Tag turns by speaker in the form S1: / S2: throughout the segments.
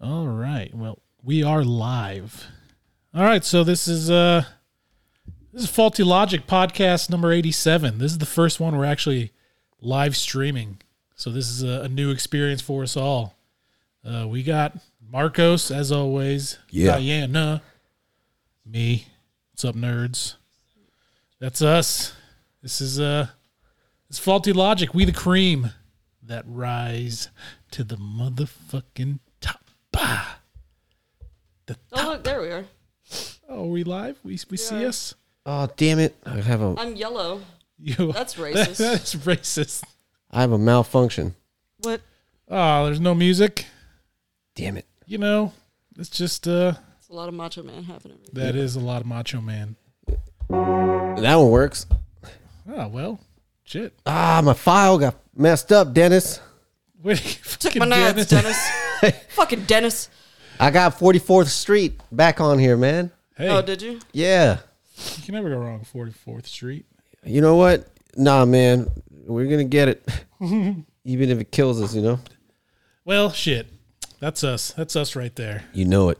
S1: All right. Well, we are live. All right. So this is uh this is Faulty Logic podcast number 87. This is the first one we're actually live streaming. So this is a, a new experience for us all. Uh, we got Marcos as always.
S2: Yeah.
S1: Diana. Me. What's up, nerds? That's us. This is uh it's faulty logic. We the cream that rise to the motherfucking top. Bah. The
S3: Oh look, there we are.
S1: Oh, are we live? We, we see
S3: Yeah.
S1: us?
S2: Oh damn it! I have a
S3: I'm yellow.
S1: You,
S3: That's
S1: that-
S3: racist.
S1: that's racist.
S2: I have a malfunction.
S3: What?
S1: Oh, there's no music.
S2: Damn it!
S1: You know, it's just, uh,
S3: It's a lot of Macho Man happening. right
S1: that is a lot of Macho Man.
S2: That one works.
S1: Oh, well, shit.
S2: Ah, my file got messed up, Dennis.
S1: Wait,
S3: Took
S1: fucking
S3: my notes,
S1: Dennis.
S3: Dennis. Fucking Dennis.
S2: I got 44th Street back on here, man.
S1: Hey,
S3: Oh, did you?
S2: Yeah.
S1: you can never go wrong with 44th Street.
S2: You know what? Nah, man. We're gonna get it, even if it kills us. You know.
S1: Well, shit. That's us. That's us right there.
S2: You know it.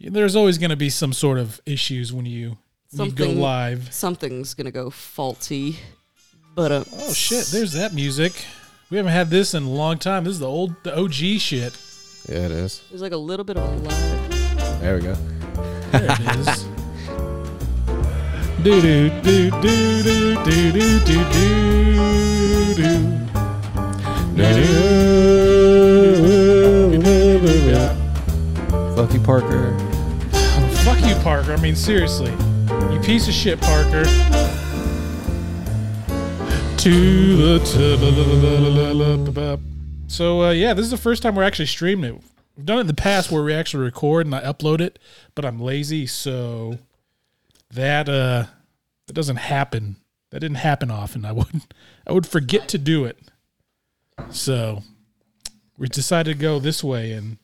S1: There's always going to be some sort of issues when you, when you go
S3: Something-
S1: live.
S3: Something's gonna go faulty. But uh,
S1: Oh shit, there's that music. We haven't had this in a long time. This is the old the OG shit.
S2: Yeah, it is.
S3: there's like a little bit of a laugh.
S2: There we go.
S1: There it is. Do do do do do do do do do do.
S2: Fuck you, Parker.
S1: Fuck you, Parker. I mean, seriously, you piece of shit, Parker. To the So uh, yeah, this is the first time we're actually streaming it. We've done it in the past where we actually record and I upload it, but I'm lazy, so that uh that doesn't happen. That didn't happen often. I would I would forget to do it. So we decided to go this way and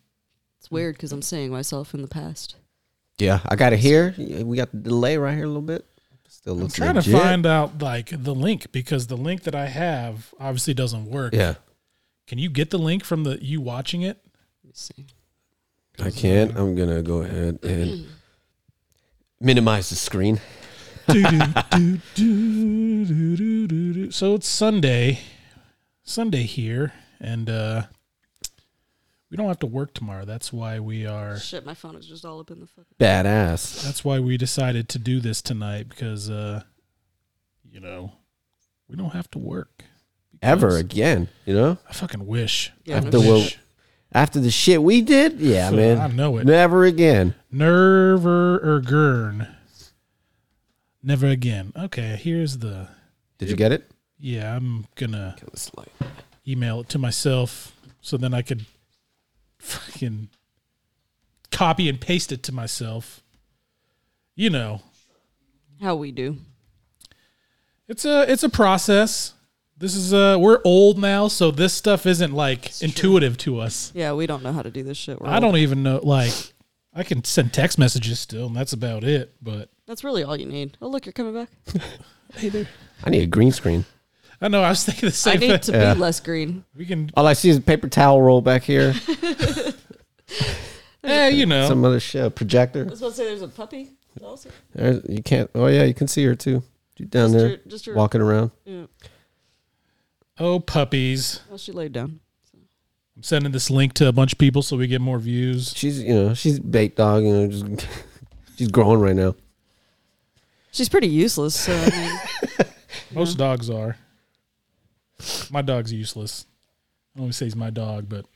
S3: It's weird because I'm seeing myself in the past.
S2: Yeah, I got it here. We got the delay right here a little bit. Still
S1: I'm
S2: looks
S1: trying
S2: legit.
S1: to find out like the link because the link that I have obviously doesn't work.
S2: Yeah,
S1: Can you get the link from the you watching it?
S3: Let me see.
S2: I can't. I'm gonna go ahead and minimize the screen.
S1: Do-do-do-do-do-do-do. so it's Sunday, Sunday here, and uh, we don't have to work tomorrow. That's why we are.
S3: Shit, my phone is just all up in the fucking.
S2: Badass.
S1: That's why we decided to do this tonight because, uh, you know, we don't have to work
S2: Ever
S1: Because-
S2: again, you know?
S1: I fucking wish.
S3: Yeah,
S1: I
S3: no
S2: After
S1: wish.
S2: what- After the shit we did, yeah,
S1: So,
S2: man.
S1: I know it.
S2: Never again.
S1: Nerver or Gurn. Never again. Okay, here's the.
S2: Did you get it?
S1: Yeah, I'm gonna email it to myself so then I could fucking copy and paste it to myself. You know,
S3: How we do?
S1: it's a it's a process. This is uh we're old now, so this stuff isn't like intuitive to us.
S3: Yeah, we don't know how to do this shit. We're
S1: I
S3: old.
S1: don't even know like I can send text messages still and that's about it, but
S3: That's really all you need. Oh look, you're coming back.
S1: hey there.
S2: I need a green screen.
S1: I know I was thinking the
S3: I
S1: same thing.
S3: need to
S2: Yeah.
S3: be less green.
S1: we can
S2: All I see is a paper towel roll back here.
S1: eh, you know.
S2: Some other shit, a projector.
S3: I was about to say there's a puppy. Also,
S2: There's, you can't. Oh yeah, you can see her too. She's down
S3: just
S2: there
S3: your, just your.
S2: walking around.
S3: Yeah.
S1: oh puppies.
S3: Well, she laid down.
S1: I'm sending this link to a bunch of people so we get more views.
S2: She's you know she's bait dog. You know just she's growing right now.
S3: She's pretty useless. So I mean,
S1: Most dogs are. My dog's useless. I always say he's my dog, but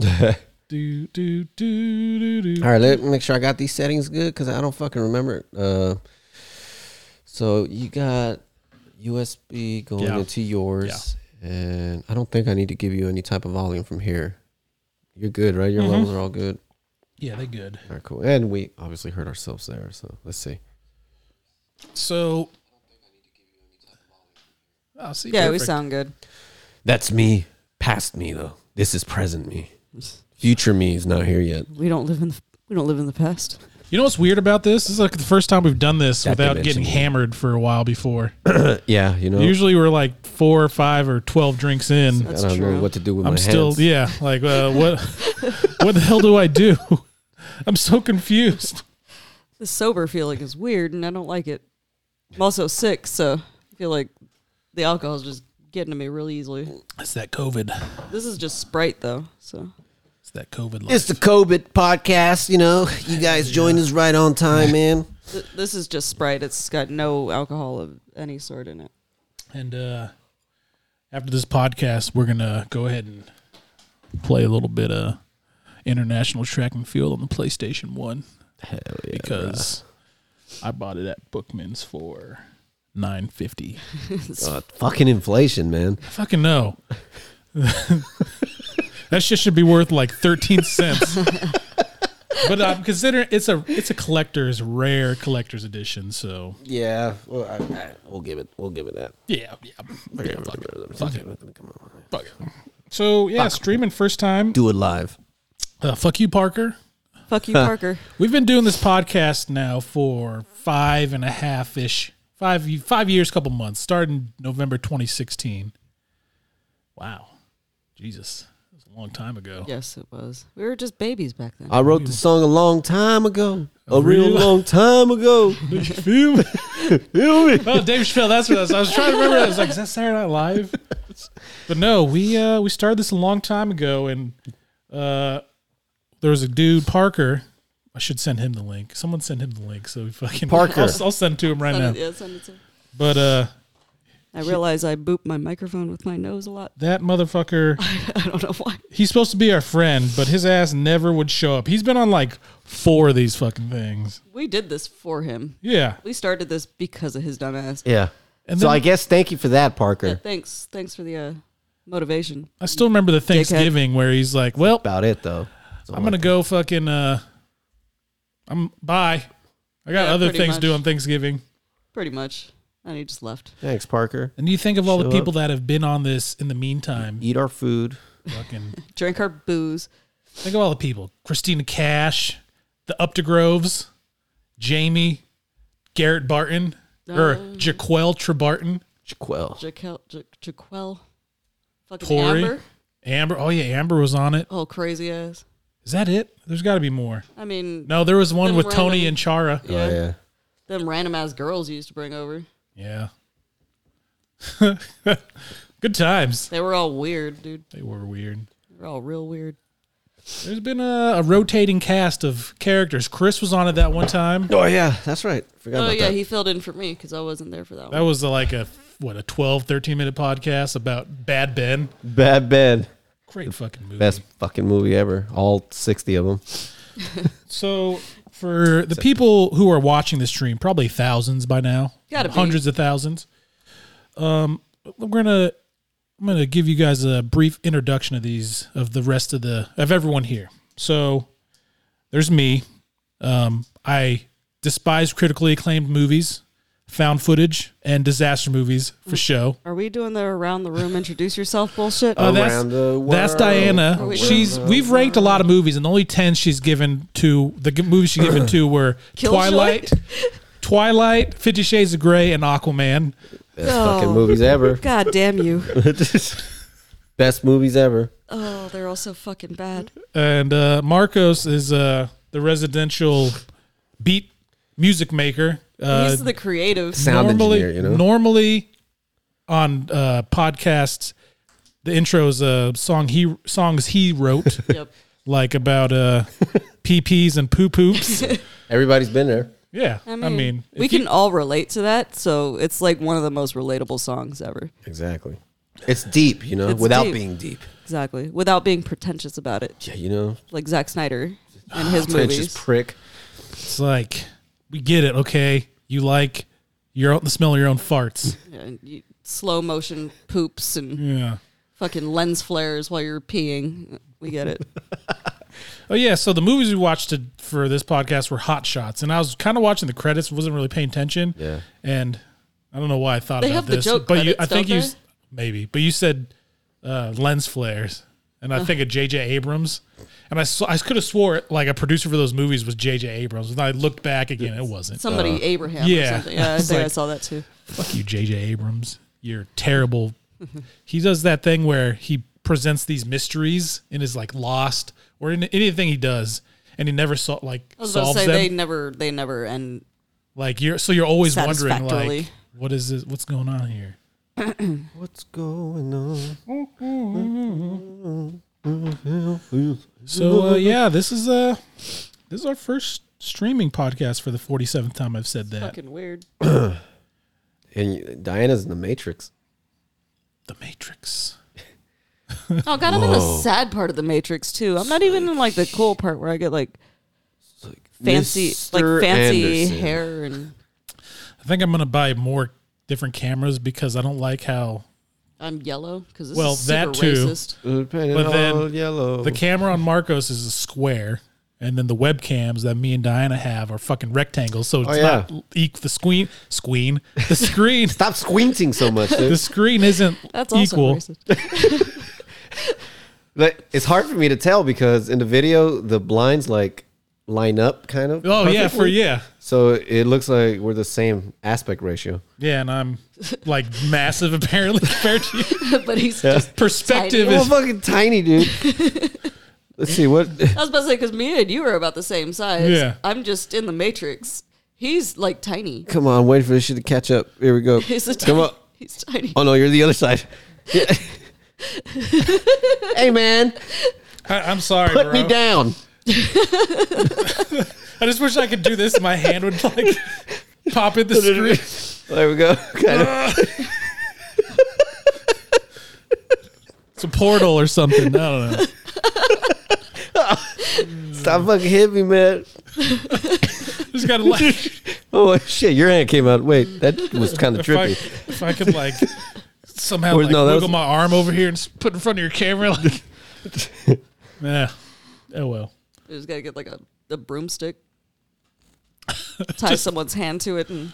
S1: do do do do do.
S2: All right, let me make sure I got these settings good because I don't fucking remember. it. Uh, so you got USB going
S1: Yeah.
S2: into yours, and I don't think I need to give you any type of volume from here. You're good, right? Your
S1: Mhm.
S2: levels are all good.
S1: Yeah, they good.
S2: All right, cool. And we obviously hurt ourselves there, so let's see.
S1: So. Oh, see,
S3: yeah, we
S1: perfect.
S3: sound good.
S2: That's me, past me though. This is present me. Future me is not here yet.
S3: We don't live in the we don't live in the past.
S1: You know what's weird about this? This is like the first time we've done this
S2: That
S1: without
S2: dimension.
S1: getting hammered for a while before.
S2: Yeah, you know.
S1: Usually we're like four or five or twelve drinks in.
S2: I
S3: That's
S2: don't
S3: true.
S2: know what to do with
S1: I'm
S2: my
S1: still
S2: hands.
S1: yeah, like uh, what what the hell do I do? I'm so confused.
S3: The sober feeling is weird, and I don't like it. I'm also sick, so I feel like the alcohol's just getting to me really easily.
S1: It's that COVID.
S3: This is just Sprite, though, so
S1: It's that COVID. Life.
S2: It's the COVID podcast, you know. You guys joined us right on time, man.
S3: th- this is just Sprite. It's got no alcohol of any sort in it.
S1: And uh, after this podcast, we're gonna go ahead and play a little bit of international track and field on the PlayStation One
S2: Hell yeah.
S1: because I bought it at Bookman's for nine fifty.
S2: Uh, fucking inflation, man.
S1: Fucking no. that shit should be worth like thirteen cents. but I'm considering it's a it's a collector's rare collector's edition. So
S2: Yeah. Well, I, I, we'll give it. We'll give it that.
S1: yeah, yeah, yeah fuck it,
S2: Fuck it. Come on.
S1: fuck it. So yeah, streaming first time.
S2: Do it live.
S1: Uh, fuck you, Parker.
S3: Fuck you, Parker.
S1: We've been doing this podcast now for five and a half ish, five five years, couple months, starting November 2016. Wow, Jesus, that was a long time ago.
S3: Yes, it was. We were just babies back then.
S2: I wrote the song a long time ago. A real
S1: real-
S2: long time ago.
S1: Did you feel me?
S2: Feel me?
S1: Oh, Dave Chappelle. That's what I was. I was trying to remember. I was like, is that Saturday Night Live? But no, we uh, we started this a long time ago, and uh, there was a dude Parker. I should send him the link. Someone send him the link so we fucking
S2: Parker.
S1: I'll, I'll send it to him right
S3: Send
S1: now.
S3: it- yeah, send it to-
S1: But uh,
S3: I realize I boop my microphone with my nose a lot.
S1: that motherfucker.
S3: I don't know why.
S1: He's supposed to be our friend, but his ass never would show up. He's been on like four of these fucking things.
S3: We did this for him.
S1: Yeah.
S3: We started this because of his dumb ass.
S2: Yeah.
S1: And
S2: so
S1: then-
S2: I guess thank you for that,
S3: Yeah,
S2: Parker.
S3: thanks. Thanks for the uh, motivation.
S1: I still remember the Thanksgiving where he's like, Well,
S2: About it though. So
S1: I'm gonna go fucking uh I'm bye. I got
S3: Yeah,
S1: other
S3: pretty
S1: things to do
S3: much.
S1: on Thanksgiving.
S3: Pretty much. And he just left.
S2: Thanks, Parker.
S1: And you think of all
S2: Show
S1: the
S2: up.
S1: people that have been on this in the meantime.
S2: Eat our food.
S1: Fucking
S3: Drank our booze.
S1: think of all the people. Christina Cash, the Updegroves, Jamie, Garrett Barton, or
S3: Um.
S1: Jaquel Trebarton.
S2: Jaquel.
S3: Jaquel. Ja- Jaquel. Fucking
S1: Tori?
S3: Amber.
S1: Amber. Oh yeah, Amber was on it.
S3: Oh, crazy ass.
S1: Is that it? There's gotta be more.
S3: I mean,
S1: No, there was one
S3: Them
S1: with Tony
S3: random-
S1: and Chara.
S3: yeah,
S2: Oh yeah.
S3: Them random ass girls you used to bring over.
S1: Yeah. Good times.
S3: They were all weird, dude.
S1: They were weird.
S3: They were all real weird.
S1: There's been a, a rotating cast of characters. Chris was on it that one time.
S2: Oh yeah. That's right. Forgot
S3: Oh,
S2: about
S3: yeah.
S2: that.
S3: He filled in for me because I wasn't there for that
S1: That
S3: one.
S1: was uh, like a what a 12, 13 minute podcast about Bad Ben.
S2: Bad bed.
S1: Great fucking movie.
S2: Best fucking movie ever. All sixty of them.
S1: So for the people who are watching the stream, probably thousands by now,
S3: Gotta be.
S1: hundreds of thousands. Um, we're gonna I'm gonna give you guys a brief introduction of these of the rest of the of everyone here. So there's me. Um, I despise critically acclaimed movies, found footage, and disaster movies for
S3: Mm.
S1: show.
S3: Are we doing the around the room introduce yourself bullshit?
S1: Uh, that's,
S2: Around the
S1: that's
S2: world.
S1: Diana.
S3: Around
S1: she's
S3: the
S1: we've ranked a lot of movies, and the only ten she's given to the g- movies she's given to were
S3: Killjoy?
S1: Twilight, Twilight, Fifty Shades of Grey, and Aquaman.
S2: Best
S3: Oh.
S2: fucking movies ever.
S3: God damn you.
S2: Best movies ever.
S3: Oh, they're all so fucking bad.
S1: And uh, Marcos is uh, the residential beat music maker. Uh,
S3: He's the creative.
S2: Sound
S1: normally,
S2: engineer, you know.
S1: normally on uh, podcasts, the intro is a song he songs he wrote,
S3: Yep. like
S1: like about uh, pee pees and poo poops.
S2: Everybody's been there.
S1: Yeah, I mean, if
S3: we
S1: you-
S3: can all relate to that, so it's like one of the most relatable songs ever.
S2: Exactly. It's deep, you know,
S3: It's
S2: without
S3: deep.
S2: being deep.
S3: Exactly, without being pretentious about it,
S2: Yeah, you know,
S3: like Zack Snyder and his
S2: pretentious
S3: movies.
S2: prick.
S1: It's like we get it, okay? You like your own, the smell of your own farts.
S3: And you- slow motion poops and
S1: Yeah.
S3: fucking lens flares while you're peeing. We get it.
S1: Oh yeah. So the movies we watched to, for this podcast were Hot Shots, and I was kind of watching the credits, wasn't really paying attention.
S2: Yeah.
S1: And I don't know why I thought
S3: They
S1: about
S3: have the
S1: this,
S3: joke
S1: but you,
S3: credits,
S1: I think
S3: don't
S1: you s- maybe, but you said uh, lens flares, and and I think of J.J. Abrams, and I saw, I could have swore it, like a producer for those movies was J.J. Abrams, and I looked back again, it wasn't.
S3: Somebody Abraham
S1: yeah.
S3: or something. Uh, Yeah, I
S1: It's
S3: think I
S1: like-
S3: saw that too.
S1: Fuck you, J.J. Abrams. You're terrible. he does that thing where he presents these mysteries in his like Lost or in anything he does, and he never saw like
S3: I was about to
S1: solves
S3: say
S1: them.
S3: they never they never end
S1: like you're so you're always wondering like
S3: Satisfactorily.
S1: what is this? What's going on here?
S2: What's going on?
S1: So uh, yeah, this is uh this is our first streaming podcast for the 47th time I've said that.
S3: fucking weird.
S2: And Diana's in the Matrix.
S1: The Matrix.
S3: Oh god, I'm in the sad part of the Matrix too. I'm not even in like the cool part where I get like fancy
S2: Mr.
S3: like fancy
S2: Anderson.
S3: hair and
S1: I think I'm gonna buy more different cameras because I don't like how
S3: I'm yellow because this
S1: Well,
S3: is super
S1: that too.
S3: racist.
S2: Uh, painted
S1: But then
S2: all yellow.
S1: the camera on Marcos is a square, and then the webcams that me and Diana have are fucking rectangles. So it's
S2: Oh,
S1: not eq- the screen screen the screen
S2: Stop squinting so much. dude.
S1: the screen isn't
S3: That's also
S1: equal.
S3: racist.
S2: Like, it's hard for me to tell because in the video the blinds like line up kind of.
S1: Oh yeah, for
S2: perfectly.
S1: yeah.
S2: So it looks like we're the same aspect ratio.
S1: Yeah, and I'm like massive apparently compared to you.
S3: but he's just.
S1: Perspective
S2: Well,
S1: is
S2: fucking tiny, dude. Let's see what.
S3: I was about to say because me and you are about the same size.
S1: Yeah.
S3: I'm just in the Matrix. He's like tiny.
S2: Come on, wait for this shit to catch up. Here we go.
S3: He's a
S2: Come
S3: tiny.
S2: on.
S3: He's tiny.
S2: Oh no, you're the other side. Yeah. hey man,
S1: I, I'm sorry,
S2: put
S1: bro.
S2: me down.
S1: I just wish I could do this. and My hand would like pop in the screen.
S2: There we go. Kind of.
S1: It's a portal or something. I don't know.
S2: Stop fucking hit me, man.
S1: Just gotta like if
S2: Oh shit, your hand came out. Wait, that was kind of
S1: I,
S2: trippy.
S1: if I could like somehow
S2: Or-
S1: like
S2: no, that
S1: wiggle
S2: was-
S1: my arm over here and s- put in front of your camera. Like, yeah. Oh well.
S3: You just gotta get like a, a broomstick, tie someone's hand to it, and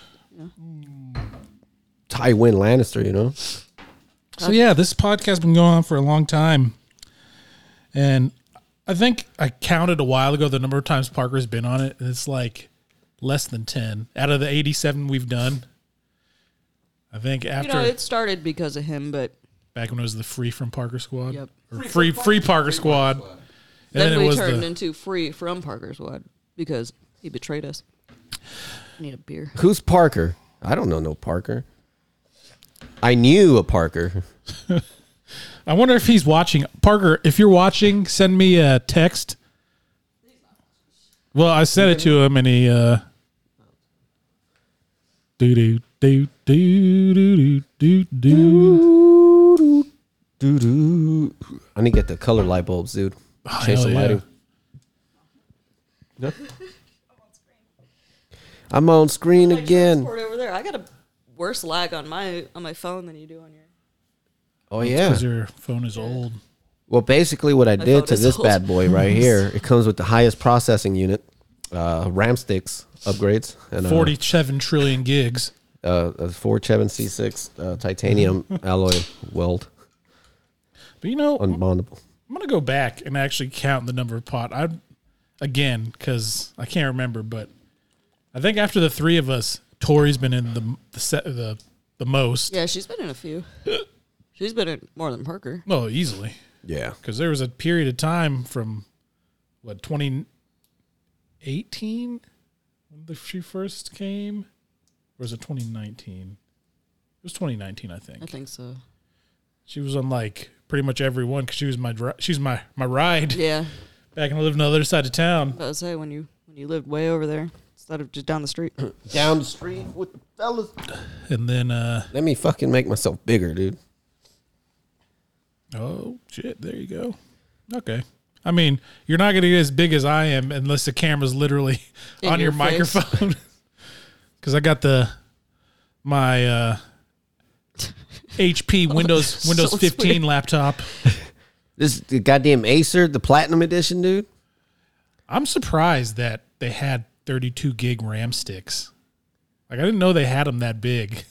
S2: Tywin Lannister, you know.
S1: So yeah, this podcast has been going on for a long time, and I think I counted a while ago the number of times Parker's been on it, and it's like less than ten out of the eighty-seven we've done. I think
S3: you
S1: after
S3: know it started because of him. But
S1: back when it was the Free from Parker Squad,
S3: Yep.
S1: or Free Free Parker Squad, and
S3: then,
S1: then, it
S3: we
S1: was
S3: turned
S1: the
S3: into free from Parker's Wad because he betrayed us. I need a beer.
S2: Who's Parker? I don't know no Parker. I knew a Parker.
S1: I wonder if he's watching. Parker, if you're watching, send me a text. Well, I sent it to him and he uh do do do do do do do do
S2: Doo doo. I need to get the color light bulbs, dude. Change
S1: Oh, hell
S2: the
S1: yeah.
S2: lighting. I'm on screen again.
S3: Transport over there. I got a worse lag on my on my phone than you do on your.
S2: Oh
S1: because
S2: yeah.
S1: your phone is old.
S2: Well, basically, what I did
S3: thought
S2: to
S3: it's
S2: this
S3: old.
S2: bad boy right here, it comes with the highest processing unit, uh, RAM sticks upgrades, and uh,
S1: Forty-seven trillion gigs.
S2: uh, a four Chevin C6 uh, titanium alloy weld
S1: But you know, I'm
S2: unbondable.
S1: gonna go back and actually count the number of pot. I again because I can't remember, but I think after the three of us, Tori's been in the the set the the most.
S3: Yeah, she's been in a few. she's been in more than Parker.
S1: No, easily.
S2: Yeah.
S1: because there was a period of time from what 2018 when the, she first came or was it 2019 it was 2019 i
S3: I
S1: think
S3: think so.
S1: she was on like pretty much every one because she was my dri- she was my my ride
S3: Yeah,
S1: back and i lived on the other side of town
S3: I was say when you when you lived way over there instead of just down the street.
S2: Down the street with the fellas.
S1: and then uh
S2: Let me fucking make myself bigger, dude.
S1: oh shit there you go okay i mean you're not gonna get as big as i am unless the camera's literally
S3: In
S1: on your,
S3: your face.
S1: microphone because i got the my uh HP Windows Windows
S3: Oh, so
S1: 15
S3: weird.
S1: laptop.
S2: This the goddamn Acer, the Platinum Edition, dude.
S1: I'm surprised that they had 32 gig RAM sticks. Like I didn't know they had them that big.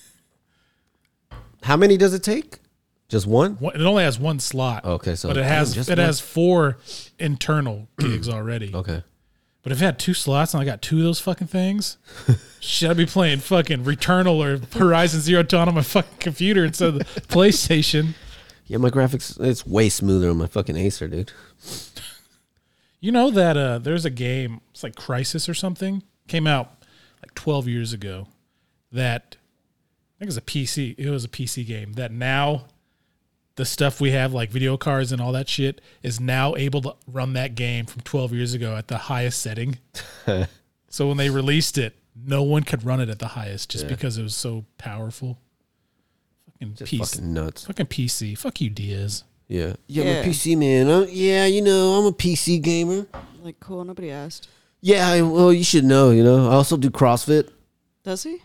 S2: How many does it take? Just one?
S1: One- It only has one slot.
S2: Okay, so-
S1: but it
S2: damn,
S1: has
S2: just
S1: it
S2: one.
S1: has four internal gigs already.
S2: Okay.
S1: But if it had two slots and I got two of those fucking things, should I be playing fucking Returnal or Horizon Zero Dawn on my fucking computer instead of the PlayStation?
S2: Yeah, my graphics it's way smoother on my fucking Acer, dude.
S1: You know that uh, there's a game, it's like Crisis or something, came out like 12 years ago. That I think it was a PC. It was a PC game that now the stuff we have like video cards and all that shit is now able to run that game from 12 years ago at the highest setting. so when they released it, no one could run it at the highest just because it was so powerful. Fucking
S2: Just
S1: PC. Fucking.
S2: fucking nuts.
S1: PC. Fuck you, Diaz.
S2: Yeah. Yeah,
S3: Yeah.
S2: I'm a PC man. i yeah, you know, I'm a PC gamer.
S3: Like, cool. Nobody asked.
S2: Yeah, I, well, you should know, you know. I also do CrossFit.
S3: Does he?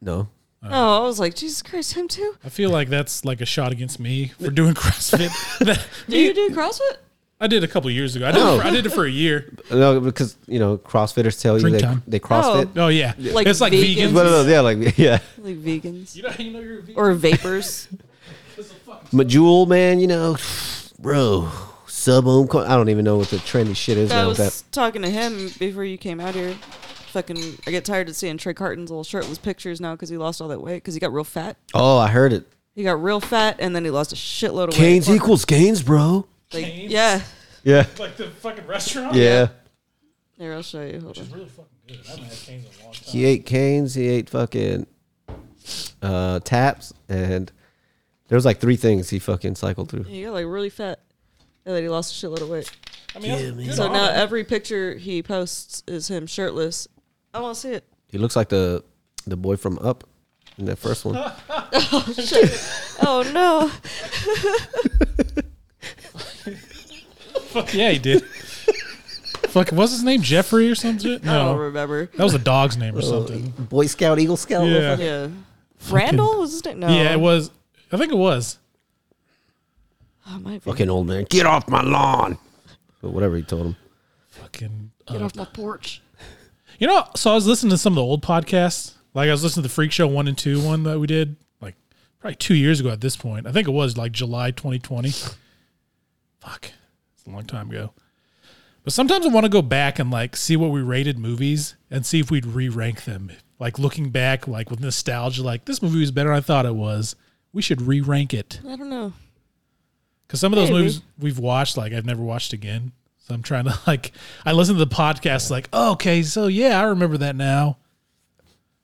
S2: No.
S3: Oh, I was like, Jesus Christ, him too.
S1: I feel like that's like a shot against me for doing CrossFit. That-
S3: Do you do CrossFit?
S1: I did a couple years ago. I did, it
S2: Oh.
S1: for, I did it for a year.
S2: No, because, you know, CrossFitters tell you
S1: Drink
S2: they,
S1: time.
S2: they CrossFit.
S1: Oh yeah,
S3: Like
S1: it's like
S3: vegan?
S1: vegan.
S2: One of those, yeah, like, yeah.
S3: Like vegans
S1: You know, you know you're a vegan.
S3: or vapors?
S2: Majul, man, you know, bro, sub ohm. co- I don't even know what the trendy shit is
S3: I
S2: now.
S3: was
S2: with That
S3: talking to him before you came out here. Fucking, I get tired of seeing Trey Carton's little shirtless pictures now because he lost all that weight because he got real fat.
S2: oh, I heard it.
S3: He got real fat and then he lost a shitload of
S2: Canes
S3: weight.
S2: equals gains, bro.
S3: Like,
S1: Canes?
S3: Yeah,
S2: Yeah,
S1: like the fucking restaurant.
S2: yeah.
S3: here I'll show you. Hold on.
S1: It's really fucking good. I haven't had canes in a long time.
S2: He ate canes. He ate fucking uh, taps, and there was like three things he fucking cycled through.
S3: He got like really fat and then he lost a shitload of weight.
S1: I mean, that's good
S3: So
S1: on
S3: now
S1: him.
S3: every picture he posts is him shirtless. I want to see it.
S2: He looks like the the boy from Up in that first one.
S3: Oh no! uh,
S1: Fuck yeah, he did. Fuck, what's his name? Jeffrey or something?
S3: I
S1: No,
S3: don't remember. Oh,
S1: that was a dog's name or something.
S2: Boy Scout, Eagle Scout.
S1: Yeah.
S3: Yeah, Randall was his name. No,
S1: Yeah, it was. I think it was.
S3: Oh, it might be.
S2: Fucking old man, get off my lawn. But whatever he told him.
S1: Fucking.
S3: Get
S1: uh,
S3: off my porch.
S1: You know, so I was listening to some of the old podcasts. Like I was listening to the Freak Show one and two one that we did like probably two years ago at this point. I think it was like July 2020. Fuck, it's a long time ago. But sometimes I want to go back and like see what we rated movies and see if we'd re rank them. Like looking back, like with nostalgia, like this movie was better than I thought it was. We should re rank it
S3: I don't know.
S1: because some of those
S3: Maybe.
S1: movies we've watched, like I've never watched again. So I'm trying to like I listen to the podcast, like oh, okay, so yeah, I remember that now.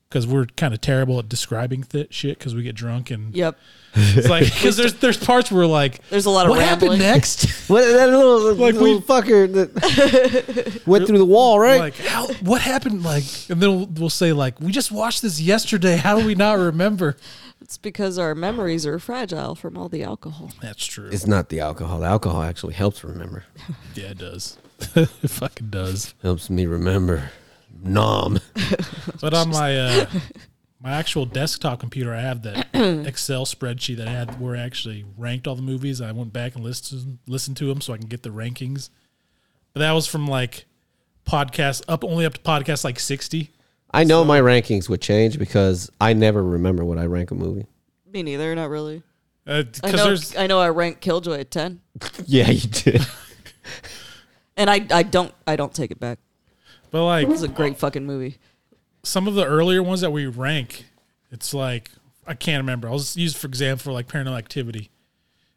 S1: Because we're kind of terrible at describing th- shit because we get drunk and
S3: Yep.
S1: it's like because there's there's parts where like
S3: There's a lot of
S1: what happened
S3: rambling.
S1: next,
S2: What that little,
S1: Like
S2: little
S1: we-
S2: fucker that went through the wall, right?
S1: like how what happened like, and then we'll, we'll say like we just watched this yesterday. How do we not remember?
S3: It's because our memories are fragile from all the alcohol.
S1: That's true.
S2: It's not the alcohol. The alcohol actually helps remember.
S1: yeah, it does. it fucking does.
S2: Helps me remember. Nom.
S1: But on my uh, my actual desktop computer, I have that Excel spreadsheet that I had where I actually ranked all the movies. I went back and listened listened to them so I can get the rankings. But that was from like podcast up only up to podcast like sixty.
S2: I know my rankings would change because I never remember what I rank a movie.
S3: Me neither. Not really.
S1: Because
S3: I know.
S1: Uh, there's
S3: I know. I rank Killjoy at ten,
S2: Yeah, you did.
S3: and I I don't I don't take it back.
S1: but like
S3: It's a great fucking movie.
S1: some of the earlier ones that we rank, it's like I can't remember. I'll just use for example for like Paranormal Activity.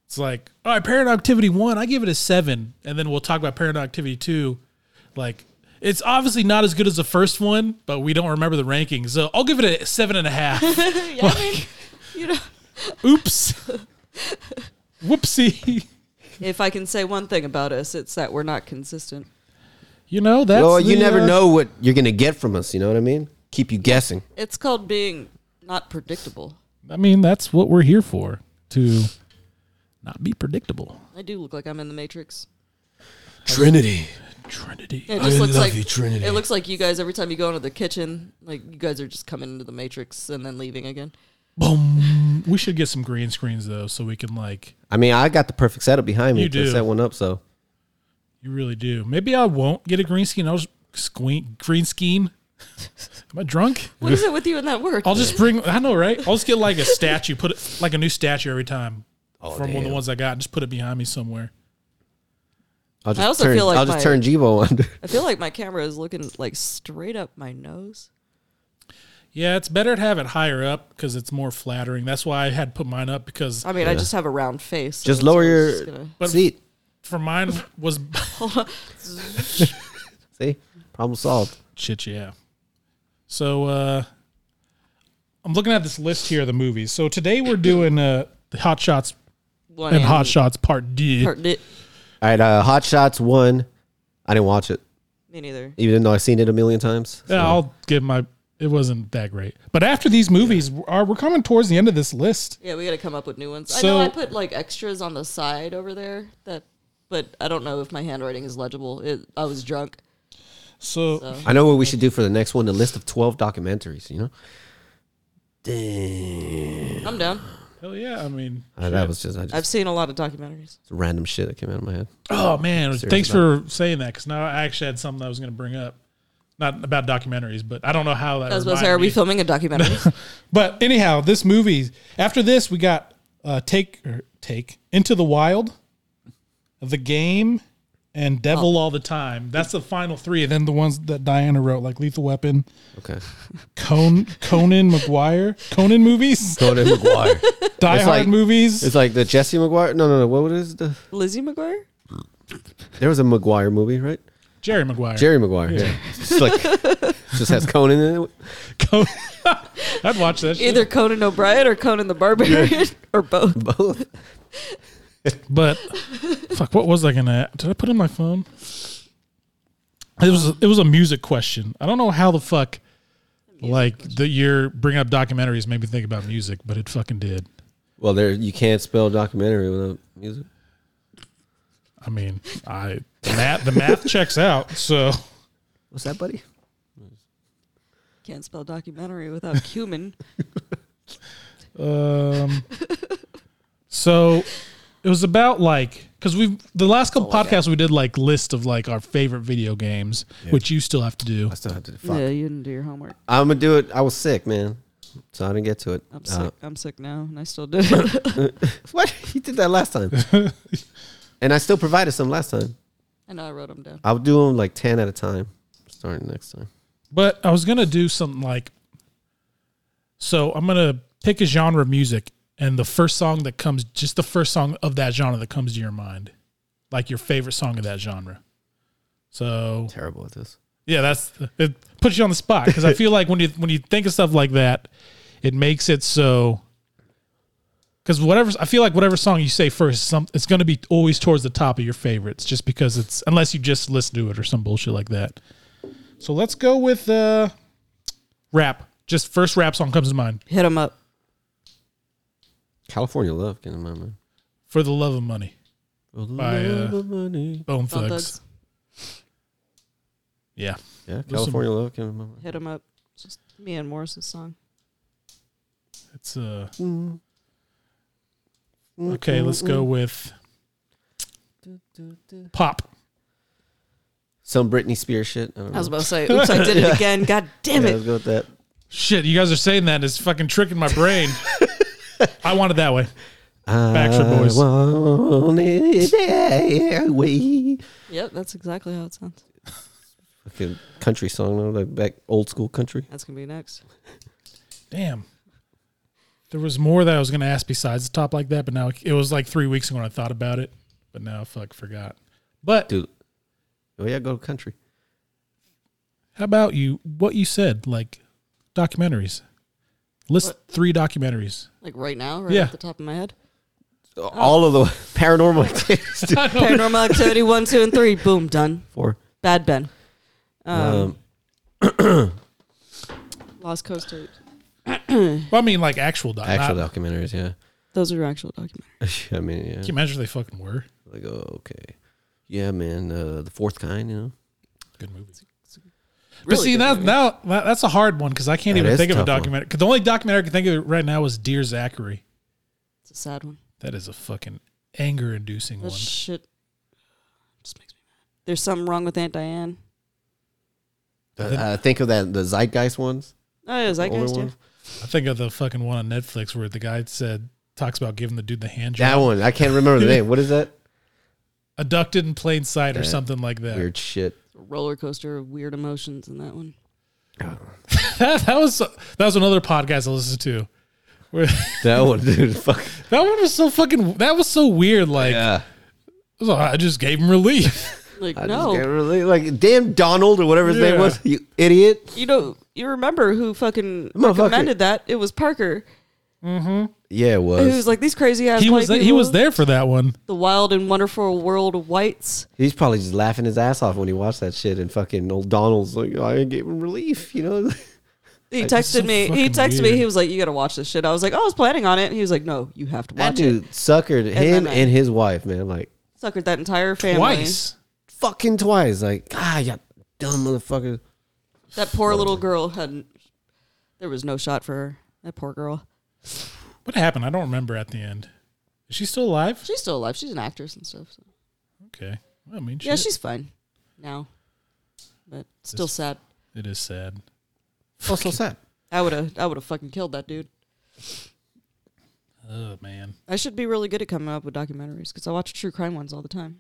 S1: It's like all right, Paranormal Activity one, I give it a seven, and then we'll talk about Paranormal Activity two. Like it's obviously not as good as the first one, but we don't remember the rankings, so I'll give it a seven and a half.
S3: yeah, I mean, you know,
S1: Oops, whoopsie.
S3: if I can say one thing about us, it's that we're not consistent.
S1: You know that's
S2: well, you
S1: the,
S2: never
S1: uh,
S2: know what you're gonna get from us. You know what I mean? Keep you guessing.
S3: It's called being not predictable.
S1: I mean, that's what we're here for to not be predictable.
S3: I do look like I'm in the Matrix.
S2: Trinity.
S1: Trinity.
S3: It just looks
S2: love
S3: like
S2: you, Trinity.
S3: it looks like you guys every time you go into the kitchen, like you guys are just coming into the Matrix and then leaving again.
S1: Boom. We should get some green screens though, so we can like
S2: I mean, I got the perfect setup behind me
S1: You
S2: to
S1: do.
S2: set one up. So
S1: you really do. Maybe I won't get a green screen. I'll just squeen, green scheme. Am I drunk?
S3: What is it with you and that word?
S1: I'll just bring. I know, right? I'll just get like a statue. Put it like a new statue every time.
S2: Oh,
S1: from one of
S2: damn.
S1: the ones I got and just put it behind me somewhere.
S2: I'll just
S3: also
S2: turn,
S3: feel like
S2: I'll just
S3: my-
S2: turn Jibo under.
S3: I feel like my camera is looking like straight up my nose.
S1: Yeah, it's better to have it higher up because it's more flattering. That's why I had put mine up because
S3: I mean, I just have a round face. so
S2: Just
S3: that's why
S2: lower
S3: I
S2: your
S3: was just gonna-
S1: But-
S2: seat.
S1: for mine was
S2: See, problem solved.
S1: shit. Yeah. So uh, I'm looking at this list here of the movies. So today we're doing uh, the Hot Shots
S3: one
S1: and
S3: hand
S1: Hot Shots Part D.
S3: part- di-
S2: All right, uh, Hot Shots one. I didn't watch it,
S3: Me neither.
S2: even though I've seen it a million times.
S1: Yeah, I'll give my. It wasn't that great, but after these movies, are we're coming towards the end of this list.
S3: Yeah, we got to come up with new ones. I know I
S1: So-
S3: put like extras on the side over there that, but I don't know if my handwriting is legible. It, I was drunk.
S1: So,
S2: I know what we should do for the next one: the list of twelve documentaries. You know, damn,
S3: I'm down.
S1: hell yeah, I mean,
S2: Uh, that was just I just
S3: I've seen a lot of documentaries.
S2: random shit that came out of my head.
S1: oh man, thanks for saying that because now I actually had something I was going to bring up, not about documentaries, but I don't know how that.
S3: I was about to say,
S1: reminded
S3: are we
S1: me.
S3: filming a documentary?
S1: But anyhow, this movie. After this, we got uh, take or take into the wild, the game, and devil all the time. That's the final three, and then the ones that Diana wrote, like Lethal Weapon,
S2: Okay,
S1: Con- Conan McGuire, Conan movies,
S2: Conan McGuire.
S1: Die
S2: It's
S1: Hard
S2: like-
S1: movies.
S2: it's like the Jesse McGuire. No, no, no. What was the?
S3: Lizzie McGuire?
S2: There was a McGuire movie, right?
S1: Jerry McGuire.
S2: Jerry Maguire. Yeah. just like just has Conan in it.
S1: Con- I'd watch that. Shit.
S3: Either Conan O'Brien or Conan the Barbarian or both.
S2: Both.
S1: But fuck, what was I gonna? Did I put in my phone? It was it was a music question. I don't know how the fuck, like the your bringing up documentaries made me think about music, but it fucking did.
S2: Well, there you can't spell documentary without music.
S1: I mean, I the math the math checks out. So
S2: What's that, buddy?
S3: Can't spell documentary without cumin.
S1: um, so it was about like because we the last couple podcasts we did like list of like our favorite video games, which you still have to do.
S2: I still have to fuck.
S3: yeah, you didn't do your homework.
S2: I'm gonna do it. I was sick, man, so I didn't get to it.
S3: I'm
S2: Uh,
S3: sick. I'm sick now, and I still did it.
S2: what? You did that last time, and I still provided some last time.
S3: I know I wrote them down.
S2: I'll do them like ten at a time, starting next time.
S1: But I was gonna do something like so I'm gonna pick a genre of music and the first song that comes just the first song of that genre that comes to your mind. Like your favorite song of that genre. So
S2: Terrible at this.
S1: yeah, that's it puts you on the spot because I feel like when you when you think of stuff like that, it makes it so because whatever I feel like whatever song you say first, some it's going to be always towards the top of your favorites, just because it's unless you just listen to it or some bullshit like that. So let's go with uh, rap. Just first rap song comes to mind.
S3: Hit them up.
S2: California love, get in my mind.
S1: For the love of money,
S2: For the
S1: By, uh,
S2: love of money.
S1: Bone
S3: Bone
S1: Thugs.
S3: Thugs.
S1: Yeah,
S2: Yeah, California love, get in my mind.
S3: Hit them up. It's Just me and Morris's song.
S1: it's uh
S2: Mm.
S1: okay. Let's go with pop.
S2: Some Britney Spears shit. I, don't
S3: I was
S2: know.
S3: about to say, oops, I did it again. God damn
S2: Yeah,
S3: it.
S2: let's go with that.
S1: Shit, you guys are saying that and it's fucking tricking my brain. I want it that way. Backstreet Boys.
S2: I want it that way.
S3: Yep, that's exactly how it sounds.
S2: Fucking country song, though, like back old school country.
S3: That's gonna be next.
S1: Damn. There was more that I was going to ask besides the top like that, but now it was like three weeks ago when I thought about it, but now I fuck forgot. But
S2: Dude. Oh, yeah, go to country.
S1: how about you? What you said, like documentaries. List three documentaries.
S3: Like right now, right
S1: Yeah.
S3: off the top of my head. Oh.
S2: All of the paranormal activities. dude.
S3: Um, Paranormal Activity one, two, and three. Boom, done.
S2: Four.
S3: Bad Ben. Um,
S2: Um,
S3: Lost Coast Tape.
S1: Well, I mean, like actual doc.
S2: actual
S1: not-
S2: documentaries, yeah.
S3: Those are actual documentaries.
S2: I mean, yeah.
S1: Can you imagine if they fucking were?
S2: Like, oh, okay. Yeah, man. Uh, the fourth kind, you know?
S1: Good movie.
S3: Really
S1: but see,
S3: good
S1: now,
S3: movie.
S1: now that, that's a hard one because I can't
S2: That
S1: even
S2: is
S1: think of a
S2: tough one.
S1: documentary. 'Cause the only documentary I can think of right now was Dear Zachary.
S3: It's a sad one.
S1: That is a fucking anger inducing
S3: That
S1: one.
S3: shit just makes me mad. There's something wrong with Aunt Diane.
S2: Uh, uh, think of that, the Zeitgeist ones.
S3: Oh,
S2: the
S3: yeah,
S2: older
S3: Zeitgeist, yeah.
S2: ones.
S1: I think of the fucking one on Netflix where the guy said talks about giving the dude the hand
S2: That
S1: job.
S2: one. I can't remember the name. What is that?
S1: Abducted in plain sight or something like that.
S2: Weird shit.
S3: roller coaster of weird emotions in that one.
S2: Oh.
S1: that, that was that was another podcast I listened to. Where,
S2: That one, dude. Fuck.
S1: that one was so fucking. That was so weird. Like
S2: Yeah.
S1: it was all right, I just gave him relief.
S3: Like
S2: I just can't
S3: no,
S2: really like damn Donald or whatever his name
S1: Yeah.
S2: was. You idiot.
S3: you know you remember who fucking
S2: Motherfucker.
S3: recommended that? It was Parker.
S2: Yeah, it
S3: Who
S2: was.
S3: was like these crazy ass.
S1: he was
S3: white
S1: he was
S3: people,
S1: there for that one.
S3: The wild and wonderful world of whites.
S2: He's probably just laughing his ass off when he watched that shit. And fucking old Donald's like, "Oh, I gave him relief. You know.
S3: He
S1: That's so
S3: texted me. He
S1: fucking
S3: texted me.
S1: weird.
S3: He was like, "You got to watch this shit." I was like, "Oh, "I was planning on it." And he was like, "No, you have to
S2: That
S3: watch it."
S2: dude suckered him
S3: then I-
S2: and his wife, man. Like
S3: Suckered that entire family.
S1: Twice.
S2: fucking twice. Like ah, you dumb motherfucker.
S3: That poor little girl hadn't. There was no shot for her. That poor girl.
S1: What happened? I don't remember at the end. Is she still alive?
S3: She's still alive. She's an actress and stuff. So.
S1: Okay. Well, I mean,
S3: Yeah,
S1: shit.
S3: she's fine now, but still sad.
S1: It is sad.
S2: Oh, so sad.
S3: I would have. I would have fucking killed that dude.
S1: Oh man.
S3: I should be really good at coming up with documentaries because I watch true crime ones all the time.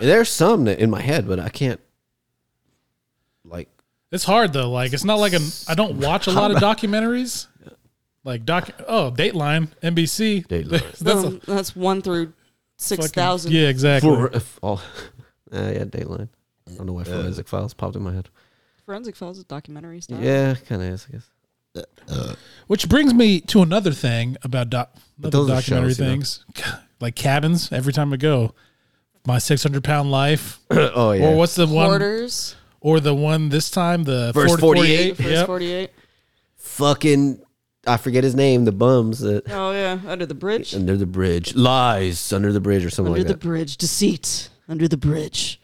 S2: There's some that in my head, but I can't. Like
S1: It's hard though. Like it's not like an. I don't watch a lot of documentaries. Like doc. Oh, Dateline, NBC.
S2: Dateline.
S1: That's a
S3: That's,
S1: fucking-
S3: Um, that's one through six thousand.
S1: Yeah, exactly.
S2: for if all. Uh, yeah, Dateline. I don't know why forensic files popped in my head.
S3: Forensic Files is documentary style.
S2: Yeah, kind of is, I guess.
S1: Which brings me to another thing about doc, another
S2: those are
S1: documentary
S2: shows, you know.
S1: things, like cabins. Every time I go, my six hundred pound life,
S2: oh yeah.
S1: or what's the one,
S3: Quarters.
S1: or the one this time, the
S2: Verse
S1: 40
S3: The
S2: 48.
S3: first
S1: Yep.
S3: forty-eight.
S2: fucking I forget his name, the bums that
S3: Oh yeah, under the bridge.
S2: under the bridge. Lies under the bridge or something
S3: Under
S2: like
S3: the
S2: that.
S3: bridge. Deceit. Under the bridge.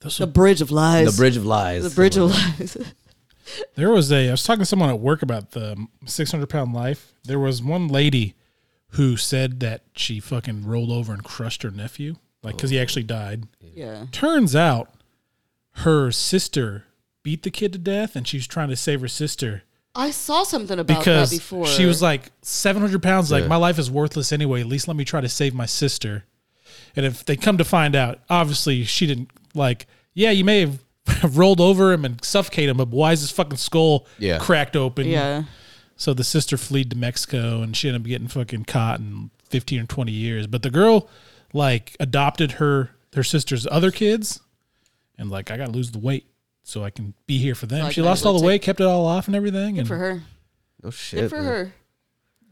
S1: Those
S3: The bridge of lies.
S2: the bridge of lies.
S3: The bridge of lies.
S1: There was a. I was talking to someone at work about the 600 pound life. There was one lady who said that she fucking rolled over and crushed her nephew, like because he
S2: Oh.
S1: actually died.
S3: yeah.
S1: Turns out, her sister beat the kid to death, and she was trying to save her sister
S3: I saw something about
S1: because
S3: that before.
S1: she was like 700 pounds. Like
S2: Yeah.
S1: my life is worthless anyway. At least let me try to save my sister. And if they come to find out, obviously she didn't like. Yeah, you may have rolled over him and suffocated him, but why is his fucking skull
S2: Yeah.
S1: cracked open?
S3: yeah.
S1: So the sister fled to Mexico and she ended up getting fucking caught in 15 or 20 years. But the girl like adopted her her sister's other kids and like I got to lose the weight so I can be here for them.
S3: Like,
S1: she
S3: I
S1: lost all
S3: would
S1: the weight, kept it all off and everything and
S3: For her.
S2: No shit.
S3: Good for
S2: man.
S3: her.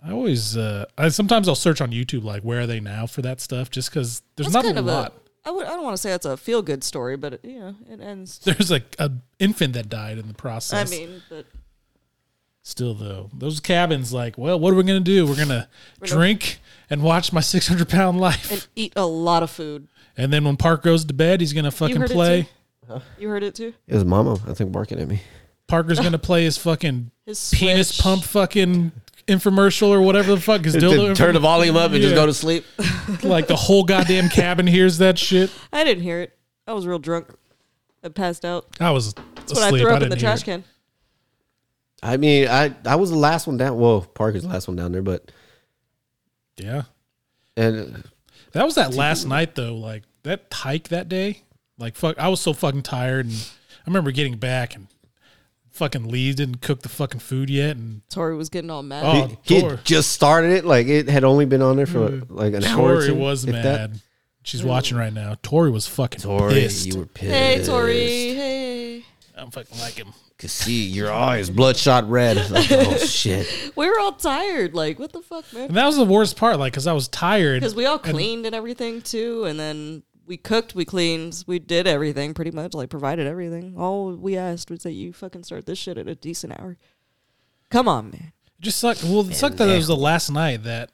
S1: I always uh I sometimes I'll search on YouTube like where are they now for that stuff just cuz there's not a lot.
S3: a. I would. I don't want to say that's a feel-good story, but it, you know, it ends.
S1: There's like a infant that died in the process.
S3: I mean, but
S1: Still though, those cabins like, well, what are we going to do? We're going to drink and watch my 600 pound life.
S3: and eat a lot of food.
S1: And then when Park goes to bed, he's gonna
S3: you
S1: fucking
S3: heard It
S1: play.
S3: too? You heard it too.
S2: It was mama, I think, barking at me.
S1: Parker's gonna play his fucking
S3: His
S1: penis
S3: Switch.
S1: pump fucking infomercial or whatever the fuck his dildo.
S2: Turn the volume up and just
S1: Yeah.
S2: go to sleep.
S1: info- like the whole goddamn cabin hears that shit.
S3: I didn't hear it. I was real drunk. I passed out.
S1: I was
S3: That's
S1: asleep.
S3: when I threw up in
S1: didn't
S3: the
S1: hear
S3: trash
S1: it.
S3: can.
S2: I mean, I I was the last one down. Whoa, Parker's the last one down there, but
S1: Yeah,
S2: and
S1: that was that last night though. Like that hike that day. Like fuck, I was so fucking tired, and I remember getting back and fucking Lee didn't cook the fucking food yet, and
S3: Tori was getting all mad.
S1: Oh,
S2: he, he
S1: Tor.
S2: had just started it. Like it had only been on there for
S3: Mm.
S2: like an hour. or
S1: Tori
S2: two,
S1: was
S2: if
S1: mad.
S2: that.
S1: She's watching right now. Tori was fucking
S2: Tori,
S1: pissed.
S2: you were pissed.
S3: hey, Tori. Hey.
S1: I'm fucking like him.
S2: Cause see your eyes bloodshot red. Like, oh shit.
S3: We were all tired. Like, what the fuck, man?
S1: And that was the worst part, like, because I was tired.
S3: Because we all
S1: and-
S3: cleaned and everything too, and then we cooked, we cleaned, we did everything pretty much, like provided everything. All we asked was that you fucking start this shit at a decent hour. Come on, man.
S1: It just sucked. Well, it sucked that it was the last night that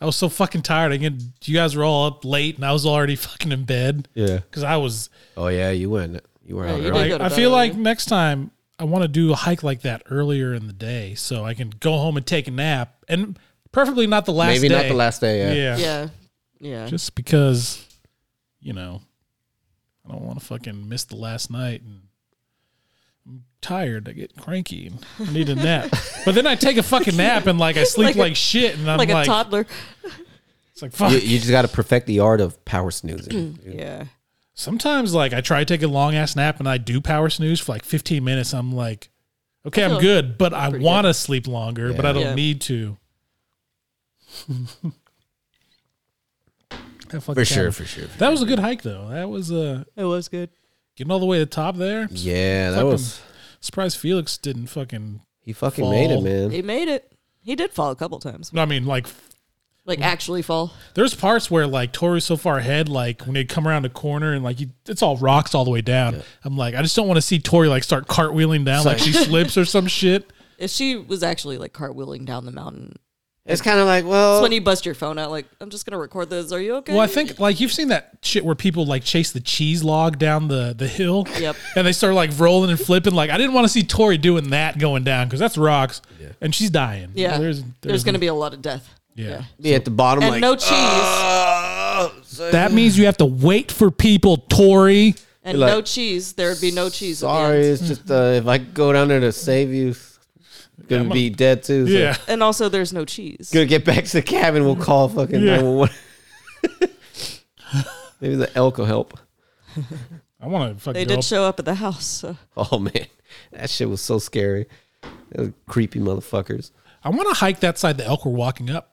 S1: I was so fucking tired. Again, you guys were all up late, and I was already fucking in bed
S2: Yeah.
S1: because I was.
S2: Oh yeah, you went. You were
S3: Yeah,
S2: out
S3: you
S2: early.
S3: did.
S1: Like,
S3: go to
S1: I
S3: bed
S1: feel like
S3: early.
S1: next time I want to do a hike like that earlier in the day, so I can go home and take a nap, and preferably not the last.
S2: Maybe not
S1: day.
S2: the last day.
S1: Yeah.
S2: Yeah.
S3: Yeah, yeah.
S1: Just because, you know, I don't want to fucking miss the last night, and I'm tired. I get cranky. and I need a nap. but then I take a fucking nap and like I sleep like,
S3: Like a-
S1: shit, and I'm
S3: like
S1: like,
S3: a toddler.
S1: it's like fuck.
S2: You, you just got to perfect the art of power snoozing. dude.
S3: Yeah.
S1: Sometimes like I try to take a long ass nap and I do power snooze for like 15 minutes. I'm like, okay, I'm
S3: feel
S1: good, but I
S3: pretty
S1: want to sleep longer, but I
S2: Yeah.
S1: don't
S3: Yeah.
S1: need to. That fucking
S2: For sure,
S1: cabin.
S2: for sure.
S1: That was a good hike though. That was uh
S3: It was good.
S1: getting all the way to the top there.
S2: Yeah, that
S1: Fucking-
S2: was.
S1: Surprised Felix didn't fucking.
S2: He fucking made it,
S1: fall.
S2: man.
S3: He made it. He did fall a couple times.
S1: I mean, like
S3: Like actually fall.
S1: There's parts where like Toru's so far ahead, like when they come around a corner and like you, it's all rocks all the way down. I'm like, I just don't want to see Tori like start cartwheeling down, like, she slips or some shit.
S3: If she was actually like cartwheeling down the mountain.
S2: It's kind of like,
S3: That's
S2: well,
S3: when you bust your phone out, like, I'm just gonna record this. Are you okay?
S1: Well, I think like you've seen that shit where people like chase the cheese log down the the hill.
S3: Yep.
S1: And they start like rolling and flipping. Like I didn't want to see Tori doing that going down because that's rocks, and she's dying.
S3: Yeah.
S1: There's there's,
S3: gonna be a lot of death.
S1: yeah.
S2: be at the bottom,
S3: And
S2: like,
S3: no cheese.
S2: "Ah, so-
S1: That means you have to wait for people, Tori.
S3: And
S2: like,
S3: no cheese. There would be no cheese.
S2: sorry,
S3: At the end.
S2: it's just uh, if I go down there to save you, gonna
S1: I'm a-
S2: be dead too. so-
S1: Yeah.
S3: And also, there's no cheese.
S2: gonna get back to the cabin. We'll call fucking
S1: Yeah.
S2: 911. Maybe the elk will help.
S1: I want to fucking.
S3: They
S1: go
S3: did
S1: up-
S3: show up at the house. so-
S2: Oh man, that shit was so scary. Those creepy motherfuckers.
S1: I want to hike that side the elk were walking up.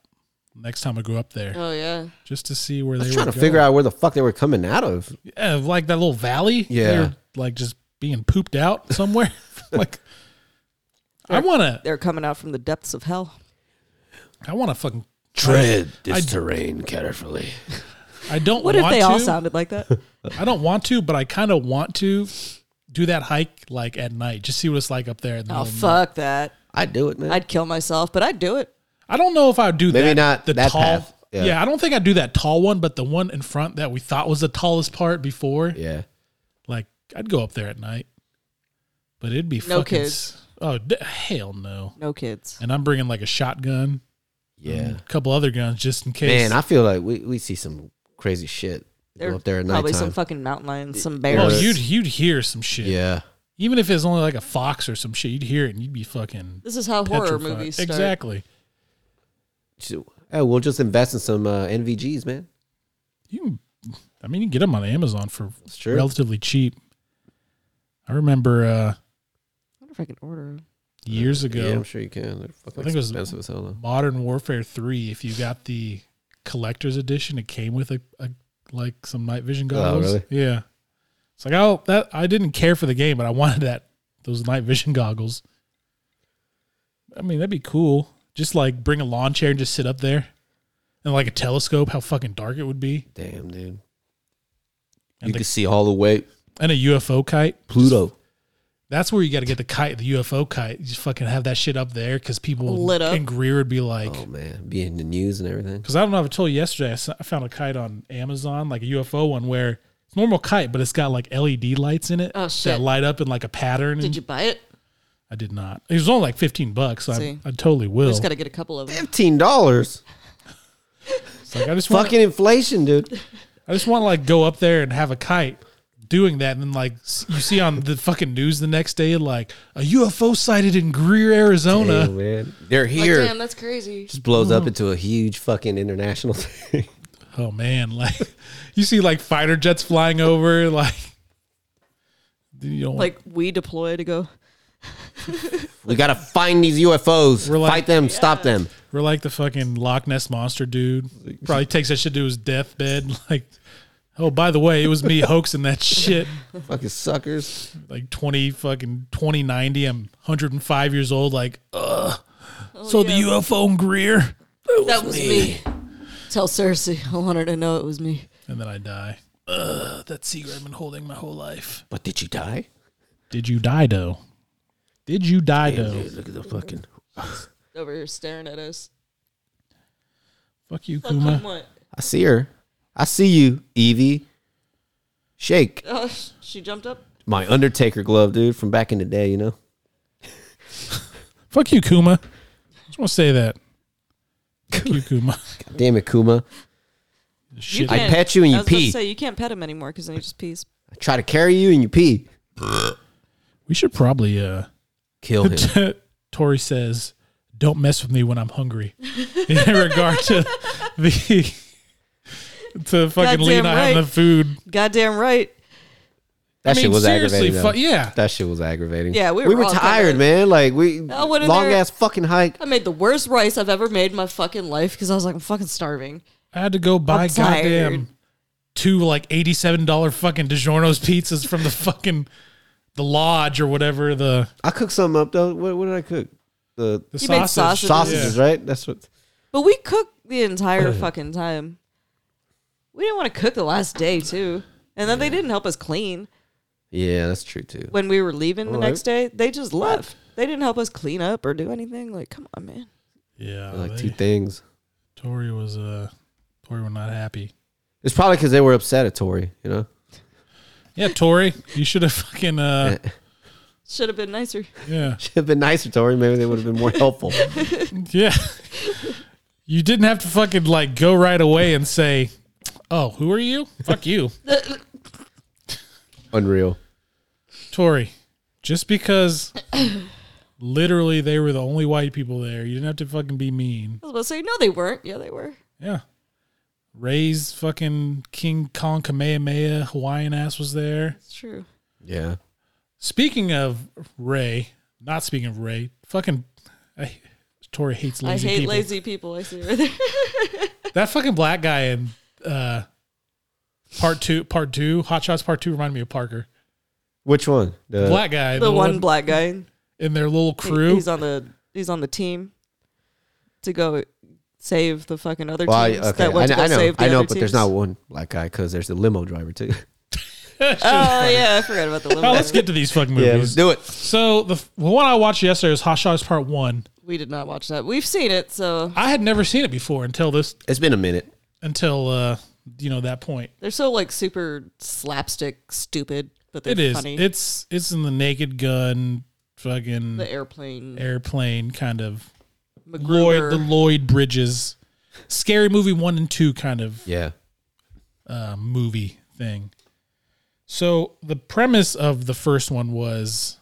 S1: Next time I go up there.
S3: Oh yeah.
S1: just to see where they
S2: I was
S1: were
S2: trying to
S1: going.
S2: figure out where the fuck they were coming out of.
S1: yeah, like that little valley.
S2: Yeah.
S1: They were, like just being pooped out somewhere. like, I want to,
S3: They're coming out from the depths of hell.
S1: I want to fucking.
S2: this
S1: I-
S2: terrain carefully.
S1: I don't
S3: What
S1: want
S3: if they
S1: to.
S3: all sounded like that? Oh,
S1: I don't want to, but I kind of want to do that hike like at night. Just see what it's like up there. in the
S3: oh
S1: middle of the night.
S3: fuck that!
S2: I'd do it, man.
S3: I'd kill myself, but I'd do it.
S1: I don't know if I would do
S2: Maybe
S1: that.
S2: not
S1: the
S2: that
S1: tall.
S2: path.
S1: Yeah.
S2: Yeah.
S1: I don't think I'd do that tall one, but the one in front that we thought was the tallest part before.
S2: yeah,
S1: Like I'd go up there at night, but it'd be
S3: No
S1: fucking
S3: kids.
S1: s- Oh d- hell no!
S3: No kids.
S1: And I'm bringing like a shotgun.
S2: yeah.
S1: a couple other guns just in case.
S2: Man, I feel like we, we see some crazy shit
S3: There
S2: go up there at
S3: probably
S2: nighttime.
S3: some fucking mountain lions, some
S1: well,
S3: bears.
S2: Yeah.
S1: Oh, you'd you'd hear some shit.
S2: yeah,
S1: Even if it's only like a fox or some shit, you'd hear it and you'd be fucking
S3: This is how horror
S1: petrified.
S3: movies start.
S1: Exactly.
S2: So, hey, we'll just invest in some uh, NVGs, man.
S1: You, can, I mean, you can get them on Amazon for
S2: That's true.
S1: relatively cheap. I remember uh,
S3: I wonder if I can order. 'em.
S1: years
S2: Uh, Yeah,
S1: ago,
S2: I'm sure you can. They're fucking
S1: I think it was-
S2: expensive as hell. Though.
S1: Modern Warfare Three. If you got the collector's edition, it came with a, a like some night vision goggles.
S2: Oh, really?
S1: Yeah. It's like oh that I didn't care for the game, but I wanted that those night vision goggles. I mean that'd be cool. Just like bring a lawn chair and just sit up there, and like a telescope, how fucking dark it would be,
S2: Damn, dude.
S1: And
S2: you
S1: the-
S2: can see all the way
S1: and a UFO kite.
S2: Pluto.
S1: That's where you got to get the kite, the UFO kite. You just fucking have that shit up there because people
S3: Lit up.
S1: and Greer would be like,
S2: Oh man, be in the news and everything.
S1: Because I don't know if I told you yesterday, I s- I found a kite on Amazon, like a UFO one, where it's a normal kite, but it's got like LED lights in it
S3: Oh,
S1: that
S3: shit.
S1: light up in like a pattern.
S3: Did
S1: and-
S3: you buy it?
S1: I did not. It was only like fifteen bucks. So I,
S3: See.
S1: I totally
S3: I
S1: will.
S3: just got to get a couple of them.
S2: Fifteen dollars.
S1: It's like, I just want.
S2: Fucking inflation, dude.
S1: I just want to like go up there and have a kite doing that, and then like s- you see on the fucking news the next day, like a UFO sighted in Greer, Arizona.
S2: Damn, man. They're
S3: Like,
S2: here.
S3: damn, that's crazy.
S2: Just blows up into a huge fucking international thing.
S1: Oh man, like you see like fighter jets flying over, like you don't
S3: Like we deploy to go.
S2: we gotta find these UFOs.
S1: We're like-
S2: Fight them. Stop them.
S1: We're like the fucking Loch Ness monster dude. Probably takes that shit to his deathbed. Like, oh, by the way, it was me hoaxing that shit.
S2: Fucking suckers.
S1: Like twenty fucking twenty ninety. I'm hundred and five years old. Like, ugh. so the UFO in Greer,
S3: That was me. Tell Cersei I wanted to know it was me.
S1: and then I die. Ugh, that secret I've been holding my whole life.
S2: But did you die?
S1: Did you die though? Did you die though?
S2: Dude, look at the fucking.
S3: Over here staring at us.
S1: Fuck you,
S3: Fucking
S1: Kuma.
S3: what?
S2: I see her. I see you, Evie. Shake
S3: Oh, she jumped up.
S2: my Undertaker glove, dude, from back in the day. You know.
S1: Fuck you, Kuma. Just want to say that. Fuck you, Kuma.
S2: God damn it, Kuma.
S1: Shit.
S2: I pet you and you
S3: I was about to
S2: pee.
S3: say you can't pet him anymore because then he just pees.
S2: I try to carry you and you pee.
S1: We should probably. uh
S2: Kill him.
S1: Tori says, "Don't mess with me when I'm hungry." In regard to the to fucking
S3: Goddamn
S1: Lee not having
S3: right.
S1: the food.
S3: Goddamn right.
S2: That
S1: I
S2: shit
S1: mean,
S2: was
S1: seriously,
S2: aggravating. though.
S1: fu- yeah.
S2: That shit was aggravating.
S3: Yeah, we
S2: we
S3: were
S2: were Oh,
S3: all
S2: tired,
S3: tired.
S2: man. Like we
S3: I went in
S2: long
S3: there-
S2: ass fucking hike.
S3: I made the worst rice I've ever made in my fucking life because I was like, I'm fucking starving.
S1: I had to go buy
S3: I'm tired.
S1: goddamn two like eighty-seven dollar fucking DiGiorno's pizzas from the fucking the lodge or whatever the
S2: I cooked something up though. What, what did I cook? The
S1: the
S3: You made
S1: sausage.
S3: sausage.
S2: sausages,
S1: Yeah.
S2: right? That's what.
S3: But we cooked the entire fucking time. We didn't want to cook the last day too. And then they didn't help us clean
S2: Yeah, that's true too.
S3: when we were leaving the
S2: All
S3: next day. They just left. They didn't help us clean up or do anything. Like, come on, man. Oh,
S1: Yeah,
S2: like
S1: they-
S2: two things.
S1: Tori was uh Tori was not happy.
S2: It's probably because they were upset at Tori. You know,
S1: Yeah, Tori, you should have fucking uh
S3: Should have been nicer.
S1: yeah.
S2: should have been nicer, Tori. Maybe they would have been more helpful.
S1: Yeah. you didn't have to fucking like go right away and say, "Oh, who are you? Fuck you,
S2: Unreal.
S1: Tori." Just because literally they were the only white people there, you didn't have to fucking be mean.
S3: I was about to say, no, they weren't. Yeah, they were.
S1: Yeah. Ray's fucking King Kong Kamehameha Hawaiian ass was there.
S3: It's true.
S2: Yeah.
S1: Speaking of Ray, not speaking of Ray, fucking I, Tori hates lazy
S3: I hate
S1: people.
S3: lazy people. I see right there.
S1: That fucking black guy in uh, part two, part two, Hot Shots part two reminded me of Parker.
S2: Which one? The,
S1: black guy,
S3: the one black guy.
S1: in their little
S3: He-
S1: crew.
S3: He's on the he's on the team to go save the fucking other
S2: Well, I,
S3: teams
S2: okay.
S3: that went
S2: I,
S3: to go
S2: I know.
S3: save the
S2: I know,
S3: other
S2: but
S3: teams.
S2: there's not one black guy because there's the limo driver too.
S3: Oh yeah, I forgot about the
S1: oh,
S3: limo.
S1: let's get to these fucking
S2: yeah,
S1: movies.
S2: let's do it.
S1: so the, f- the one I watched yesterday was Hot Shots Part One.
S3: we did not watch that. We've seen it, so
S1: I had never seen it before until this,
S2: It's been a minute.
S1: until uh, you know that point.
S3: they're so like super slapstick, stupid, but they're
S1: It is.
S3: funny.
S1: It's it's in the Naked Gun, fucking
S3: the airplane,
S1: airplane kind of
S3: MacGruber.
S1: Lloyd, the Lloyd Bridges, scary movie one and two kind of
S2: Yeah.
S1: uh, movie thing. So the premise of the first one was,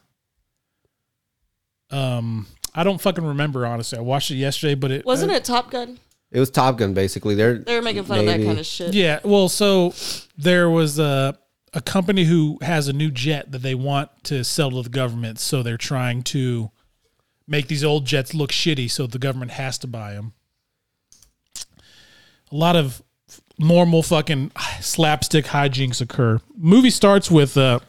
S1: um, I don't fucking remember honestly. I watched it yesterday, but it uh,
S3: Wasn't it Top Gun?
S2: It was Top Gun basically. They're
S3: They were making fun of that kind of shit.
S1: Yeah, well, so there was a a company who has a new jet that they want to sell to the government, so they're trying to make these old jets look shitty, so the government has to buy them. A lot of normal fucking ah, slapstick hijinks occur. Movie starts with uh,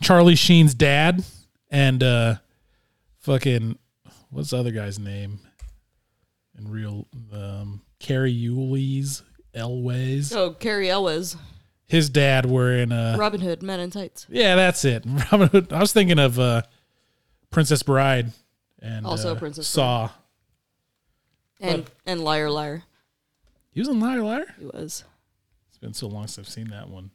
S1: Charlie Sheen's dad and uh, fucking what's the other guy's name? And real um, Carrie Yulies Elways.
S3: Oh, Carrie Elwes,
S1: His dad were in uh
S3: Robin Hood, Men in Tights.
S1: yeah, that's it. Robin Hood. I was thinking of uh, Princess Bride and
S3: Also
S1: uh,
S3: Princess
S1: Saw.
S3: And and Liar Liar.
S1: He was in Liar Liar.
S3: He was.
S1: It's been so long since I've seen that one.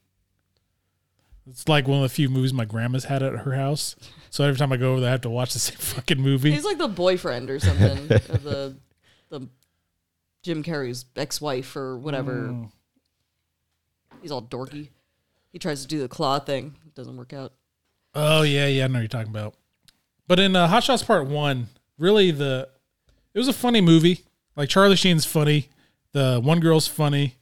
S1: It's like one of the few movies my grandma's had at her house. So every time I go over there, I have to watch the same fucking movie.
S3: He's like the boyfriend or something of the the Jim Carrey's ex wife or whatever.
S1: Mm.
S3: He's all dorky. He tries to do the claw thing. It doesn't work out.
S1: Oh yeah, yeah, I know what you're talking about. But in uh, Hot Shots Part One, really the it was a funny movie. Like Charlie Sheen's funny, the one girl's funny,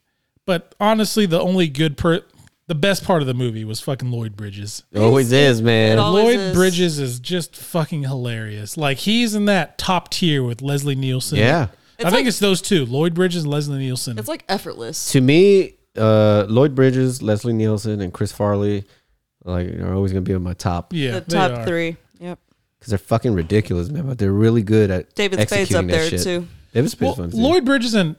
S1: but honestly, the only good per the best part of the movie was fucking Lloyd Bridges.
S2: Always is, man.
S3: all- Always
S1: Lloyd
S3: Oh, is.
S1: Bridges is just fucking hilarious. Like he's in that top tier with Leslie Nielsen.
S2: Yeah.
S1: I think
S3: like-
S1: it's those two, Lloyd Bridges and Leslie Nielsen.
S3: It's like effortless.
S2: to me, uh, Lloyd Bridges, Leslie Nielsen, and Chris Farley, like are always gonna be on my top
S1: yeah,
S3: the
S1: they
S3: top
S1: are.
S3: three. Yep.
S2: because they're fucking ridiculous, man. But they're really good at
S3: David Spade's
S2: executing
S3: up
S2: that
S3: there
S2: shit.
S3: too.
S2: David Spade's
S1: Well,
S2: fun too.
S1: Lloyd Bridges and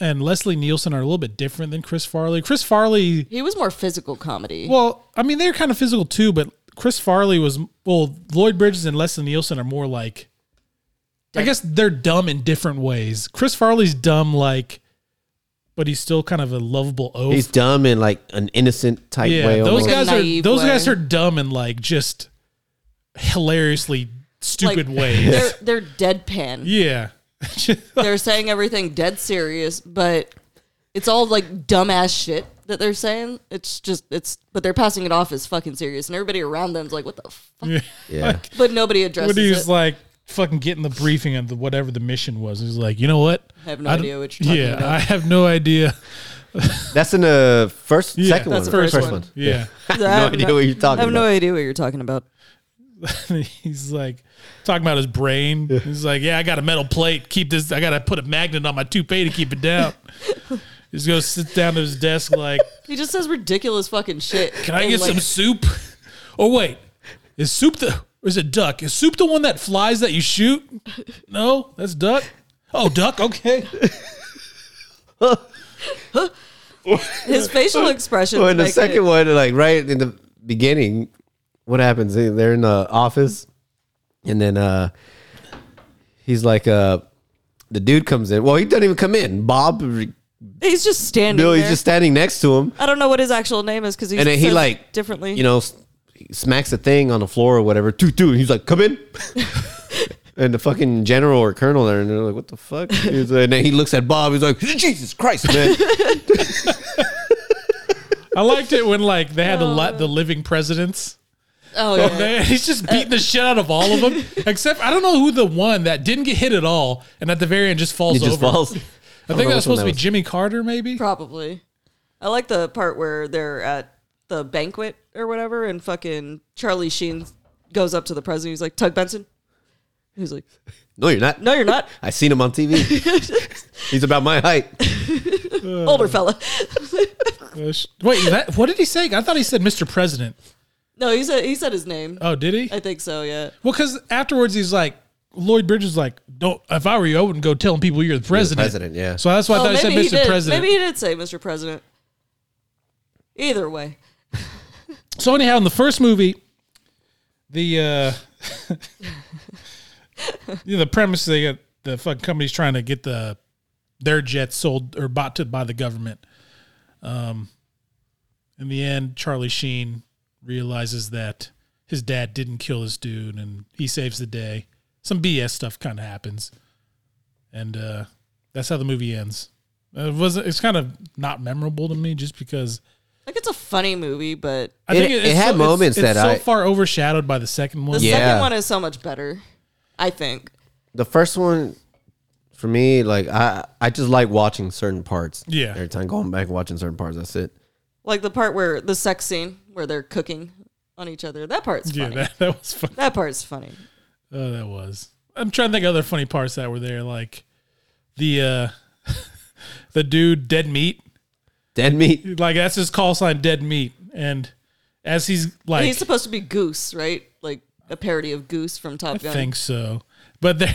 S1: and Leslie Nielsen are a little bit different than Chris Farley. Chris Farley
S3: He was more physical comedy.
S1: Well, I mean, they're kind of physical too, but Chris Farley was well. Lloyd Bridges and Leslie Nielsen are more like, I
S3: Dumb.
S1: guess they're dumb in different ways. Chris Farley's dumb, like, but he's still kind of a lovable oaf.
S2: He's dumb in like an innocent type way.
S1: yeah, those
S2: almost.
S3: Like a
S1: guys are
S3: naive
S1: those guys
S3: way.
S1: are dumb in like just hilariously stupid
S3: Like-
S1: ways.
S3: They're they're deadpan.
S1: Yeah,
S3: they're saying everything dead serious, but it's all like dumbass shit. that they're saying. It's just it's, but they're passing it off as fucking serious, and everybody around them's like, "What the fuck?"
S1: Yeah.
S2: Yeah.
S1: Like,
S3: But nobody
S1: when
S3: addresses
S1: he
S3: it.
S1: was like fucking getting the briefing of the, whatever the mission was, he's like, you know what?
S3: I have no
S1: I don't-
S3: idea what you're talking
S1: Yeah,
S3: about.
S1: I have no idea.
S2: That's in the first,
S1: Yeah.
S2: second one.
S3: That's the first
S2: first
S3: one.
S2: one.
S1: Yeah.
S3: I have
S2: no idea what you're talking
S3: I have no
S2: about.
S3: idea what you're talking about.
S1: he's like talking about his brain. He's like, yeah, I got a metal plate. Keep this. I gotta put a magnet on my toupee to keep it down. He's gonna sit down at his desk like,
S3: He just says ridiculous fucking shit.
S1: can I
S3: and,
S1: get
S3: like,
S1: some soup? Or wait, is soup the? Or is it duck? Is soup the one that flies that you shoot? No, that's duck. Oh, duck. Okay.
S3: His facial expression.
S2: Well, in the
S3: make it-
S2: second one, like right in the beginning, what happens? They- They're in the office, and then uh, he's like, uh, the dude comes in. Well, he doesn't even come in. Bob,
S3: he's just standing.
S2: Bill,
S3: there.
S2: he's just standing next to him,
S3: I don't know what his actual name is because he
S2: and then he
S3: says
S2: like
S3: it differently.
S2: You know, s- he smacks a thing on the floor or whatever. Toot toot. He's like, come in. And the fucking general or colonel there, and they're like, "What the fuck?" He's like- and then he looks at Bob. He's like, "Jesus Christ, man!"
S1: I liked it when like they had the li- the living presidents.
S3: oh yeah.
S1: Man, he's just beating the shit out of all of them. Except I don't know who the one that didn't get hit at all, and at the very end just falls
S2: He just
S1: over.
S2: falls.
S1: I think that
S2: know which one
S1: was supposed
S2: that
S1: to be
S2: was.
S1: Jimmy Carter, maybe.
S3: Probably. I like the part where they're at the banquet or whatever, and fucking Charlie Sheen goes up to the president. He's like, Tug Benson? He's like,
S2: No, you're not.
S3: No, you're not.
S2: I seen him on TV. He's about my height.
S3: Older fella.
S1: Uh, sh- Wait, that, what did he say? I thought he said Mr. President.
S3: no, he said he said his name.
S1: Oh, did he?
S3: I think so, yeah.
S1: Well, because afterwards he's like, Lloyd Bridges is like, don't. If I were you, I wouldn't go telling people you're the president.
S2: president, yeah.
S1: So that's why
S3: Oh,
S1: I thought
S3: maybe
S1: he
S3: he
S1: said Mr.
S3: did.
S1: President.
S3: Maybe he did say Mr. President. Either way.
S1: So anyhow, in the first movie, the uh, you know, the premise they got the fucking company's trying to get the their jets sold or bought to by the government. Um, in the end, Charlie Sheen realizes that his dad didn't kill his dude, and he saves the day. Some BS stuff kind of happens, and uh, that's how the movie ends. Uh, It was it's kind of not memorable to me just because
S3: Like it's a funny movie, but
S1: I
S2: It-
S1: think
S2: it
S1: it's
S2: had
S1: so,
S2: moments
S1: it's, it's
S2: that
S1: so
S2: I-
S1: far overshadowed by the second
S3: the
S1: one.
S3: second
S2: Yeah.
S3: one is so much better. I think.
S2: The first one for me, like I, I just like watching certain parts.
S1: Yeah.
S2: Every time going back and watching certain parts, that's it.
S3: Like the part where the sex scene where they're cooking on each other. That part's
S1: Yeah,
S3: funny.
S1: that, that was fun.
S3: that part's funny.
S1: Oh, that was. I'm trying to think of other funny parts that were there, like the uh the dude dead meat.
S2: Dead meat.
S1: Like that's his call sign, dead meat. And as he's like,
S3: he's supposed to be Goose, right? Like a parody of Goose from Top
S1: I
S3: Gun.
S1: think so. But there,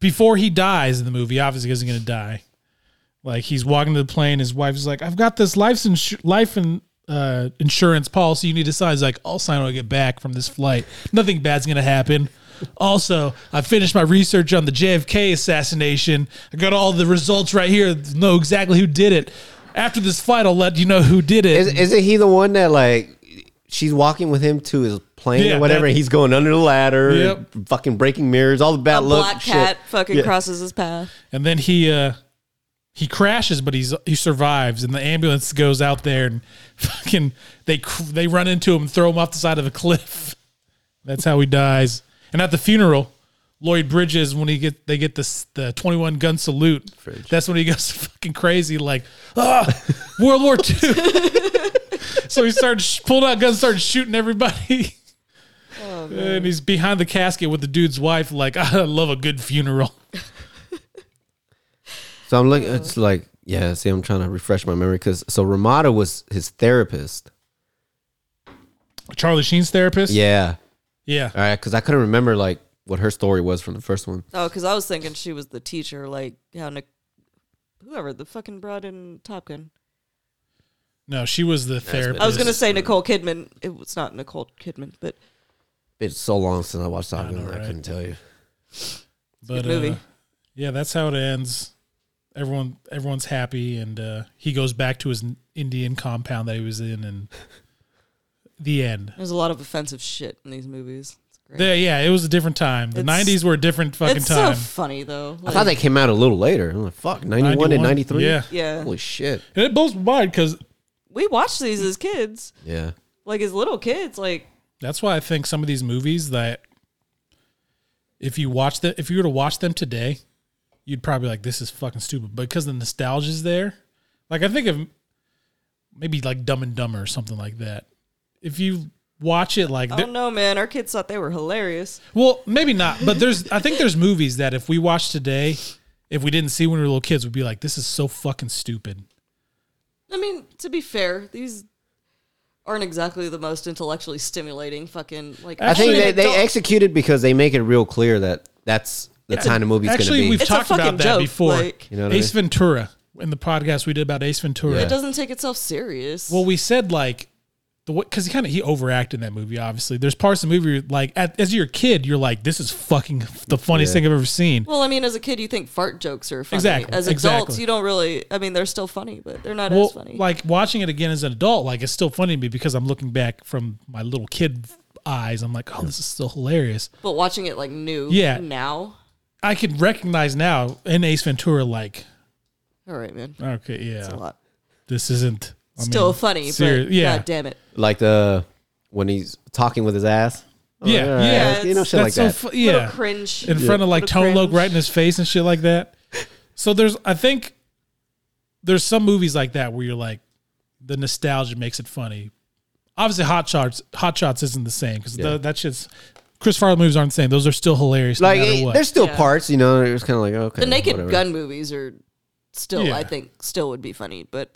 S1: before he dies in the movie, obviously he isn't going to die. Like he's walking to the plane, his wife's like, "I've got this life insu- life and uh, insurance policy you need to sign." He's like, "I'll sign when I get back from this flight. Nothing bad's going to happen." Also, I finished my research on the JFK assassination. I got all the results right here. Know exactly who did it. After this flight, I'll let you know who did it.
S2: Is, isn't he the one that like she's walking with him to his plane
S1: Yeah,
S2: or whatever?
S1: that-
S2: and he's going under the ladder,
S1: Yep.
S2: and fucking breaking mirrors, all the bad
S3: A
S2: luck
S3: black
S2: shit.
S3: cat fucking
S2: Yeah.
S3: crosses his path.
S1: and then he uh he crashes but he's he survives and the ambulance goes out there and fucking they cr- they run into him and throw him off the side of a cliff that's how he dies and at the funeral lloyd bridges when he get they get this the 21 gun salute that's when he goes fucking crazy like ah world war ii so he starts sh- pulling out guns started shooting everybody and he's behind the casket with the dude's wife like i love a good funeral
S2: So I'm looking. It's like yeah. See, I'm trying to refresh my memory because so Ramada was his therapist.
S1: charlie sheen's therapist
S2: Yeah.
S1: yeah
S2: All right. Because I couldn't remember like what her story was from the first one.
S3: Oh, because I was thinking she was the teacher, like how Nick, whoever the fucking brought in Top Gun.
S1: No, she was the therapist.
S3: I was gonna say Nicole Kidman. It was not Nicole Kidman, but
S2: It's so long since I watched Top
S1: I know,
S2: Gun. I
S1: right?
S2: couldn't tell you.
S1: but
S3: good movie.
S1: Uh, yeah, that's how it ends. Everyone, everyone's happy, and uh, he goes back to his Indian compound that he was in, and the end.
S3: there's a lot of offensive shit in these movies. It's great.
S1: There, yeah, it was a different time. The
S3: It's-
S1: '90s were a different fucking
S3: it's
S1: time.
S3: so funny though.
S2: I thought they came out a little later. I'm like, fuck, 91, and 93?
S1: Yeah,
S3: yeah,
S2: Holy shit.
S1: and it blows my mind because
S3: we watched these as kids,
S2: Yeah.
S3: like as little kids. Like
S1: That's why I think some of these movies that if you watch the if you were to watch them today, you'd probably be like this is fucking stupid, but because the nostalgia's there. Like I think of maybe like Dumb and Dumber or something like that. If you watch it like
S3: I
S1: there-
S3: don't know, man. Our kids thought they were hilarious.
S1: well, maybe not, but there's I think there's movies that if we watch today, if we didn't see when we were little kids, we'd be like this is so fucking stupid.
S3: I mean, to be fair, these aren't exactly the most intellectually stimulating. Fucking like
S2: I think
S1: Actually,
S2: they, they
S3: adult-
S2: executed because they make it real clear that that's the kind of movie it's going
S1: Actually,
S2: to be.
S1: we've
S3: It's a
S1: talked about
S3: fucking
S1: that
S3: joke,
S1: before.
S3: like-
S2: You know what I
S1: Ace Ventura in the podcast we did about Ace Ventura.
S2: Yeah.
S3: it doesn't take itself serious.
S1: Well, we said like the what because he kind of he overacted in that movie. Obviously, there's parts of the movie where, like at, as you're a kid, you're like, this is fucking the funniest thing I've ever seen.
S3: Well, I mean, as a kid, you think fart jokes are funny.
S1: Exactly,
S3: As adults,
S1: exactly.
S3: you don't really. I mean, they're still funny, but they're not as
S1: Well,
S3: funny.
S1: like watching it again as an adult, like it's still funny to me because I'm looking back from my little kid eyes. I'm like, oh, this is still hilarious.
S3: but watching it like new,
S1: Yeah.
S3: now.
S1: I could recognize now in Ace Ventura, like,
S3: All right, man,
S1: okay,
S3: that's a
S1: yeah,
S3: lot.
S1: this isn't I mean,
S3: still funny,
S1: seri-
S3: but
S1: yeah,
S3: god damn it,
S2: like the when he's talking with his ass.
S1: Yeah,
S2: Alright,
S1: yeah.
S2: you know,
S3: That's
S2: shit like that.
S1: fu-
S3: little
S1: yeah,
S3: cringe.
S1: in front of like
S3: Little
S1: Tone Loc
S3: cringe.
S1: right in his face and shit like that. So there's, I think, there's some movies like that where you're like, the nostalgia makes it funny. Obviously, Hot Shots, Hot Shots isn't the same because
S2: Yeah.
S1: that shit's Chris Farley movies aren't the same. Those are still hilarious.
S2: like
S1: no matter
S2: it-
S1: what.
S2: there's still
S3: Yeah.
S2: parts, you know. It's kind of like okay,
S3: the Naked
S2: whatever.
S3: Gun movies are still,
S1: Yeah.
S3: I think, still would be funny, but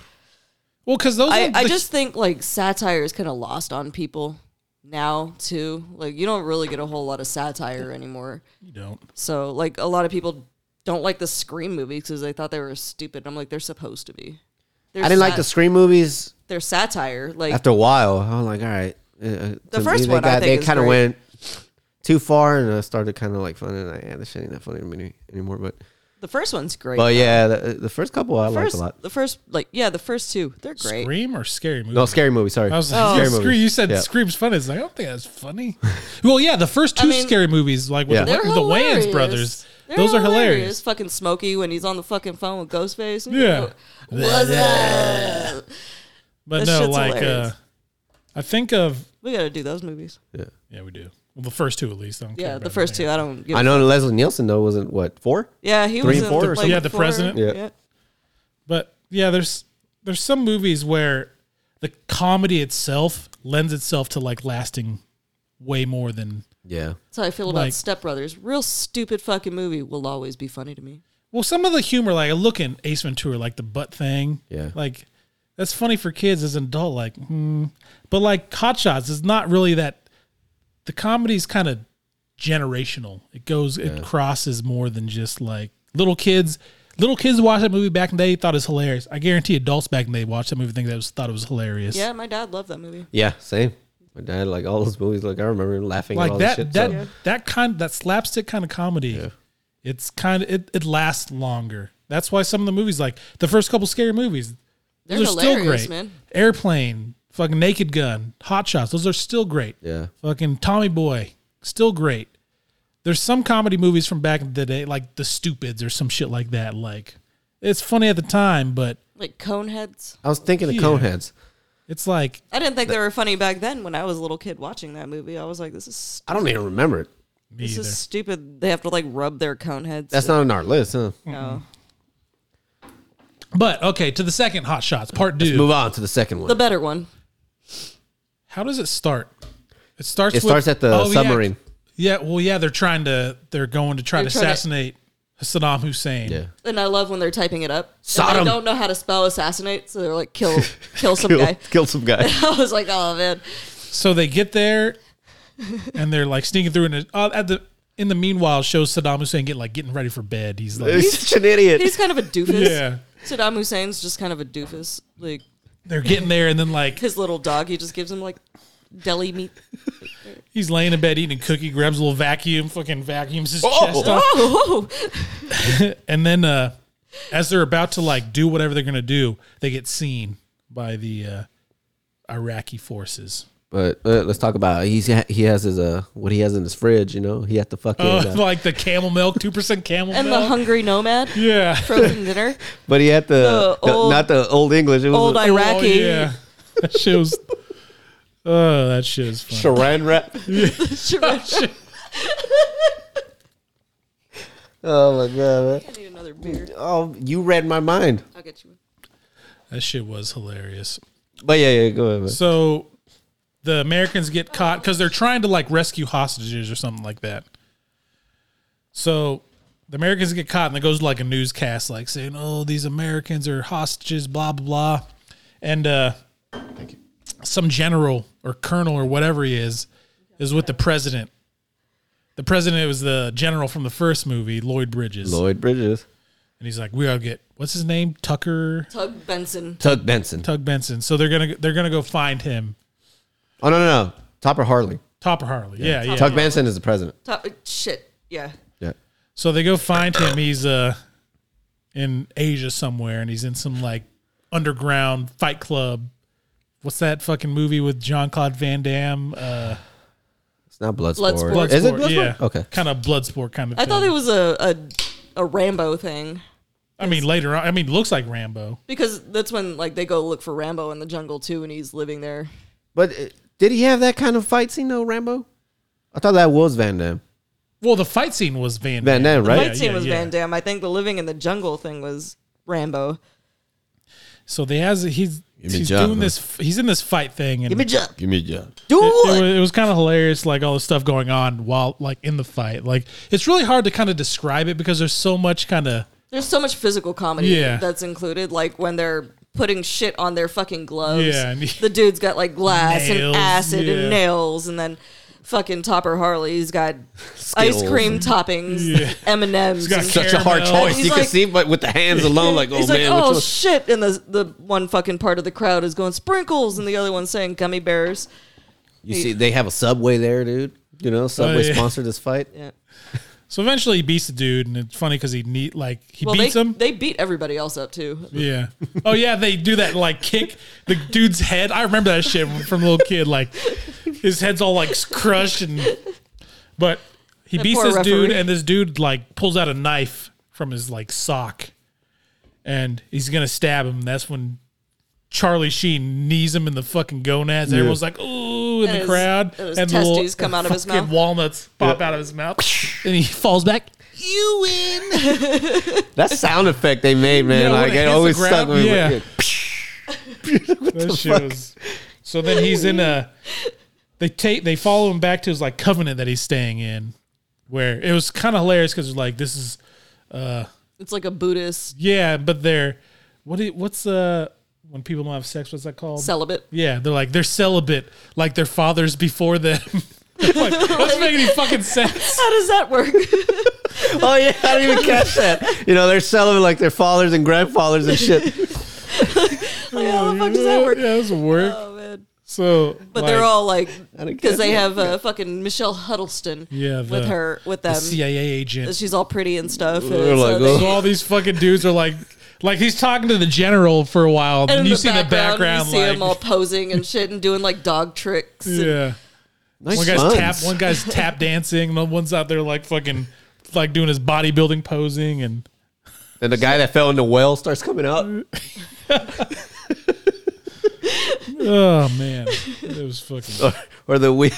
S1: well, because those
S3: I,
S1: are
S3: I
S1: the-
S3: just think like satire is kind of lost on people now too. Like you don't really get a whole lot of satire anymore.
S1: you don't.
S3: So like a lot of people don't like the Scream movies because they thought they were stupid. I'm like they're supposed to be. They're
S2: I didn't like
S3: sat-
S2: the Scream movies
S3: They're satire. Like
S2: after a while. I'm like, all right. uh, The
S3: first
S2: they
S3: one, I think,
S2: they
S3: is
S2: kind of
S3: great.
S2: went too far, and I started kind of like finding like, yeah, this shit ain't that funny to me anymore. But
S3: the first one's great.
S2: but yeah, the, the first couple I liked
S3: first,
S2: a lot.
S3: the first like yeah, the first two they're great.
S1: Scream or scary movie?
S2: No, scary movie. Sorry,
S1: I was like,
S3: Oh.
S1: yeah,
S2: scary
S1: Scream-
S2: movies.
S1: you said
S2: Yeah.
S1: Scream's funny. It's like, I don't think that's funny. well, yeah, the first two
S3: I mean,
S1: scary movies, like with
S2: Yeah.
S1: the,
S3: They're
S1: the
S3: hilarious.
S1: Wayans brothers,
S3: They're
S1: those are hilarious.
S3: Fucking Smokey when he's on the fucking phone with Ghostface.
S1: Yeah.
S3: What's up?
S1: But
S3: That
S1: no,
S3: shit's
S1: like, uh,
S3: hilarious.
S1: I think of
S3: We gotta do those movies.
S1: Yeah, we do. Well, the first two at least. I don't care
S3: Yeah,
S1: about
S3: the first two.
S1: anything
S3: I don't. Give
S2: I know Leslie Nielsen though wasn't what four.
S3: Yeah, he
S2: Three
S3: was
S2: and
S3: in
S2: four or
S3: like,
S2: something?
S1: Yeah, the
S3: four.
S1: president.
S2: Yeah.
S1: else. But yeah, there's there's some movies where the comedy itself lends itself to like lasting way more than
S2: Yeah,
S3: That's how I feel about
S1: Like-
S3: Step Brothers. Real stupid fucking movie will always be funny to me.
S1: well, some of the humor like I look in Ace Ventura, like the butt thing.
S2: Yeah.
S1: like that's funny for kids as an adult. Like, hmm. but like Hot Shots is not really that. The comedy's kind of generational. It goes, it crosses more than just like little kids. Little kids watch that movie back in the day thought it was hilarious. I guarantee adults back in the day watched that movie think that was thought it was hilarious.
S3: Yeah, my dad loved that movie.
S2: yeah, same. My dad like all those movies. Like I remember laughing at
S1: like
S2: all
S1: that
S2: this shit.
S1: that
S2: so-
S1: that kind that slapstick kind of comedy it's kind of it, it lasts longer that's why some of the movies like the first couple scary movies
S3: They're
S1: those are still
S3: hilarious,
S1: great
S3: man.
S1: airplane fucking naked gun hot shots those are still great
S2: yeah,
S1: fucking tommy boy still great there's some comedy movies from back in the day like the stupids or some shit like that like it's funny at the time but
S3: Like Coneheads.
S2: I was thinking of
S1: Yeah.
S2: Coneheads.
S1: it's like
S3: I didn't think they were funny back then when I was a little kid watching that movie. I was like, this is st-
S2: I don't even remember it.
S1: me
S3: this
S1: either
S3: is stupid. They have to like rub their Coneheads. Oh.
S2: That's Mm-hmm. not on our list, huh?
S3: no.
S1: but okay to the second hot shots part two
S2: Move on to the second one.
S3: The better one.
S1: How does it start? It starts.
S2: It
S1: with-
S2: starts at the
S1: Oh, yeah.
S2: submarine.
S1: Yeah. Well, yeah. They're trying to. They're going to try
S3: They're
S1: to
S3: trying to-
S1: assassinate Saddam Hussein.
S2: Yeah.
S3: And I love when they're typing it up.
S2: Sodom.
S3: And they don't know how to spell assassinate, so they're like kill kill some guy.
S2: killed some guy.
S3: I was like, oh man.
S1: So they get there, and they're like sneaking through. And uh, at the in the meanwhile, shows Saddam Hussein getting like getting ready for bed. He's like,
S2: He's such an idiot.
S3: He's kind of a doofus.
S1: yeah.
S3: Saddam Hussein's just kind of a doofus. Like
S1: They're getting there, and then like
S3: his little dog, he just gives him like deli meat.
S1: he's laying in bed eating cookie, grabs a little vacuum, fucking vacuums his
S2: Oh.
S1: chest off,
S3: Oh,
S1: and then uh, as they're about to like do whatever they're gonna do, they get seen by the uh, Iraqi forces.
S2: But uh, let's talk about he's he has his uh what he has in his fridge. You know he had to fucking.
S1: Oh,
S2: uh,
S1: like the camel milk, two percent camel
S3: and
S1: milk.
S3: the hungry nomad.
S1: yeah.
S3: Frozen dinner.
S2: but he had the,
S3: The
S2: the-
S3: old-
S2: not the old English. It was
S3: Old
S2: the-
S3: Iraqi.
S1: yeah. Oh, That shit was. Oh, that shit is funny.
S2: Saran wrap.
S3: Sure.
S2: Oh my god.
S3: I need another beer.
S2: Oh, you read my mind.
S3: I'll get you.
S1: That shit was hilarious.
S2: But yeah, yeah, go ahead. man.
S1: So the Americans get caught because they're trying to like rescue hostages or something like that. So the Americans get caught and it goes to like a newscast like saying, "Oh, these Americans are hostages," blah blah blah, and uh, some general or colonel or whatever he is is with the president. The president was the general from the first movie, Lloyd Bridges,
S2: Lloyd Bridges.
S1: and he's like, "We gotta get what's his name, Tucker."
S3: Tug Benson.
S2: Tug Benson.
S1: Tug Benson. So they're gonna they're gonna go find him.
S2: Oh no, no, no. Topper Harley.
S1: Topper Harley. Yeah, yeah.
S2: Tug Benson is the president.
S3: Tu- uh, shit. Yeah.
S2: Yeah.
S1: So they go find him. He's uh in Asia somewhere, and he's in some like underground fight club. What's that fucking movie with Jean Claude Van Damme? Uh,
S2: It's not Bloodsport.
S3: Bloodsport.
S2: Is it
S1: Bloodsport,
S2: Bloodsport?
S1: Yeah,
S2: Okay.
S1: Kind of blood sport kind of.
S3: I
S1: thing.
S3: thought it was a, a a Rambo thing
S1: I mean, later on. I mean, it looks like Rambo.
S3: because that's when like they go look for Rambo in the jungle too, and he's living there.
S2: But uh, did he have that kind of fight scene though, Rambo? I thought that was Van Damme.
S1: Well, the fight scene was Van.
S2: Van
S1: Damme.
S2: Damme, right?
S3: Fight
S1: Yeah,
S3: scene
S1: yeah,
S3: was
S1: yeah.
S3: Van Damme. I think the living in the jungle thing was Rambo.
S1: So they has he's
S2: me
S1: he's
S2: John,
S1: doing
S2: huh?
S1: this. He's in this fight thing, and
S3: Give me jump.
S2: Give me John.
S3: Do
S1: it, it
S3: it.
S1: was, it was kind of hilarious, like all the stuff going on while like in the fight. Like it's really hard to kind of describe it because there's so much kind of
S3: There's so much physical comedy
S1: Yeah.
S3: that's included, like when they're putting shit on their fucking gloves.
S1: Yeah, and he-
S3: the dude's got like glass
S1: Nails,
S3: and acid
S1: yeah.
S3: and nails, and then fucking Topper Harley's got ice
S2: Skittles.
S3: cream toppings,
S1: Yeah.
S3: M and M's.
S1: got
S2: Such a hard
S1: Caramel.
S2: choice.
S3: He's
S2: You can
S3: like-
S2: see, but with the hands alone, like, oh
S3: He's
S2: man,
S3: like,
S2: which
S3: oh
S2: one-
S3: shit! And the the one fucking part of the crowd is going sprinkles, and the other one's saying gummy bears.
S2: You see, they have a Subway there, dude. You know, Subway
S1: yeah.
S2: sponsored this fight.
S3: Yeah.
S1: So eventually he beats the dude, and it's funny because he neat like he
S3: Well,
S1: beats
S3: they
S1: him.
S3: they beat everybody else up too.
S1: yeah. Oh yeah, they do that like kick the dude's head. I remember that shit from a little kid. Like his head's all like crushed, and but he
S3: That
S1: beats
S3: poor
S1: this dude,
S3: referee.
S1: and this dude like pulls out a knife from his like sock, and he's gonna stab him. That's when Charlie Sheen knees him in the fucking gonads. and Everyone's like, ooh, in
S3: And
S1: the
S3: his-
S1: crowd,
S3: and his
S1: the little
S3: testes come out of his
S1: fucking
S3: mouth.
S1: walnuts pop out of his mouth, and he falls back. You win.
S2: That sound effect they made, man,
S1: Yeah, when
S2: like
S1: it
S2: it,
S1: hits the
S2: always
S1: ground,
S2: stuck with me.
S1: yeah.
S2: Like,
S1: That shit was- So then he's in a. They take they follow him back to his like covenant that he's staying in, where it was kind of hilarious because like this is
S3: It's like a Buddhist
S1: yeah, but they're what do you- what's uh when people don't have sex what's that called?
S3: celibate.
S1: yeah, they're like they're celibate like their fathers before them. like, that doesn't make any fucking sense.
S3: How does that work?
S2: Oh yeah, I didn't even catch that. You know, they're selling like their fathers and grandfathers and shit.
S3: How the fuck does that work?
S1: Yeah, does work.
S3: Oh man.
S1: So,
S3: But they're all like,
S2: didn't
S3: because they
S2: catch
S3: have uh, fucking Michelle Huddleston
S1: Yeah,
S3: with
S1: the-
S3: her with them. Uh,
S1: CIA agents.
S3: She's all pretty and stuff. And
S2: They're
S3: so
S2: like,
S3: they-
S2: "Oh."
S1: So all these fucking dudes are like, like he's talking to the general for a while,
S3: and
S1: and
S3: in
S1: you
S3: the
S1: see in the background,
S3: you see
S1: like
S3: them all posing and shit and doing like dog tricks. and-
S1: yeah.
S2: Nice
S1: One guy's
S2: buns.
S1: tap, one guy's tap dancing, and the one's out there like fucking, like doing his bodybuilding posing, and
S2: Then the guy that fell in the well starts coming out.
S1: oh man, it was fucking.
S2: or, or the wheel,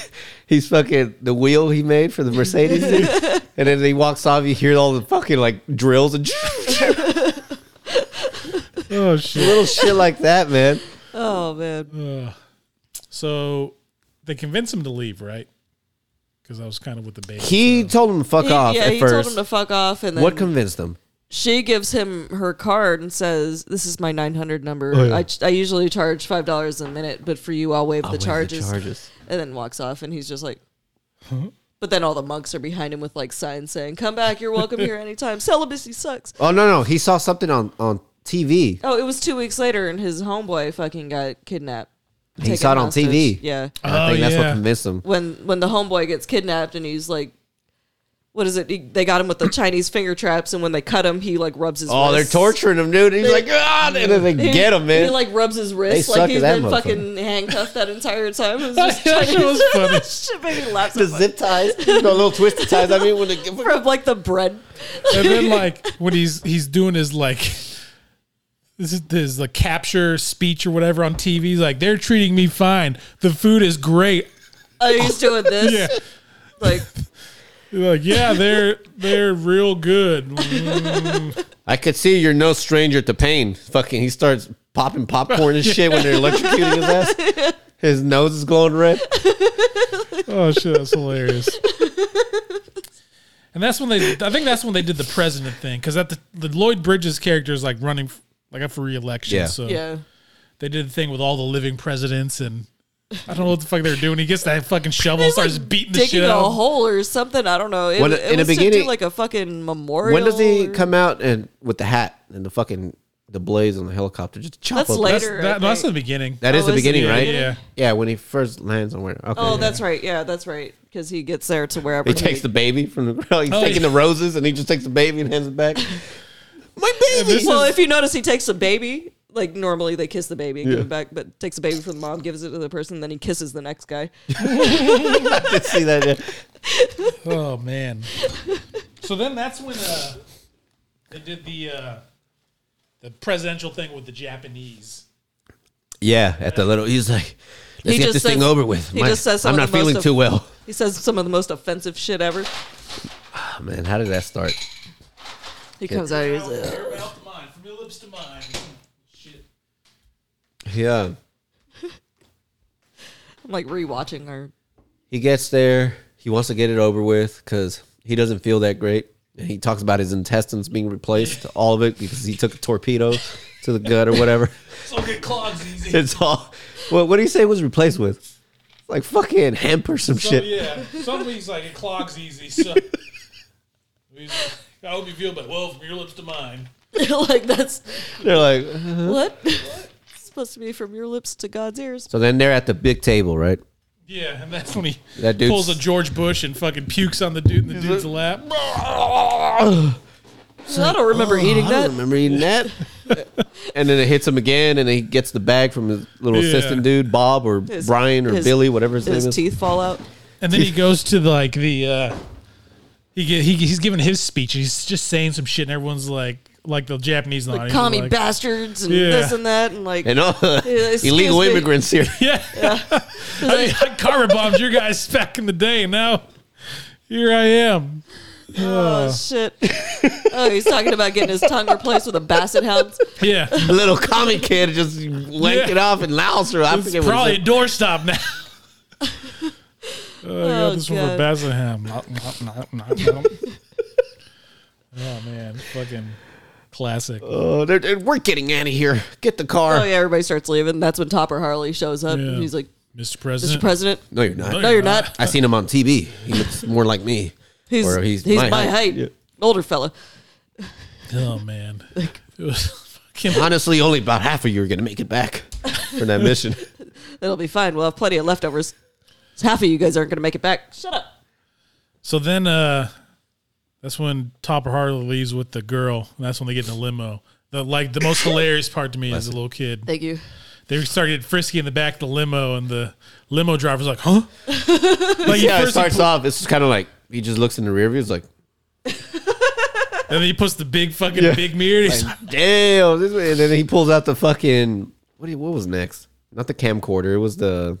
S2: he's fucking the wheel he made for the Mercedes, dude. and then he walks off. You hear all the fucking like drills and
S1: Oh shit. Uh,
S2: little shit like that, man.
S3: Oh man.
S1: So they convince him to leave, right? Because I was kind of with the baby.
S2: He told him to fuck
S3: He-
S2: off
S3: yeah,
S2: at
S3: he
S2: first.
S3: told him to fuck off, and then
S2: what convinced him?
S3: she gives him her card and says, "This is my 900 number.
S1: Oh,
S3: I, ch- I usually charge five dollars a minute, but for you, I'll waive the charges." And then walks off, and he's just like. But then all the monks are behind him with like signs saying, "Come back, you're welcome here anytime. Celibacy sucks."
S2: Oh no, no, he saw something on on TV.
S3: Oh, it was two weeks later, and his homeboy fucking got kidnapped. taken
S2: saw it on
S3: hostage.
S2: TV.
S3: Yeah,
S2: And I
S1: Oh,
S2: think that's
S1: yeah.
S2: what convinced him.
S3: when when the homeboy gets kidnapped, and he's like, "What is it?" He, they got him with the Chinese finger traps, and when they cut him, he like rubs his.
S2: Oh, they're
S3: wrists.
S2: torturing him, dude. He's like, ah, and then they
S3: He-
S2: get him,
S3: He
S2: man.
S3: like rubs his wrist,
S2: They
S3: like
S2: suck at
S3: he's
S2: that
S3: been
S2: motherfucker.
S3: fucking handcuffed that entire time. It was
S1: That
S3: just
S1: shit was funny.
S3: shit making me laugh so
S2: the
S3: much.
S2: zip ties, the little twisted ties. I mean, when they
S3: From like the bread.
S1: and then like when he's he's doing his like This is this is the capture speech or whatever on TV. He's like, they're treating me fine. The food is great.
S3: Oh, he's doing this.
S1: Yeah.
S3: Like,
S1: They're like, yeah, they're they're real good.
S2: I could see you're no stranger to pain. Fucking, he starts popping popcorn and shit when they're electrocuting his ass. His nose is glowing red.
S1: Oh shit, that's hilarious. And that's when they, I think that's when they did the president thing because that the, the Lloyd Bridges character is like running f- like up for reelection.
S2: Yeah.
S1: So
S3: yeah.
S1: they did the thing with all the living presidents and I don't know what the fuck they were doing. He gets that fucking shovel,
S3: They,
S1: starts
S3: like,
S1: beating the
S3: digging
S1: shit
S3: a
S1: out. of him.
S3: hole or something. I don't know. It,
S2: When-
S3: it
S2: in the
S3: was to
S2: beginning-
S3: do like a fucking memorial.
S2: When does he
S3: or-
S2: come out and with the hat and the fucking the blaze on the helicopter? Just chop
S3: That's
S2: up.
S3: later.
S1: That's,
S3: I
S1: that, no, that's the
S3: think.
S1: beginning.
S2: That
S3: Oh,
S2: is the
S3: that's the
S2: beginning, right?
S1: beginning? Yeah.
S2: Yeah, when he first lands on where. Okay.
S3: Oh, that's right. Yeah, that's right. Because he gets there to wherever
S2: He takes the baby from the girl. He's
S1: Oh,
S2: taking
S1: yeah.
S2: the roses and he just takes the baby and hands it back. My baby.
S1: this
S3: well,
S1: is-
S3: if you notice, he takes a baby. Like normally they kiss the baby and
S2: Yeah.
S3: give it back, but takes the baby from the mom, gives it to the person, then he kisses the next guy.
S2: I did see that. yeah.
S1: Oh man. So then that's when uh, they did the uh, the presidential thing with the Japanese.
S2: Yeah, at the little. He's like, let's
S3: He
S2: get
S3: just
S2: this
S3: says-
S2: thing over with.
S3: he
S2: My-
S3: just says some
S2: I'm
S3: of
S2: not
S3: the most
S2: feeling
S3: of-
S2: too well.
S3: He says some of the most offensive shit ever.
S2: Oh, man, how did that start?
S3: He comes out. He's uh, like,
S1: Your mouth to mine, from your lips to mine. Shit.
S2: Yeah.
S3: I'm like rewatching our
S2: he gets there. He wants to get it over with because he doesn't feel that great. And he talks about his intestines being replaced, all of it, because he took a torpedo to the gut or whatever.
S1: So get clogs easy.
S2: It's all. Well, what do you say it was replaced with? Like fucking hemp or some
S1: So
S2: shit.
S1: yeah, somebody's like it clogs easy. So He's like, I hope you feel better. Well, from your lips to mine.
S3: like that's
S2: They're like. uh.
S3: what. It's supposed to be from your lips to God's ears.
S2: So then they're at the big table, right?
S1: Yeah, and that's when he
S2: That dude's-
S1: pulls a George Bush and fucking pukes on the dude in the dude's lap.
S3: I don't
S1: Oh,
S3: remember eating
S2: Oh, I don't
S3: that.
S2: remember eating that. and then it hits him again, and then he gets the bag from his little
S1: Yeah.
S2: assistant dude, Bob or
S3: His-
S2: Brian or
S3: his-
S2: Billy, whatever his,
S3: His
S2: name is.
S3: teeth fall out.
S1: And then he goes to the, like the uh, he, get, he he's giving his speech. and He's just saying some shit, and everyone's like like the Japanese
S3: Like
S1: audience. are
S3: commie
S1: like,
S3: bastards and
S1: Yeah.
S3: this and that and like
S2: And all
S3: excuse
S2: illegal
S3: me.
S2: immigrants here.
S1: Yeah. I, mean, I carpet bombed your guys back in the day. and Now here I am.
S2: uh,
S3: oh shit. oh, he's talking about getting his tongue replaced with a basset hound.
S1: Yeah.
S2: a little comic kid just wanked
S1: Yeah.
S2: it off in Laos or I
S1: It's
S2: forget what
S1: probably
S2: it
S1: a doorstop now. oh, I got
S3: Oh,
S1: this one for
S3: God.
S1: Bassenham. Nop, nop, nop, nop, nop. oh, man. Fucking classic.
S2: said. Uh, they're, they're- we're getting out of here. Get the car.
S3: Oh yeah, everybody starts leaving. That's when Topper Harley shows up.
S1: Yeah.
S3: And he's like,
S1: Mr.
S3: "Mr.
S1: President.
S3: President,
S2: No, you're not.
S3: no, you're not.
S2: I seen him on TV. He looks more like me.
S3: He's
S2: Or he's
S3: he's,
S2: my
S3: my,
S2: height."
S3: height,
S2: Yeah.
S3: older fella."
S1: Oh, man. It was fucking.
S2: Honestly, only about half of you are gonna make it back from that mission.
S3: It'll be fine. We'll have plenty of leftovers. Half of you guys aren't going to make it back. Shut up.
S1: So then uh, that's when Topper Harley leaves with the girl. And that's when they get in the limo. The, like the most hilarious part to me is the little kid.
S3: Thank you.
S1: they started getting frisky in the back of the limo, and the limo driver's like, "Huh?" like he
S2: yeah, it
S1: first he
S2: starts
S1: pu-
S2: off. It's kind of like he just looks in the rear view. It's like,
S1: and then he puts the big fucking big mirror. and he's like,
S2: damn. This way. And then he pulls out the fucking what? do you- What was next? Not the camcorder. It was the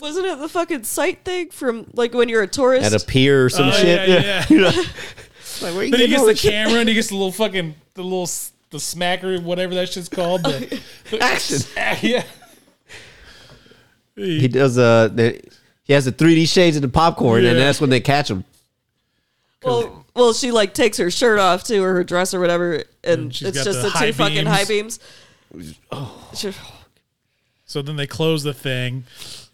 S3: Wasn't it the fucking sight thing from like when you're a tourist?
S2: at a pier or some
S1: "Oh,
S2: shit.
S1: yeah, yeah.
S2: Like, where you
S1: then he
S2: getting
S1: gets
S2: all
S1: the
S2: this shit?
S1: camera, and he gets the little fucking the little s- the smacker, whatever that shit's called. The,
S2: action.
S1: Ah, yeah,
S2: he does uh the, he has the 3D shades of the popcorn, and
S1: Yeah.
S2: that's when they catch him.
S3: well, well, she like takes her shirt off too, or her dress or whatever, and,
S1: And Mm, she's
S3: it's
S1: got
S3: just
S1: the
S3: the,
S1: high
S3: two fucking
S1: beams.
S3: high beams. She-
S1: So then they close the thing.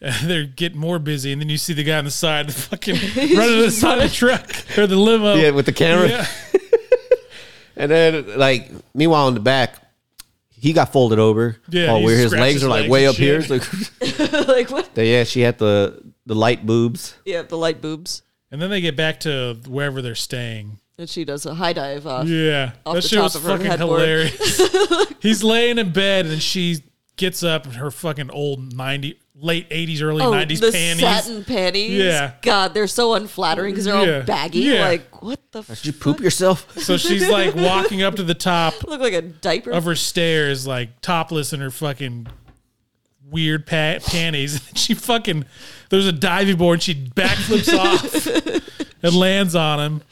S1: and They're getting more busy, and then you see the guy on the side, fucking running to the side of the truck or the limo.
S2: Yeah, with the camera,
S1: Yeah.
S2: and then like meanwhile in the back, he got folded over.
S1: Yeah,
S2: all
S1: he
S2: weird. His
S1: scratched
S2: legs
S1: his
S2: are like
S1: legs
S2: way
S1: and
S2: up here. It's
S1: shit.
S2: like,
S3: like what?
S2: they, yeah, she had the the light boobs.
S3: Yeah, the light boobs,
S1: And then they get back to wherever they're staying.
S3: and she does a high dive off.
S1: Yeah,
S3: off
S1: that
S3: the
S1: shit
S3: top
S1: was
S3: of her
S1: fucking
S3: headboard.
S1: hilarious. He's laying in bed and she gets up in her fucking old 90, late 80s, early
S3: Oh,
S1: 90s
S3: the
S1: panties.
S3: satin panties.
S1: Yeah.
S3: God, they're so unflattering because they're
S1: Yeah.
S3: all baggy.
S1: Yeah.
S3: Like, what the f-
S2: Did you poop yourself?
S1: So she's like walking up to the top
S3: look like a diaper?
S1: of her stairs, like topless in her fucking weird pa- panties. And she fucking, there's a diving board and she backflips off and lands on him.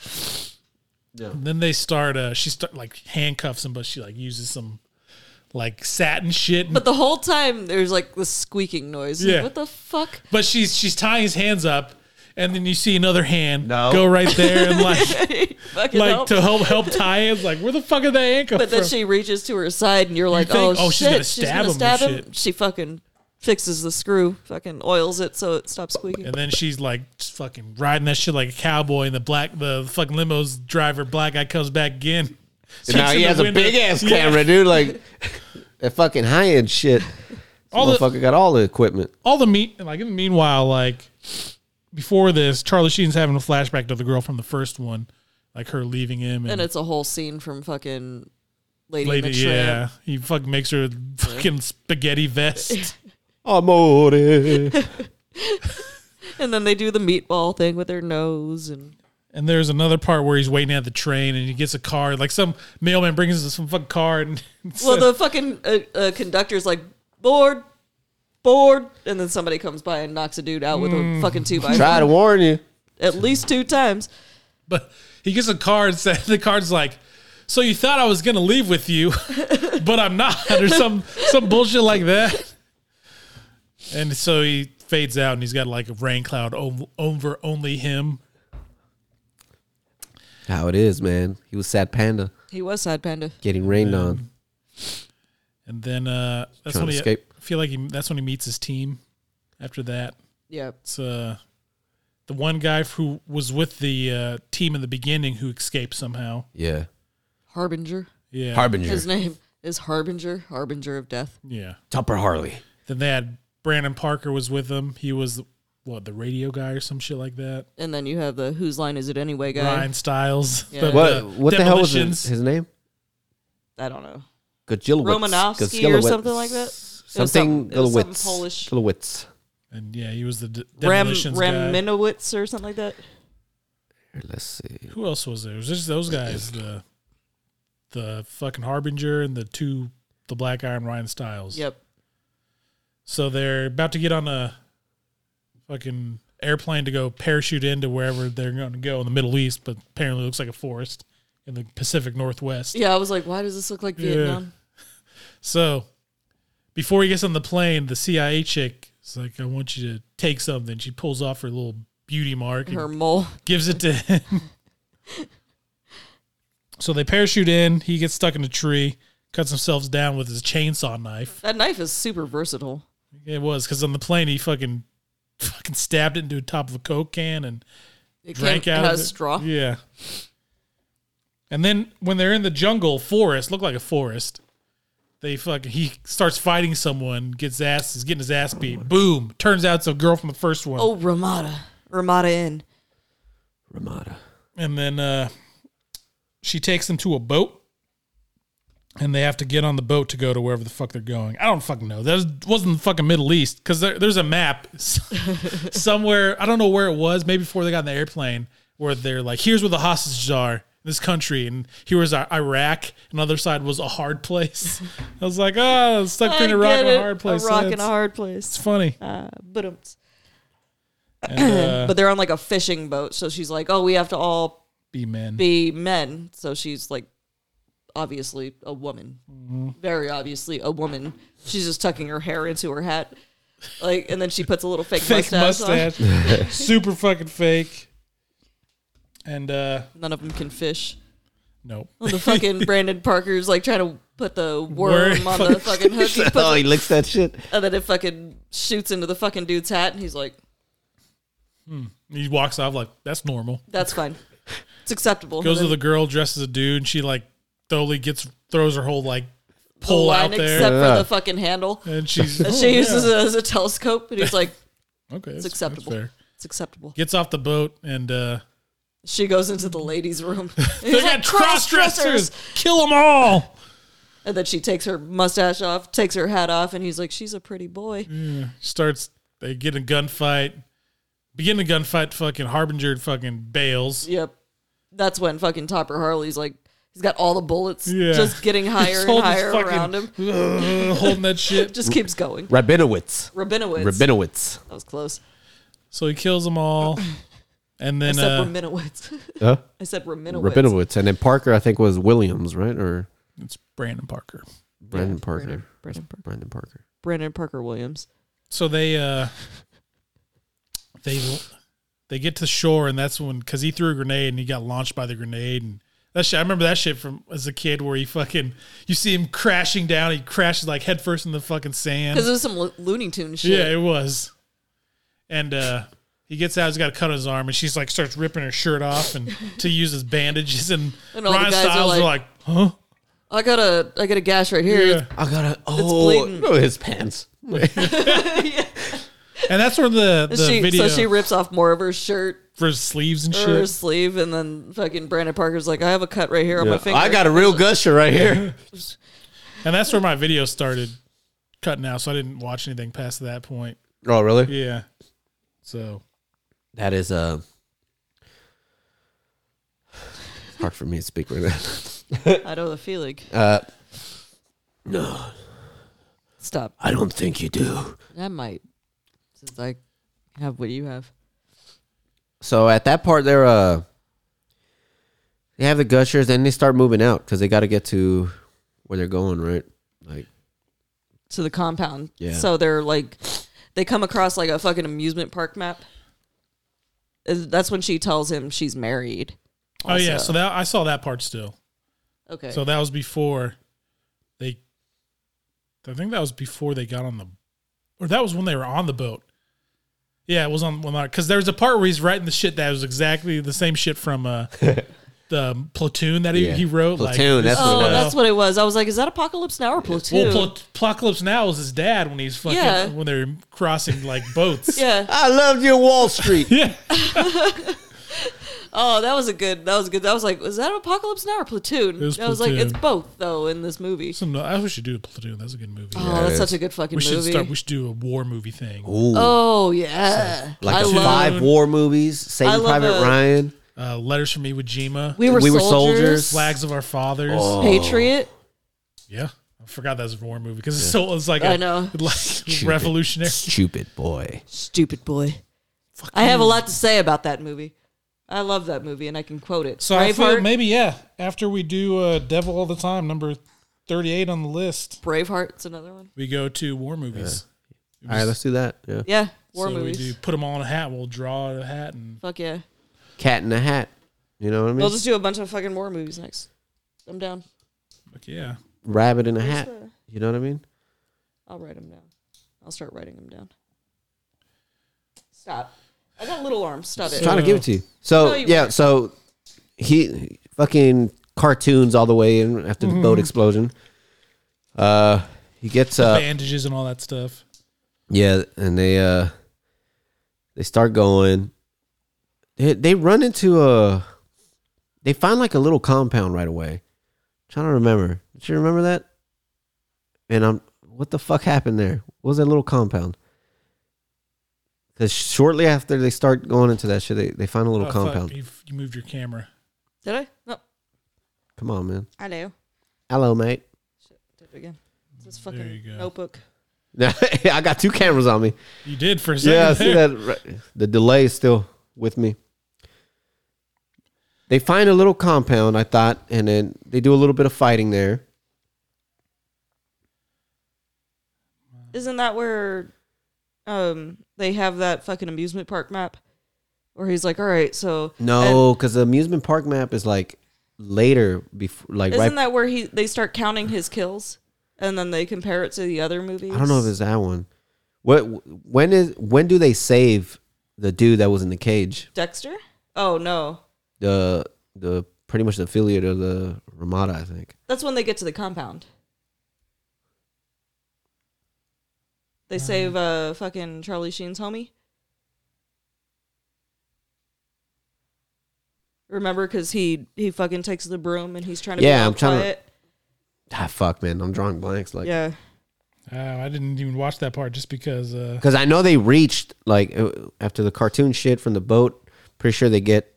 S1: And then they start, uh, she start like handcuffs him, but she like uses some like satin shit. And
S3: but the whole time there's like this squeaking noise. Like,
S1: Yeah.
S3: what the fuck?
S1: But she's she's tying his hands up, and then you see another hand
S2: No.
S1: go right there and like
S3: Fucking
S1: like
S3: help.
S1: to help help tie it. Like where the fuck did that hand come
S3: but then
S1: from?
S3: she reaches to her side and you're like,
S1: think,
S3: oh,
S1: oh, she's
S3: shit,
S1: gonna
S3: she's
S1: stab
S3: gonna
S1: him or
S3: stab him.
S1: shit.
S3: She fucking fixes the screw, fucking oils it so it stops squeaking.
S1: and then she's like just fucking riding that shit like a cowboy, and the black the fucking limo's driver black guy comes back again.
S2: And now
S1: Sits in
S2: he
S1: the
S2: has a
S1: window.
S2: big ass
S1: Yeah.
S2: camera, dude. Like that fucking high end shit.
S1: All the-
S2: motherfucker got all the equipment.
S1: all the meat like in the meanwhile like before this charlie sheen's having a flashback to the girl from the first one like her leaving him and,
S3: And it's a whole scene from fucking Lady,
S1: lady
S3: in the Tramp.
S1: yeah he fucking makes her fucking spaghetti vest
S2: Oh, Amore.
S3: And then they do the meatball thing with their nose and
S1: and there's another part where he's waiting at the train and he gets a card like some mailman brings him some fucking card and
S3: well the fucking uh, uh, conductor's like bored bored and then somebody comes by and knocks a dude out with
S1: Hmm.
S3: a fucking two by
S2: Try to warn you.
S3: at least two times
S1: but he gets a card said the card's like so you thought i was gonna leave with you but i'm not or some some bullshit like that and so he fades out and he's got like a rain cloud ov- over only him
S2: How it is, man. He was sad panda
S3: he was sad panda
S2: getting rained on.
S1: and then uh that's
S2: Trying
S1: when
S2: to
S1: he
S2: escape.
S1: I feel like he that's when he meets his team after that
S3: yeah
S1: it's uh the one guy who was with the uh, team in the beginning who escaped somehow
S2: Yeah.
S3: harbinger
S1: yeah
S2: Harbinger.
S3: his name is harbinger harbinger of death
S1: yeah
S2: Tupper Harley.
S1: Then they had Brandon Parker was with them. He was what the radio guy or some shit like that.
S3: and then you have the whose line is it anyway guy
S1: Ryan Styles.
S3: Yeah.
S1: the-
S2: What?
S1: the
S2: what the hell was his,
S1: Demolitions.
S2: his name?
S3: i don't know
S2: Gajilowitz.
S3: Romanowski or something like that? It was
S2: Something
S3: some- it was
S2: Gilowitz.
S3: some Polish-
S2: Gilowitz.
S1: And yeah, he was the de-
S3: Ram,
S1: demolitions guy.
S3: Raminowitz or something like that
S2: Here, Let's see.
S1: Who else was there? It was just those guys. The the fucking Harbinger and the two the Black Iron Ryan Styles.
S3: yep
S1: So they're about to get on a fucking airplane to go parachute into wherever they're going to go in the Middle East, but apparently looks like a forest in the Pacific Northwest.
S3: yeah i was like why does this look like
S1: Yeah.
S3: vietnam
S1: So before he gets on the plane, the CIA chick is like, I want you to take something. She pulls off her little beauty mark and
S3: her mole
S1: gives it to him. so they parachute in. He gets stuck in a tree, cuts himself down with his chainsaw knife.
S3: that knife is super versatile
S1: It was because on the plane, he fucking fucking stabbed it into the top of a Coke can and
S3: it
S1: drank
S3: came-
S1: out
S3: it
S1: of
S3: has
S1: it.
S3: straw
S1: Yeah. And then when they're in the jungle forest, look like a forest. They fucking he starts fighting someone, gets ass is getting his ass beat. Boom! Turns out it's a girl from the first one.
S3: Oh, Ramada. Ramada Inn.
S2: Ramada.
S1: And then uh, she takes them to a boat, and they have to get on the boat to go to wherever the fuck they're going. I don't fucking know. That was, wasn't the fucking Middle East because there, there's a map s- somewhere. I don't know where it was. Maybe before they got in the airplane, where they're like, "Here's where the hostages are." This country, and here was our Iraq. and the other side was a hard place. I was like, oh, stuck
S3: I
S1: between a
S3: get
S1: rock and
S3: it.
S1: a hard place.
S3: A rock and
S1: It's-
S3: a hard
S1: It's
S3: place.
S1: funny.
S3: Uh, but, um,
S1: And, uh,
S3: but they're on like a fishing boat, so she's like, "Oh, we have to all
S1: be men.
S3: be men." So she's like, obviously a woman,
S1: Mm-hmm.
S3: very obviously a woman. She's just tucking her hair into her hat, like, and then she puts a little fake,
S1: fake
S3: mustache,
S1: mustache, super fucking fake. And uh
S3: on. None of them can fish.
S1: nope.
S3: The fucking Brandon Parker's like trying to put the worm
S1: Worm.
S3: on the fucking hook, He puts
S2: oh, he licks that shit.
S3: it- and then it fucking shoots into the fucking dude's hat, and he's like,
S1: He walks off like that's normal.
S3: "That's fine." It's acceptable.
S1: Goes
S3: And
S1: to
S3: then-
S1: the girl dressed as a dude, and she like thoroughly gets throws her whole like pole
S3: line
S1: out there,
S3: except
S2: Yeah.
S3: for the fucking handle.
S1: and she's
S3: And
S1: "Oh,
S3: she uses
S1: yeah."
S3: it as a telescope, and he's like,
S1: okay,
S3: "It's
S1: that's- that's
S3: acceptable.
S1: fair.
S3: It's acceptable."
S1: Gets off the boat and uh
S3: She goes into the ladies' room.
S1: they got cross dressers. Kill them all.
S3: And then she takes her mustache off, takes her hat off, and he's like, "She's a pretty boy."
S1: Mm. starts they get in a gunfight begin a gunfight fucking harbinger fucking bails
S3: Yep. That's when fucking Topper Harley's like, he's got all the bullets
S1: Yeah.
S3: just getting higher
S1: Just
S3: and
S1: holding his
S3: higher
S1: fucking-
S3: around him.
S1: Ugh, holding that shit
S3: Just keeps going.
S2: Rabinowitz.
S3: Rabinowitz.
S2: Rabinowitz.
S3: that was close.
S1: so he kills them all and then
S3: Except
S1: uh,
S3: Rabinowitz.
S2: Huh?
S3: I said Rabinowitz.
S2: Rabinowitz. And then Parker, I think, was Williams, right? Or
S1: it's brandon parker
S2: Brandon Parker.
S3: Brandon, Brandon, Par-
S2: Brandon Parker.
S3: Brandon Parker Williams.
S1: so they uh they they get to shore and that's when because he threw a grenade and he got launched by the grenade and that shit, I remember that shit from as a kid where he fucking you see him crashing down he crashes like headfirst in the fucking sand
S3: Because it was some Lo- Looney Tunes shit.
S1: Yeah, it was. And uh he gets out, he's got to cut his arm, and she's like starts ripping her shirt off and to use as bandages. And,
S3: And all the
S1: Ryan
S3: guys are
S1: Styles are like,
S3: like-
S1: huh?
S3: I got a I got a gash right here.
S1: Yeah.
S2: I gotta. Oh,
S3: bleeding.
S2: no, his pants.
S1: And that's where the, the
S3: She,
S1: video
S3: so she rips off more of her shirt
S1: for his sleeves and
S3: or her
S1: shit.
S3: sleeve, and then fucking Brandon Parker's like, I have a cut right here on my finger.
S2: I got a real gusher right here.
S1: And that's where my video started cutting out, so I didn't watch anything past that point.
S2: oh, really?
S1: Yeah. So
S2: That is uh it's hard for me to speak right now.
S3: I know the feeling.
S2: Uh, No,
S3: Stop.
S2: I don't think you do.
S3: I might, since I have what you have.
S2: So at that part, they're uh, they have the gushers, and they start moving out because they got to get to where they're going, right? Like,
S3: to the compound.
S2: Yeah.
S3: So they're like, they come across like a fucking amusement park map. Is- That's when she tells him she's married.
S1: Oh yeah,
S3: also.
S1: so that I saw that part still.
S3: okay.
S1: So that was before they I think that was before they got on the or that was when they were on the boat. Yeah, it was on when because there was a part where he's writing the shit that was exactly the same shit from uh the platoon that he,
S2: Yeah.
S1: he wrote.
S2: Platoon,
S1: this is
S2: that's what
S3: oh,
S2: it
S1: how-
S2: is.
S3: that's what it was. I was like, is that Apocalypse Now or Platoon?
S1: well, Pl- Apocalypse Now is his dad when he's fucking
S3: Yeah.
S1: when they're crossing like boats.
S3: yeah.
S2: I love you, Wall Street.
S1: yeah,
S3: Oh, that was a good. That was good. That was like, was that Apocalypse Now or Platoon?
S1: It was
S3: I was like,
S1: Platoon.
S3: it's both though in this movie.
S1: so no, I wish we should do a platoon. That's a good movie.
S3: Oh,
S2: it
S3: that's
S2: is.
S3: such a good fucking
S1: we should
S3: movie.
S1: start. We should do a war movie thing.
S2: Ooh,
S3: oh yeah,
S2: like
S3: I
S2: the
S3: love.
S2: five war movies,
S3: I
S2: Saving
S3: love
S2: Private
S3: a-
S2: Ryan.
S1: Uh, Letters from Iwo Jima,
S3: We Oh. were,
S2: We Were
S3: soldiers.
S2: Soldiers.
S1: Flags of Our Fathers.
S3: Patriot.
S1: Yeah. I forgot that was a war movie because it's so it's like a
S3: I know.
S1: like revolutionary.
S2: Stupid boy.
S3: Stupid boy. I have a lot to say about that movie. I love that movie, and I can quote it.
S1: So I feel
S3: Braveheart.
S1: maybe yeah. After we do uh, Devil All the Time, number thirty-eight on the list,
S3: Braveheart's another one.
S1: we go to war movies.
S2: All right, let's do that. Yeah,
S3: Yeah, war
S1: so
S3: movies.
S1: we do put them all in a hat. We'll draw a hat and
S3: Fuck yeah.
S2: Cat in a Hat. You know what I mean?
S3: We'll just do a bunch of fucking war movies next. I'm down.
S1: fuck yeah.
S2: Rabbit in a Hat. You know what I mean?
S3: I'll write them down. I'll start writing them down. Stop. I got little arms. Stop it.
S2: trying to give it to you. So
S3: No, you
S2: yeah,
S3: weren't.
S2: so he fucking cartoons all the way in after the
S3: Mm-hmm.
S2: boat explosion. Uh, he gets uh
S1: Bandages and all that stuff.
S2: yeah, and they uh they start going. They they run into a they find like a little compound right away. trying to remember. Did you remember that? And I'm what the fuck happened there? What was that little compound? Because shortly after they start going into that shit, they, they find a little
S1: Oh, fuck,
S2: compound.
S1: you, you moved your camera.
S3: Did I? No.
S2: Come on, man.
S3: I know.
S2: Hello, mate.
S3: Shit. Did it again. It's This
S1: There you
S3: fucking
S1: go.
S3: notebook.
S2: I got two cameras on me.
S1: You did for a second.
S2: Yeah, I see
S1: there.
S2: that. right- The delay is still with me. They find a little compound, I thought, and then they do a little bit of fighting there.
S3: Isn't that where um they have that fucking amusement park map? Where he's like, all right, so
S2: No, because the amusement park map is like later, before, like
S3: Isn't
S2: right.
S3: that where he they start counting his kills and then they compare it to the other movies?
S2: I don't know if it's that one. What? When is? When do they save the dude that was in the cage?
S3: Dexter. Oh no,
S2: The the pretty much the affiliate of the Ramada, I think.
S3: that's when they get to the compound. They
S2: Uh-huh.
S3: save uh fucking Charlie Sheen's homie. Remember, because he he fucking takes the broom and he's trying to
S2: Yeah,
S3: be all
S2: I'm trying to-
S3: quiet.
S2: ah, fuck, man, I'm drawing blanks. Like,
S3: Yeah.
S1: Oh, I didn't even watch that part just because. Uh,
S2: because I know they reached like uh, after the cartoon shit from the boat. Pretty sure they get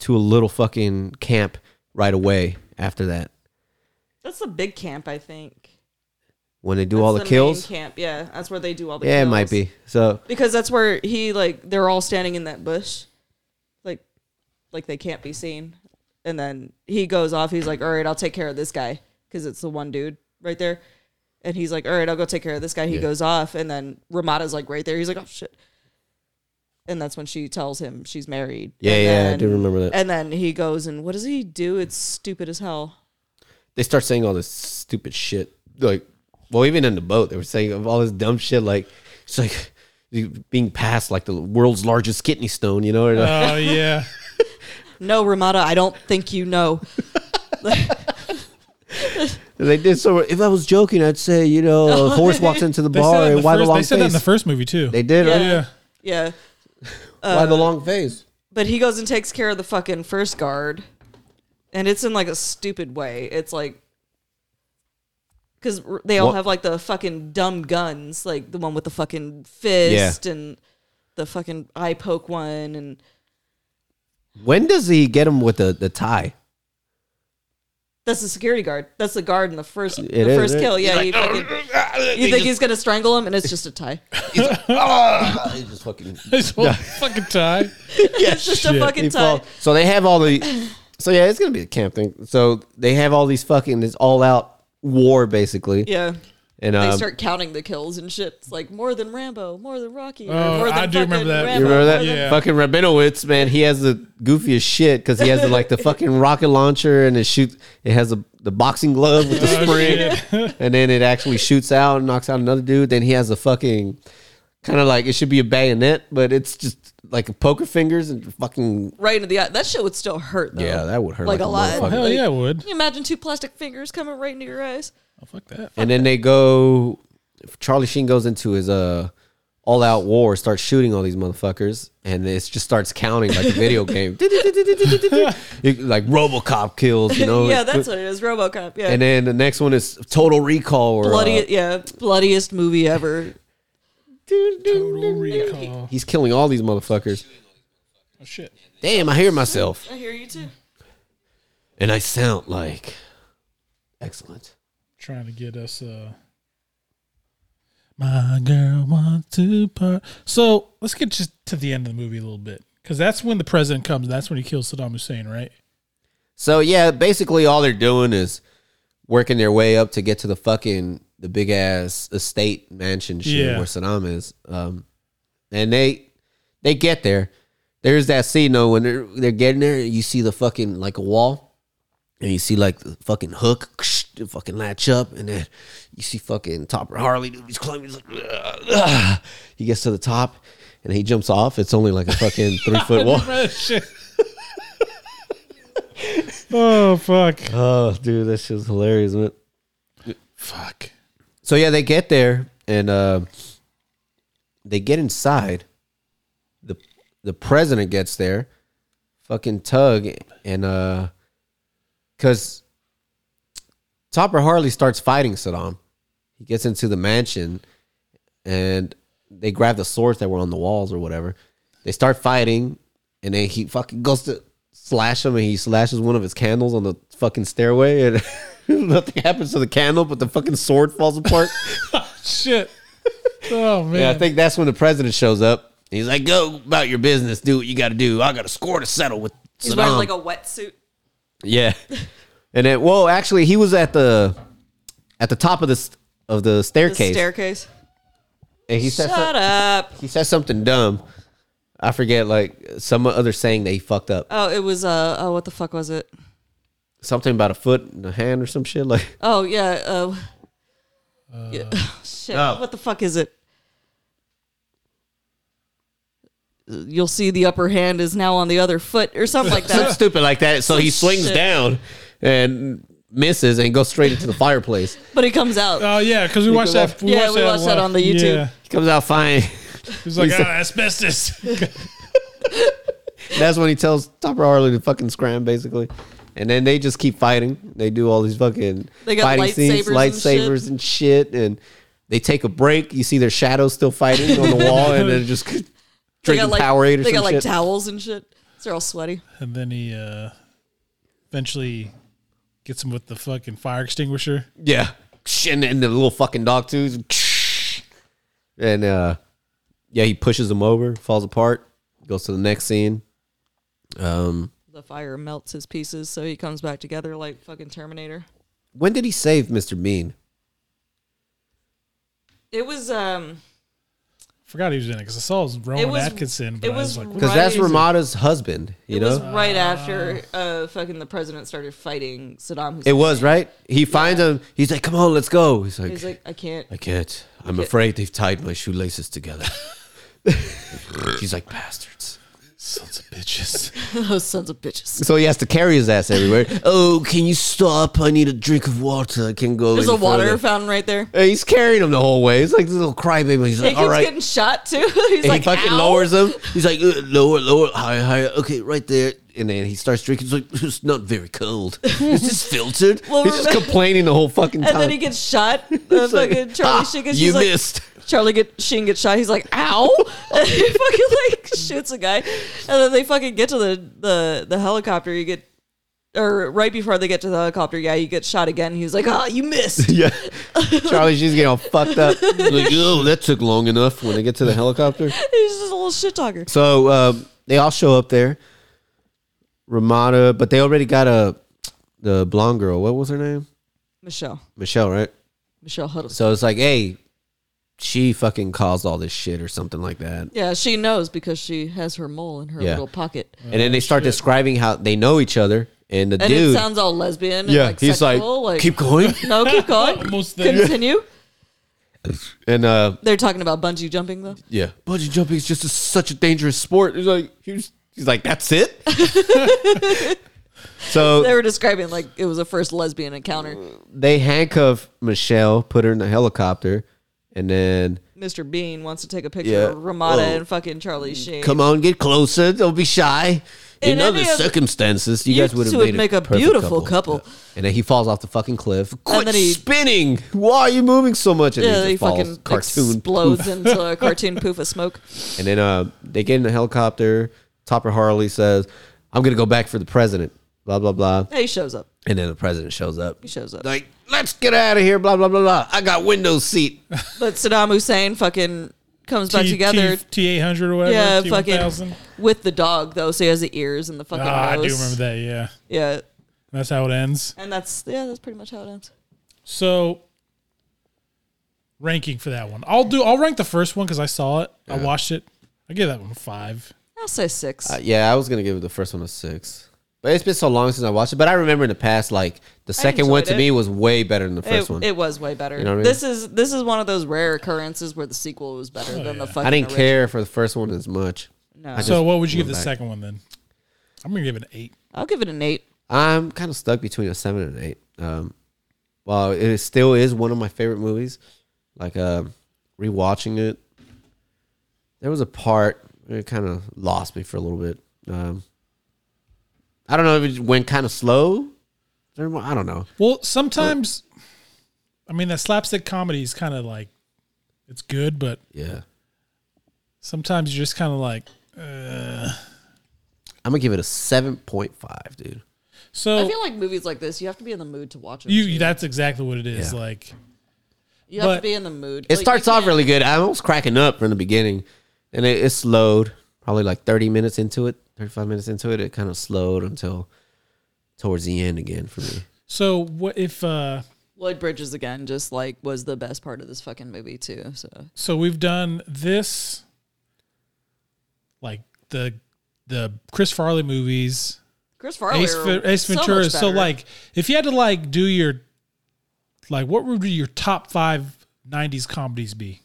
S2: to a little fucking camp right away after that
S3: That's the big camp, I think.
S2: when they do
S3: That's
S2: all the,
S3: main
S2: kills.
S3: camp, yeah. That's where they do all the
S2: Yeah,
S3: kills.
S2: it might be. So
S3: Because that's where he like they're all standing in that bush. Like like they can't be seen. And then he goes off, he's like, "All right, I'll take care of this guy." Cuz it's the one dude right there. And he's like, "All right, I'll go take care of this guy." He
S2: Yeah.
S3: goes off and then Ramada's like right there. He's like, "Oh shit." And that's when she tells him she's married.
S2: yeah,
S3: And
S2: yeah, I
S3: then-
S2: do remember that.
S3: And then he goes and what does he do? It's stupid as hell.
S2: They start saying all this stupid shit. Like, well, even in the boat, they were saying all this dumb shit. Like, it's like you being passed like the world's largest kidney stone. You know, uh, or like,
S1: oh yeah,
S3: No, Ramada, I don't think you know.
S1: Uh.
S2: they did. So if I was joking, I'd say you know a horse walks into the
S1: they said,
S2: bar
S1: that in
S2: and
S1: the,
S2: why the
S1: first,
S2: long
S1: they said that in the
S2: face?
S1: first movie too. Oh,
S2: They did.
S3: Yeah.
S2: right?
S1: yeah,
S3: Yeah.
S2: Why
S1: uh,
S2: the long face?
S3: But he goes and takes care of the fucking first guard. And it's in like a stupid way. It's like cuz they all
S2: What-
S3: have like the fucking dumb guns, like the one with the fucking fist and the fucking eye poke one and
S2: When does he get him with the, the tie?
S3: that's the security guard. That's the guard in the first
S2: It
S3: the
S2: is,
S3: first
S2: it-
S3: kill. Yeah, you, fucking, you think he's gonna strangle him, and it's just a tie.
S2: He just fucking
S1: his whole fucking tie.
S3: it's just a
S1: shit.
S3: fucking
S2: he
S3: tie.
S2: fall. So they have all the. So yeah, it's gonna be a camp thing. So they have all these fucking this all out war basically,
S3: Yeah,
S2: and
S3: they
S2: um,
S3: start counting the kills and shit. It's like more than Rambo, more than Rocky. or
S1: Oh,
S3: more than
S1: I do remember
S3: fucking
S1: that. You
S2: you remember that
S3: more than-
S1: Yeah.
S2: fucking Rabinowitz man? He has the goofiest shit because he has the, like the fucking rocket launcher and it shoots. It has the the boxing glove with the
S1: Oh,
S2: spring, and then it actually shoots out and knocks out another dude. Then he has a fucking kind of like it should be a bayonet, but it's just like poker fingers and fucking
S3: right into the eye. That shit would still hurt though.
S2: Yeah, that would hurt
S3: Like,
S2: like
S3: a
S2: a
S3: lot.
S2: motherfucker. Oh,
S1: Hell
S3: Like,
S1: yeah, it would.
S3: Can you imagine two plastic fingers coming right into your eyes?
S1: Oh, fuck that.
S2: And then they go. Charlie Sheen goes into his uh all out war, starts shooting all these motherfuckers, and it just starts counting like a video game, It- like RoboCop kills. You know.
S3: yeah, that's what it is. RoboCop. Yeah.
S2: And then the next one is Total Recall. Or, uh,
S3: Bloody, yeah, bloodiest movie ever.
S1: Total recall.
S2: he's killing all these motherfuckers.
S1: Oh shit.
S2: Damn, I hear myself,
S3: I hear you too.
S2: and I sound like excellent.
S1: Trying to get us. Uh, my girl wants to part. So let's get just to the end of the movie a little bit, because that's when the president comes. That's when he kills Saddam Hussein, right?
S2: So yeah, basically all they're doing is working their way up to get to the fucking the big ass estate mansion shit
S1: Yeah.
S2: where Saddam is. Um, and they they get there. There's that scene though when they're they're getting there, you see the fucking like a wall, and you see like the fucking hook, the fucking latch up, and then you see fucking Topper Harley dude. He's climbing. He's like, "Ugh, ugh." he gets to the top, and he jumps off. It's only like a fucking three foot wall.
S1: Shit. oh fuck.
S2: Oh, dude, that shit's hilarious, man.
S1: Fuck.
S2: So yeah, they get there and uh, they get inside. the The president gets there, fucking Tug, and uh, cause Topper Harley starts fighting Saddam. He gets into the mansion, and they grab the swords that were on the walls or whatever. They start fighting, and then he fucking goes to slash him, and he slashes one of his candles on the fucking stairway, and nothing happens to the candle, but the fucking sword falls apart.
S1: Shit. Oh man.
S2: Yeah, I think that's when the president shows up. He's like, "Go about your business, do what you got to do. I got a score to settle with."
S3: He's
S2: Saddam.
S3: wearing like a wetsuit.
S2: yeah, and then well, actually, he was at the at the top of the st- of the
S3: The
S2: staircase,
S3: staircase.
S2: and he said
S3: Shut up.
S2: he said something dumb. I forget, like some other saying that he fucked up.
S3: Oh, it was uh. Oh, what the fuck was it?
S2: Something about a foot and a hand or some shit. Like
S3: Oh yeah. Uh, yeah. shit.
S2: Uh, no.
S3: What the fuck is it? You'll see the upper hand is now on the other foot or something like
S2: something
S3: that.
S2: stupid like that. So he
S3: Some
S2: swings
S3: shit.
S2: down and misses and goes straight into the fireplace.
S3: but he comes out.
S1: Oh yeah, because we watched that.
S3: Yeah, we watched that
S1: live.
S3: on the YouTube.
S1: Yeah.
S2: He comes out fine.
S1: He's like,
S2: He's
S1: ah,
S2: like-
S1: asbestos.
S2: That's when he tells Topper Harley to fucking scram, basically. And then they just keep fighting. They do all these fucking
S3: They got
S2: fighting scenes,
S3: lightsabers
S2: lightsabers and shit. and they take a break. You see their shadows still fighting on the wall, and they're just
S3: They
S2: drinking
S3: got like
S2: Powerade or
S3: they
S2: some
S3: got like
S2: shit.
S3: towels and shit. So They're all sweaty.
S1: and then he uh, eventually gets him with the fucking fire extinguisher.
S2: Yeah. And, and the little fucking dog too. And uh yeah, he pushes him over, falls apart, goes to the next scene. Um
S3: The fire melts his pieces, so he comes back together like fucking Terminator.
S2: when did he save Mr. Bean?
S3: It was um,
S1: Forgot he was in it because I saw it was Rowan
S3: it was
S1: Atkinson, but
S3: it
S1: I
S3: was
S1: was like,
S2: Because that's
S3: right-
S2: Ramada's husband, you
S3: it
S2: know?
S3: was right after uh, fucking the president started fighting Saddam Hussein.
S2: it was, right? He finds him, he's like, Come on, let's go. He's like,
S3: He's like, I can't.
S2: I can't. I'm afraid they've tied my shoelaces together. He's like, bastards.
S1: sons of bitches.
S3: Those sons of bitches.
S2: So he has to carry his ass everywhere. oh, can you stop? I need a drink of water. I can go.
S3: There's a
S2: any
S3: water
S2: further."
S3: fountain right there.
S2: And he's carrying him the whole way. It's like this little crybaby. He's
S3: He
S2: like,
S3: keeps
S2: all right.
S3: getting shot too. He's
S2: and
S3: like,
S2: he fucking
S3: "Ow."
S2: lowers him. He's like, "Uh, lower, lower, higher, higher. Okay, right there. And then he starts drinking. He's like, it's not very cold. Is this filtered?
S3: Well,
S2: he's just
S3: remember-
S2: complaining the whole fucking time.
S3: And then he gets shot. The
S2: It's like,
S3: fucking Charlie
S2: "Ah,
S3: Sheen gets
S2: You
S3: he's like,
S2: missed.
S3: Charlie get, Sheen gets shot. He's like, ow. And he fucking like shoots a guy. And then they fucking get to the, the, the helicopter. You get, or right before they get to the helicopter, yeah, you get shot again. He's like, ah, you missed.
S2: yeah. Charlie Sheen's getting all fucked up. like, oh, that took long enough when they get to the helicopter.
S3: He's just a little shit talker.
S2: So um, they all show up there. Ramada, but they already got a the blonde girl. What was her name?
S3: Michelle.
S2: Michelle, right?
S3: Michelle Huddleston.
S2: So it's like, hey, she fucking caused all this shit or something like that.
S3: Yeah, she knows because she has her mole in her
S2: Yeah.
S3: little pocket.
S2: and then they start describing how they know each other, and the
S3: And
S2: dude,
S3: it sounds all lesbian. and,
S2: yeah,
S3: like,
S2: he's
S3: sexual,
S2: like, keep going,
S3: No, keep going.
S1: Almost there.
S3: Continue.
S2: and uh,
S3: They're talking about bungee jumping though.
S2: yeah, bungee jumping is just a, such a dangerous sport. He's like, he's, he's like, that's it. so
S3: They were describing like it was a first lesbian encounter.
S2: they handcuff Michelle, put her in the helicopter, and then
S3: Mr. Bean wants to take a picture
S2: Yeah.
S3: of Ramada
S2: Oh.
S3: and fucking Charlie Sheen.
S2: come on, get closer, don't be shy. In,
S3: In
S2: other
S3: any other-
S2: circumstances, you,
S3: you
S2: guys would have
S3: two would
S2: made
S3: make a
S2: perfect
S3: beautiful couple.
S2: And then he falls off the fucking cliff. Quit
S3: then he-
S2: spinning. Why are you moving so much? And
S3: yeah,
S2: he
S3: he
S2: just falls.
S3: fucking
S2: cartoon.
S3: explodes into a cartoon poof of smoke.
S2: And then uh, they get in the helicopter. Topper Harley says, "I'm gonna go back for the president." Blah blah blah.
S3: Hey, he shows up.
S2: And then the president shows up.
S3: He shows up.
S2: Like, let's get out of here. Blah blah blah blah. I got window seat.
S3: But Saddam Hussein fucking comes back together.
S1: T eight hundred or whatever.
S3: yeah,
S1: T
S3: fucking
S1: 1000.
S3: with the dog though, so he has the ears and the fucking
S1: Ah, I
S3: nose.
S1: do remember that. Yeah,
S3: Yeah,
S1: that's how it ends.
S3: and that's yeah, that's pretty much how it ends.
S1: So ranking for that one, I'll do. I'll rank the first one because I saw it. I watched it. I give that one a five.
S3: I'll say six.
S2: Uh, yeah, I was gonna give the first one a six, but it's been so long since I watched it. But I remember in the past, like the second one
S3: enjoyed
S2: to
S3: it.
S2: me was way better than the first
S3: it,
S2: one.
S3: it was way better.
S2: know what I mean?
S3: This is this is one of those rare occurrences where the sequel was better
S1: Oh,
S3: than the fucking.
S2: I didn't
S3: original.
S2: care for the first one as much.
S3: No.
S2: I just
S1: So what would you give
S2: went
S1: the
S2: back.
S1: second one then? I'm gonna give it an eight.
S3: I'll give it an eight.
S2: I'm kind of stuck between a seven and an eight. Um, while it is- still is one of my favorite movies, like uh, rewatching it, there was a part it kind of lost me for a little bit. Um, I don't know if it just went kind of slow. There wa- I don't know.
S1: Well, sometimes, I mean, that slapstick comedy is kind of like it's good, but
S2: Yeah,
S1: sometimes you're just kind of like.
S2: I'm gonna give it a seven point five, dude.
S1: So
S3: I feel like movies like this, you have to be in the mood to watch them.
S1: Oh. you,
S3: too.
S1: that's exactly what it is.
S2: Yeah.
S1: Like
S3: You have
S1: But-
S3: to be in the mood.
S2: It
S3: Like, you
S2: starts off
S3: can't-
S2: really good. I was cracking up from the beginning, and it, it slowed. Probably like thirty minutes into it, thirty-five minutes into it, it kind of slowed until towards the end again for me.
S1: so what if uh
S3: Lloyd Bridges again, just like was the best part of this fucking movie too. So
S1: so we've done this like the the Chris Farley movies,
S3: Chris Farley,
S1: Ace,
S3: are
S1: Ace
S3: so much
S1: Ventura. So,
S3: better.
S1: like if you had to like do your like what would your top 5 90s comedies be?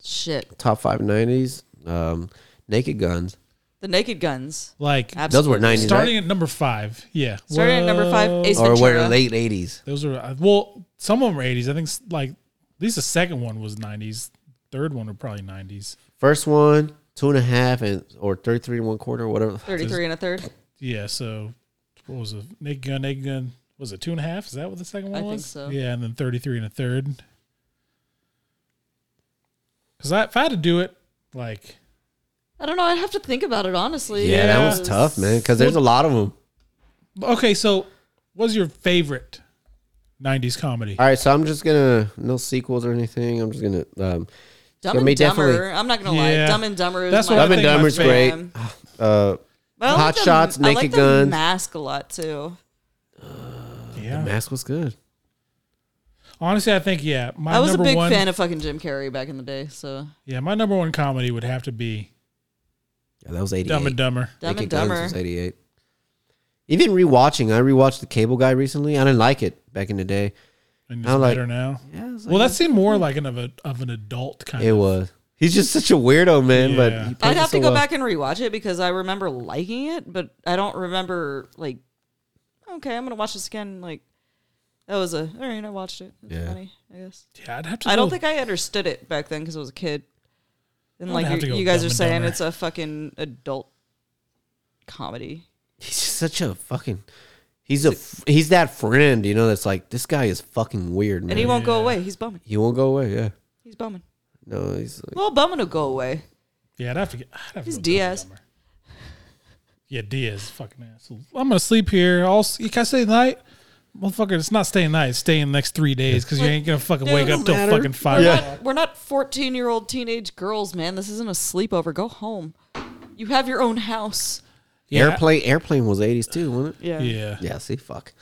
S3: shit,
S2: top five nineties. Um, Naked Guns.
S3: The Naked Guns,
S1: Like
S2: Those were
S3: Absolutely.
S2: nineties,
S1: starting
S2: right?
S1: at number 5. Yeah.
S3: Starting at number five,
S1: Well,
S3: Ace
S2: or were
S3: Ventura.
S2: late eighties.
S1: Those are uh, well some of them were 80s. I think s- like at least the second one was 90s. Third one were probably 90s.
S2: First one, two and a half, and or thirty-three and one quarter, whatever.
S3: thirty-three and a third.
S1: Yeah, so what was it? Naked Gun, Naked Gun. Was it two and a half? Is that what the second one
S3: I think
S1: was?
S3: so.
S1: Yeah, and then 33 and a third. Because if I had to do it, like,
S3: I don't know. I'd have to think about it honestly.
S2: Yeah, that was
S3: because-
S2: tough, man. Because there's a lot of them.
S1: okay, so what's your favorite 90s comedy?
S2: All right, so I'm just gonna no sequels or anything. I'm just gonna. Um,
S3: Dumb
S2: For me,
S3: and Dumber.
S2: definitely.
S3: I'm not gonna
S1: Yeah.
S3: lie. Dumb and Dumber is
S1: That's
S3: my
S1: what I
S2: Dumb and
S1: think my
S2: Dumber's
S1: favorite-
S2: great.
S3: jam.
S2: Uh,
S3: But I like
S2: Hot
S3: the-
S2: Shots,
S3: I like
S2: Naked
S3: the
S2: Gun.
S3: Mask a lot too.
S1: Yeah.
S2: Mask was good.
S1: Honestly, I think, yeah. My
S3: I was a
S1: number
S3: big
S1: one,
S3: fan of fucking Jim Carrey back in the day. So
S1: Yeah, my number one comedy would have to be
S2: Yeah, that was 88.
S1: Dumb and Dumber.
S3: Dumb
S2: Naked
S3: and
S2: Guns
S3: Dumber.
S2: was 88. Even rewatching, I rewatched The Cable Guy recently. I didn't like it back in the day.
S1: And
S2: I
S1: it's
S2: like-
S1: better now.
S2: Yeah, it was
S1: Well,
S2: like-
S1: that seemed more like an of, a, of an adult kind
S2: it
S1: of.
S2: was. He's just such a weirdo, man. But
S1: Yeah.
S2: he plays
S3: I'd
S2: it
S3: have
S2: so
S3: to go
S2: well.
S3: back and rewatch it because I remember liking it, but I don't remember like. Okay, I'm gonna watch this again. Like, that was a all right. I watched it. It's
S2: Yeah.
S3: funny, I guess.
S1: Yeah, I'd have to.
S3: I don't
S1: go-
S3: think I understood it back then because I was a kid. And
S1: I'm
S3: like
S1: gonna have to
S3: you
S1: go
S3: you guys
S1: Dumb
S3: are
S1: and
S3: saying,
S1: Dumber.
S3: it's a fucking adult comedy.
S2: He's just such a fucking. He's a. f- He's that friend, you know. That's like this guy is fucking weird, man.
S3: And he won't go away. He's bumming.
S2: he won't go away. Yeah.
S3: He's bumming.
S2: No, he's like,
S3: Well, bumming will go away.
S1: Yeah, I'd have to get. I'd have
S3: He's
S1: to go Dumb and
S3: Diaz.
S1: Dumber. Yeah, Diaz, fucking asshole. I'm gonna sleep here. I'll. s- You can I stay the night, motherfucker. It's not staying the night. It's staying the next three days because you
S3: Like,
S1: ain't gonna fucking
S3: dude,
S1: wake up
S3: it
S1: till
S2: doesn't matter.
S1: fucking five.
S2: Yeah.
S1: Yeah.
S3: Not- we're not 14 year old teenage girls, man. This isn't a sleepover. Go home. You have your own house.
S2: airplane. Airplane was eighties too, wasn't it?
S3: Yeah.
S1: Yeah.
S2: Yeah. See, fuck.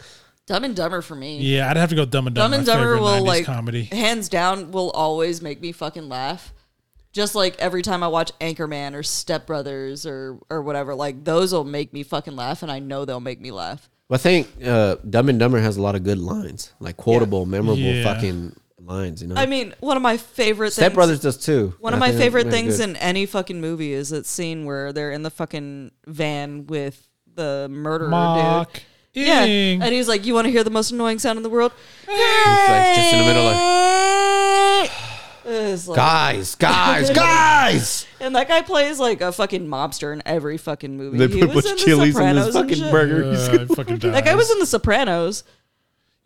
S3: Dumb and Dumber for me.
S1: Yeah, I'd have to go Dumb and Dumber.
S3: Dumb and Dumber will like
S1: comedy.
S3: hands down will always make me fucking laugh. Just like every time I watch Anchorman or Step Brothers or or whatever, like those will make me fucking laugh, and I know they'll make me laugh.
S2: Well, I think uh, Dumb and Dumber has a lot of good lines, like quotable, memorable
S1: Yeah.
S2: fucking lines. You know,
S3: I mean, one of my favorite
S2: Step
S3: things,
S2: Brothers does too.
S3: One of my favorite things in any fucking movie is that scene where they're in the fucking van with the murderer dude.
S1: Mock.
S3: Yeah,
S1: Ing.
S3: and he's like, "You want to hear the most annoying sound in the world?"
S2: like, just in the middle,
S3: It's like-
S2: guys, guys, guys.
S3: and that guy plays like a fucking mobster in every fucking movie.
S2: They
S3: He
S2: put a
S3: was
S2: bunch
S3: in
S2: of
S3: The
S2: chilies in
S3: Sopranos
S2: this
S3: and
S2: fucking
S3: shit.
S2: burger.
S1: Uh, he fucking dies.
S3: That guy was in The Sopranos.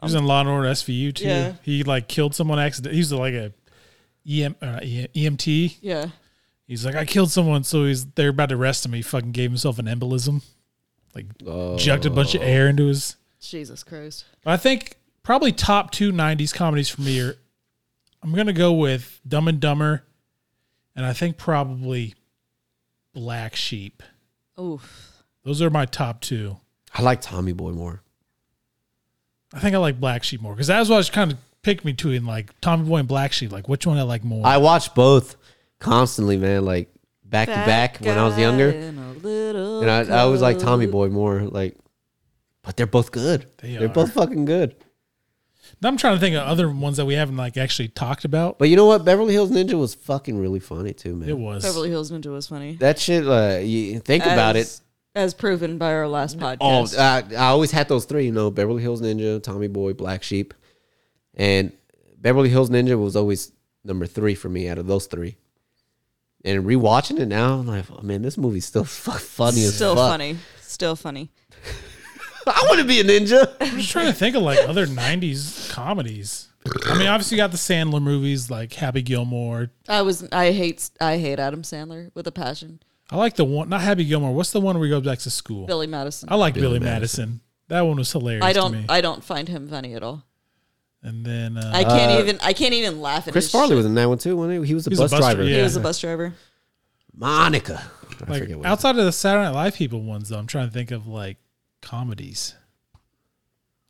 S1: He was in Law and Order SVU too.
S3: Yeah.
S1: He like killed someone accident. He was like a EM, uh, E- EMT.
S3: Yeah,
S1: He's like, I killed someone, so he's they're about to arrest him. He fucking gave himself an embolism, like jucked a bunch of air into his.
S3: Jesus Christ.
S1: I think probably top two '90s comedies for me are. I'm gonna go with Dumb and Dumber, and I think probably Black Sheep.
S3: Oof.
S1: Those are my top two.
S2: I like Tommy Boy more.
S1: I think I like Black Sheep more because that's what I was kind of picked me to in like Tommy Boy and Black Sheep. Like which one I like more?
S2: I watch both constantly, man. Like back to back when I was younger, and I, I always like Tommy Boy more. Like, but they're both good.
S1: They
S2: They
S1: are.
S2: are both fucking good.
S1: Now I'm trying to think of other ones that we haven't like actually talked about.
S2: But you know what? Beverly Hills Ninja was fucking really funny too, man.
S1: It was
S3: Beverly Hills Ninja was funny.
S2: That shit. Uh, you think about it.
S3: As- as proven by our last podcast.
S2: Oh, I, I always had those three, you know, Beverly Hills Ninja, Tommy Boy, Black Sheep. And Beverly Hills Ninja was always number three for me out of those three. And rewatching it now, I'm like, oh, man, this movie's still fu- funny as
S3: Still
S2: fuck.
S3: funny. Still funny.
S2: I want to be a ninja.
S1: I'm just trying to think of like other '90s comedies. I mean, obviously you got the Sandler movies like Happy Gilmore.
S3: I was. I hate. I hate Adam Sandler with a passion.
S1: I like the one, not Happy Gilmore. What's the one where he goes back to school?
S3: Billy Madison.
S1: I like Billy, Madison. That one was hilarious.
S3: I
S1: To me.
S3: don't. I don't find him funny at all.
S1: and then uh,
S3: I can't even. I can't even laugh at
S2: Chris
S3: his
S2: Farley
S3: shit.
S2: was in that one too, wasn't he? He was a,
S1: He's a
S2: bus,
S1: bus
S2: driver.
S1: dri-
S3: He
S1: yeah.
S3: was a bus driver.
S2: Monica. I
S1: like
S2: forget what.
S1: outside of the Saturday Night Live people ones, though, I'm trying to think of like comedies.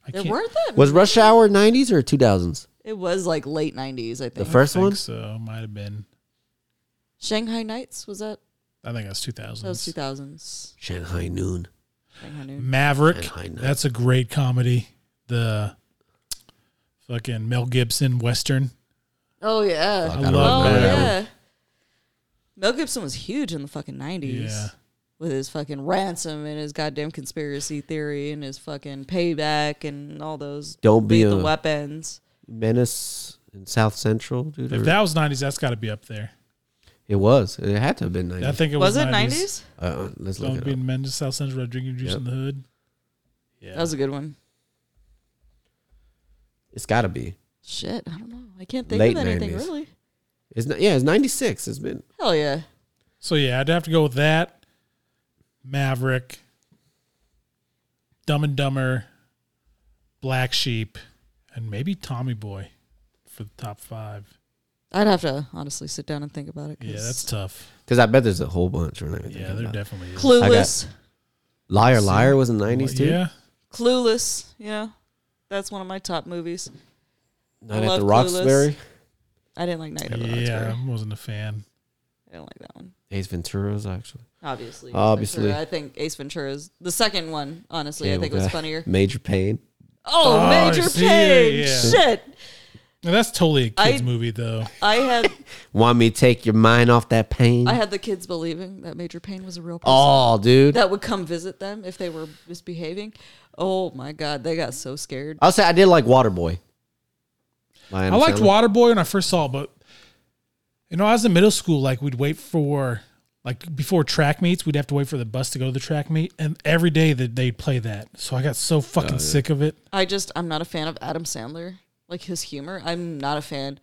S1: I
S3: There
S1: can't
S3: weren't that.
S2: was Rush Hour 90s or 2000s?
S3: It was like late '90s, I
S2: The
S3: think.
S2: first
S1: think
S2: one?
S1: so. Might have been.
S3: Shanghai Nights was that?
S1: I think that's
S3: That was
S1: 2000s.
S3: 2000s.
S2: Shanghai Noon.
S3: Shanghai Noon.
S1: Maverick.
S2: Shanghai Nights.
S1: That's a great comedy. The fucking Mel Gibson western.
S3: Oh yeah.
S2: Fuck,
S1: I
S2: I don't
S1: love
S3: oh
S2: remember that
S3: yeah. Mel Gibson was huge in the fucking '90s.
S1: Yeah.
S3: With his fucking ransom and his goddamn conspiracy theory and his fucking payback and all those
S2: Don't be
S3: lethal
S2: a-
S3: weapons.
S2: Menace in South Central, dude.
S1: If
S2: or-
S1: that was 90s, that's got to be up there.
S2: it was. It had to have been 90s.
S1: I think it was,
S3: Was it 90s?
S2: Uh, let's look
S1: Don't
S2: it
S1: be
S2: up.
S1: in Mendes, South Central, drinking juice
S2: Yep.
S1: in the hood. Yeah.
S3: That was a good one.
S2: It's got to be.
S3: Shit, I don't know. I can't think
S2: Late
S3: of anything
S2: 90s.
S3: really.
S2: It's not, yeah, it's 96. It's been
S3: Hell yeah.
S1: So yeah, I'd have to go with that. Maverick, Dumb and Dumber, Black Sheep, and maybe Tommy Boy for the top five.
S3: I'd have to honestly sit down and think about it. 'cause
S1: Yeah, that's tough.
S2: cuz I bet there's a whole bunch we're not even
S1: Yeah,
S2: thinking
S1: there
S2: about.
S1: definitely is.
S3: clueless.
S2: Liar Liar was in the 90s too.
S1: Yeah,
S3: Clueless. Yeah. That's one of my top movies. I
S2: Not at
S3: love
S2: the
S3: Clueless.
S2: Roxbury.
S3: I didn't like Night of the
S1: yeah,
S3: Roxbury.
S1: I wasn't a fan.
S3: I didn't like that one.
S2: Ace Ventura's actually.
S3: Obviously. Ace
S2: Obviously.
S3: Ventura. I think Ace Ventura's the second one, honestly, I
S2: Yeah,
S3: think
S2: with
S3: was
S2: that.
S3: funnier.
S2: Major Pain.
S3: Oh,
S1: Oh, I
S3: Major
S1: see it,
S3: Pain.
S1: yeah.
S3: Shit.
S1: Now, that's totally a kids
S3: I-
S1: movie though.
S3: I had
S2: Want me to take your mind off that pain?
S3: I had the kids believing that Major Pain was a real person.
S2: oh, dude.
S3: That would come visit them if they were misbehaving. Oh my god, they got so scared.
S2: I'll say I did like Waterboy. Adam
S1: I liked
S2: Sandler.
S1: Waterboy when I first saw it, but you know, I was in middle school. Like we'd wait for like before track meets, we'd have to wait for the bus to go to the track meet, and every day that they'd play that. So I got so fucking
S2: Oh,
S1: sick of it.
S3: I just I'm not a fan of Adam Sandler. Like his humor, I'm not a fan.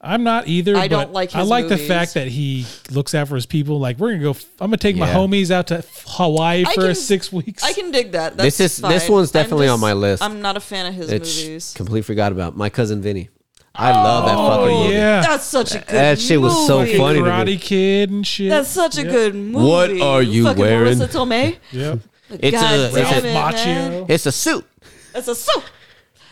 S1: I'm not either.
S3: I don't
S1: but
S3: like
S1: I
S3: his
S1: like the
S3: movies.
S1: fact that he looks out for his people. Like we're gonna go. f- I'm gonna take my
S2: Yeah.
S1: homies out to Hawaii
S3: I
S1: for
S3: can-
S1: six weeks.
S3: I can dig that. That's
S2: This is- this
S3: fine.
S2: one's
S3: I'm
S2: definitely on my list.
S3: I'm not a fan of his
S2: It's-
S3: movies.
S2: Completely forgot about my cousin Vinny. I love that fucking
S1: oh
S2: movie.
S1: yeah,
S3: That's such a good
S2: That shit was so
S3: movie.
S2: funny. to me.
S1: Karate Kid and shit.
S3: That's such a
S1: Yep.
S3: good movie.
S2: What are you
S3: Fucking
S2: wearing?
S3: Marissa Tomei.
S1: Yep.
S2: It's
S3: God
S2: a- it's
S3: damn
S2: a-
S3: it, man.
S1: Macchio.
S2: It's a suit.
S3: That's a so.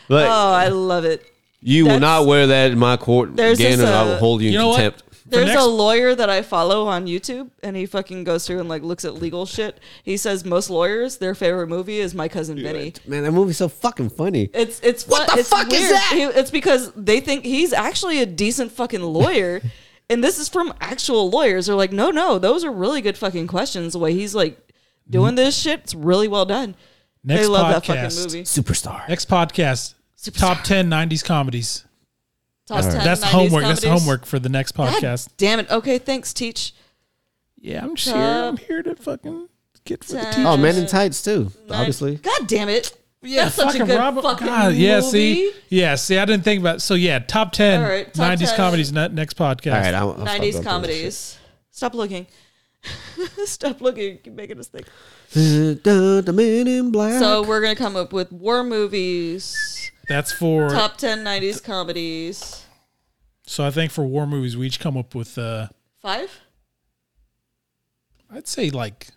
S2: But
S3: Oh, I love it.
S2: you will
S3: that's-
S2: not wear that in my court
S3: There's
S2: again,
S3: this,
S2: and I
S3: uh,
S2: will hold you in
S1: You know
S2: contempt.
S1: what? For
S3: There's
S1: next-
S3: a lawyer that I follow on YouTube, and he fucking goes through and like looks at legal shit. He says most lawyers, their favorite movie is My Cousin Vinny.
S2: Man, that movie's so fucking funny.
S3: It's it's
S2: What
S3: fu-
S2: the
S3: it's
S2: fuck is
S3: weird.
S2: that?
S3: He- it's because they think he's actually a decent fucking lawyer, and this is from actual lawyers. They're like, no, no, those are really good fucking questions. The way he's like doing this shit, it's really well done.
S1: Next
S3: they love that
S1: podcast.
S3: fucking movie.
S2: Superstar.
S1: Next podcast. Top ten '90s comedies.
S3: Top 10,
S1: That's
S3: 90s
S1: homework. That's
S3: comedies.
S1: homework for the next
S3: God
S1: podcast.
S3: damn it. Okay, thanks, teach.
S1: Yeah, I'm just
S3: here- I'm
S1: here to fucking get for
S3: Ten.
S2: Oh, Men in Tights too. Obviously,
S3: God damn it. Yeah, That's such a good fucking movie.
S1: yeah, see, yeah, see, I didn't think about. So yeah, top ten
S3: All right, top
S1: 90s
S3: 10.
S1: comedies. ne- Next podcast.
S2: All right, I'll, I'll stop
S3: nineties
S2: going through this
S3: comedies. Stop looking. Stop looking. You're making us think.
S2: shit. Da, da, da, Men in Black.
S3: So we're gonna come up with war movies,
S1: That's for.
S3: top ten nineties comedies.
S1: So I think for war movies, we each come up with. uh
S3: Five
S1: I'd say like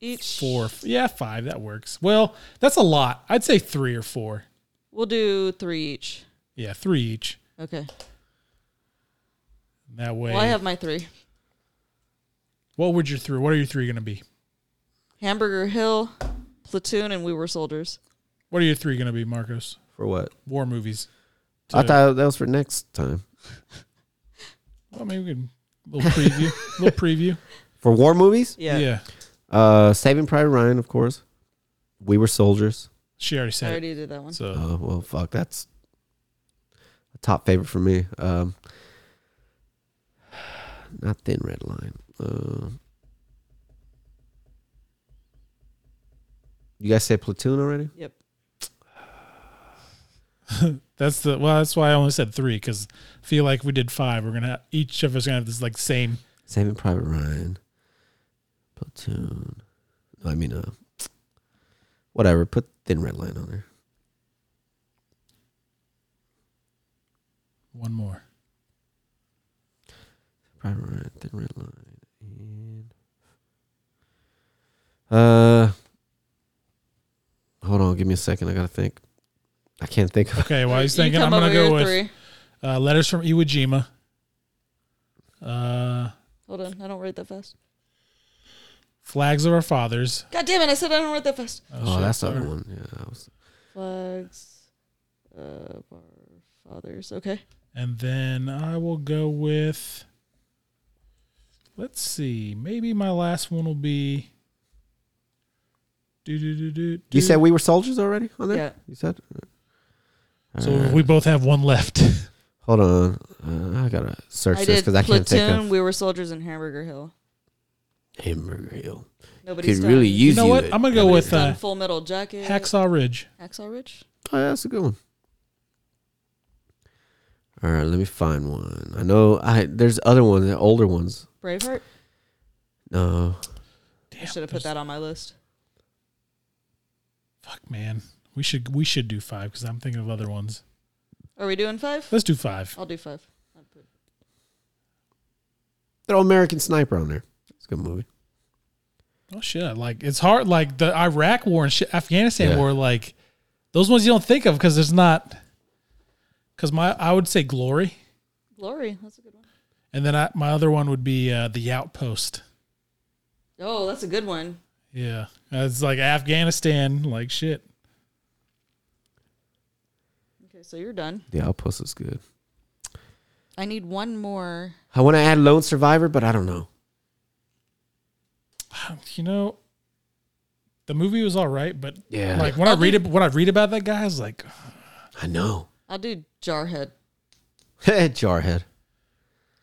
S3: each.
S1: four. Yeah, five. That works. Well, that's a lot. I'd say three or four.
S3: We'll do three each.
S1: Yeah, three each.
S3: Okay.
S1: That way.
S3: Well, I have my three.
S1: what would your three? What are your three going to be?
S3: Hamburger Hill, Platoon, and We Were Soldiers.
S1: What are your three going to be, Marcos?
S2: for what?
S1: War movies.
S2: I
S1: to-
S2: thought that was for next time.
S1: Well, maybe we can little preview. little preview.
S2: For war movies,
S3: Yeah.
S1: yeah.
S2: uh, Saving Private Ryan, of course. We were soldiers.
S1: She already
S3: I
S1: said
S3: already did that one.
S1: it. So
S2: Oh well, fuck. That's a top favorite for me. Um, not Thin Red Line. Uh, you guys say Platoon already?
S3: Yep.
S1: that's the well. That's why I only said three because I feel like if we did five. We're gonna each of us gonna have this like same.
S2: Saving Private Ryan. Platoon. No, I mean, uh, whatever. Put Thin Red Line on there.
S1: One more.
S2: Private Ryan, Thin Red Line, and uh, hold on, give me a second. I gotta think. I can't think. of
S1: Okay, while he's
S3: You
S1: thinking,
S3: come
S1: I'm
S3: up
S1: gonna
S3: with
S1: go
S3: your
S1: with
S3: three.
S1: uh, letters from Iwo Jima. Uh,
S3: Hold on, I don't write that fast.
S1: flags of our fathers.
S3: God damn it! I said I don't write that fast.
S2: Oh,
S1: shit.
S2: that's the
S1: Sorry.
S2: other one. Yeah, that was,
S3: Flags, uh, our fathers. Okay.
S1: And then I will go with. Let's see. Maybe my last one will be. Do do do do.
S2: you said we were soldiers already on there.
S3: Yeah.
S2: You said.
S1: So
S2: Alright,
S1: we both have one left.
S2: hold on. Uh, I gotta search
S3: I
S2: this
S3: did
S2: because I can't
S3: platoon.
S2: think of.
S3: We were soldiers in Hamburger Hill.
S2: Hamburger Hill
S3: Nobody's
S2: could
S3: done,
S2: really
S1: You
S2: use
S1: know
S2: you
S1: what?
S2: at-
S1: I'm gonna go with
S3: done
S1: uh,
S3: Full Metal Jacket.
S1: Hacksaw Ridge.
S3: Hacksaw Ridge.
S2: Oh, yeah, that's a good one. All right, let me find one. I know I there's other ones, older ones.
S3: Braveheart.
S2: No,
S1: Damn,
S3: I should have
S1: there's-
S3: put that on my list.
S1: Fuck, man. We should we should do five because I'm thinking of other ones.
S3: Are we doing five?
S1: Let's do five.
S3: I'll do five. I'll put-
S2: throw American Sniper on there. It's a good movie.
S1: Oh shit! Like it's hard. Like the Iraq war and shit, Afghanistan
S2: Yeah.
S1: war. Like those ones you don't think of because there's not. Because my I would say Glory,
S3: Glory. That's a good one.
S1: and then I, my other one would be uh, The Outpost.
S3: Oh, that's a good one.
S1: Yeah, it's like Afghanistan. Like shit.
S3: Okay, so you're done.
S2: The Outpost is good.
S3: I need one more.
S2: I want to add Lone Survivor, but I don't know.
S1: You know, the movie was all right, but
S2: Yeah.
S1: like when I read it, when I read about that guy, I was like,
S2: I know.
S3: I'll do Jarhead.
S2: Jarhead.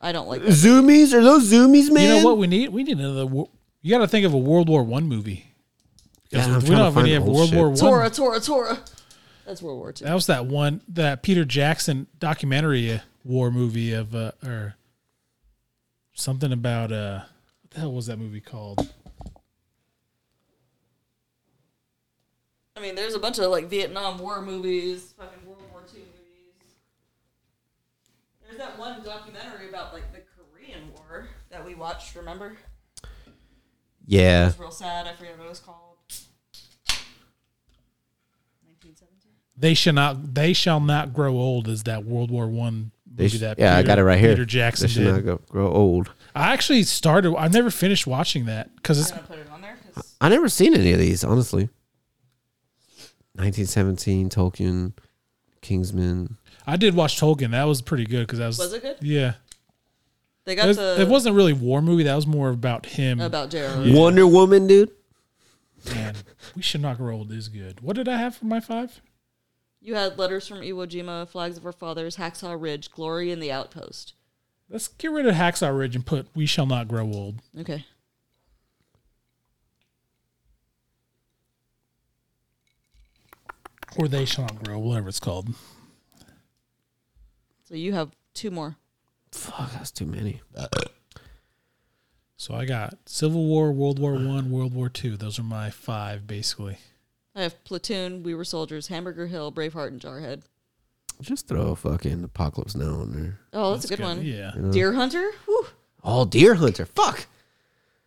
S3: I don't like that.
S2: Zoomies? Are those zoomies, man?
S1: you know what we need? We need another. wo- You got to think of a World War One movie. Because
S2: Yeah, I'm
S1: we
S2: trying to
S1: don't have
S2: find
S1: any of
S2: old
S1: World
S2: shit.
S1: War One.
S3: Tora, Tora, Tora. That's World War II.
S1: That was that one that Peter Jackson documentary uh, war movie of uh, or something about uh what the hell was that movie called?
S3: I mean, there's a bunch of like Vietnam War movies, fucking World War II movies. There's that one documentary about like the Korean War that we watched. Remember? It
S2: Yeah.
S3: was real sad. I forget what it was called. 1917.
S1: They shall not they shall not grow old is that World War One
S2: They
S1: movie
S2: sh-
S1: that
S2: yeah, I
S1: Peter-
S2: got it right here.
S1: Peter Jackson
S2: They should
S1: did.
S2: not go, grow old.
S1: I actually started I never finished watching that because it's
S3: I'm gonna put it on there 'cause
S2: I never seen any of these, honestly. 1917, Tolkien, Kingsman.
S1: I did watch Tolkien. That was pretty good because that was,
S3: was it good?
S1: yeah.
S3: They
S1: It,
S3: got
S1: was,
S3: the
S1: it wasn't really a war movie. That was more about him.
S3: about J.R.R.
S2: Wonder Woman, dude.
S1: Man, we should not grow old is good. What did I have for my five?
S3: You had letters from Iwo Jima, flags of our fathers, Hacksaw Ridge, glory in the outpost.
S1: Let's get rid of Hacksaw Ridge and put "We Shall Not Grow Old."
S3: Okay.
S1: or they shall not grow, whatever it's called.
S3: So you have two more.
S2: Fuck, that's too many.
S1: So I got Civil War, World War One, World War Two. Those are my five, basically.
S3: I have Platoon, We Were Soldiers, Hamburger Hill, Braveheart, and Jarhead.
S2: Just throw a fucking Apocalypse Now on there.
S3: Oh, that's, a good, one.
S1: Yeah,
S2: Mm.
S3: Deer Hunter? Whew.
S2: Oh, Deer Hunter. Fuck.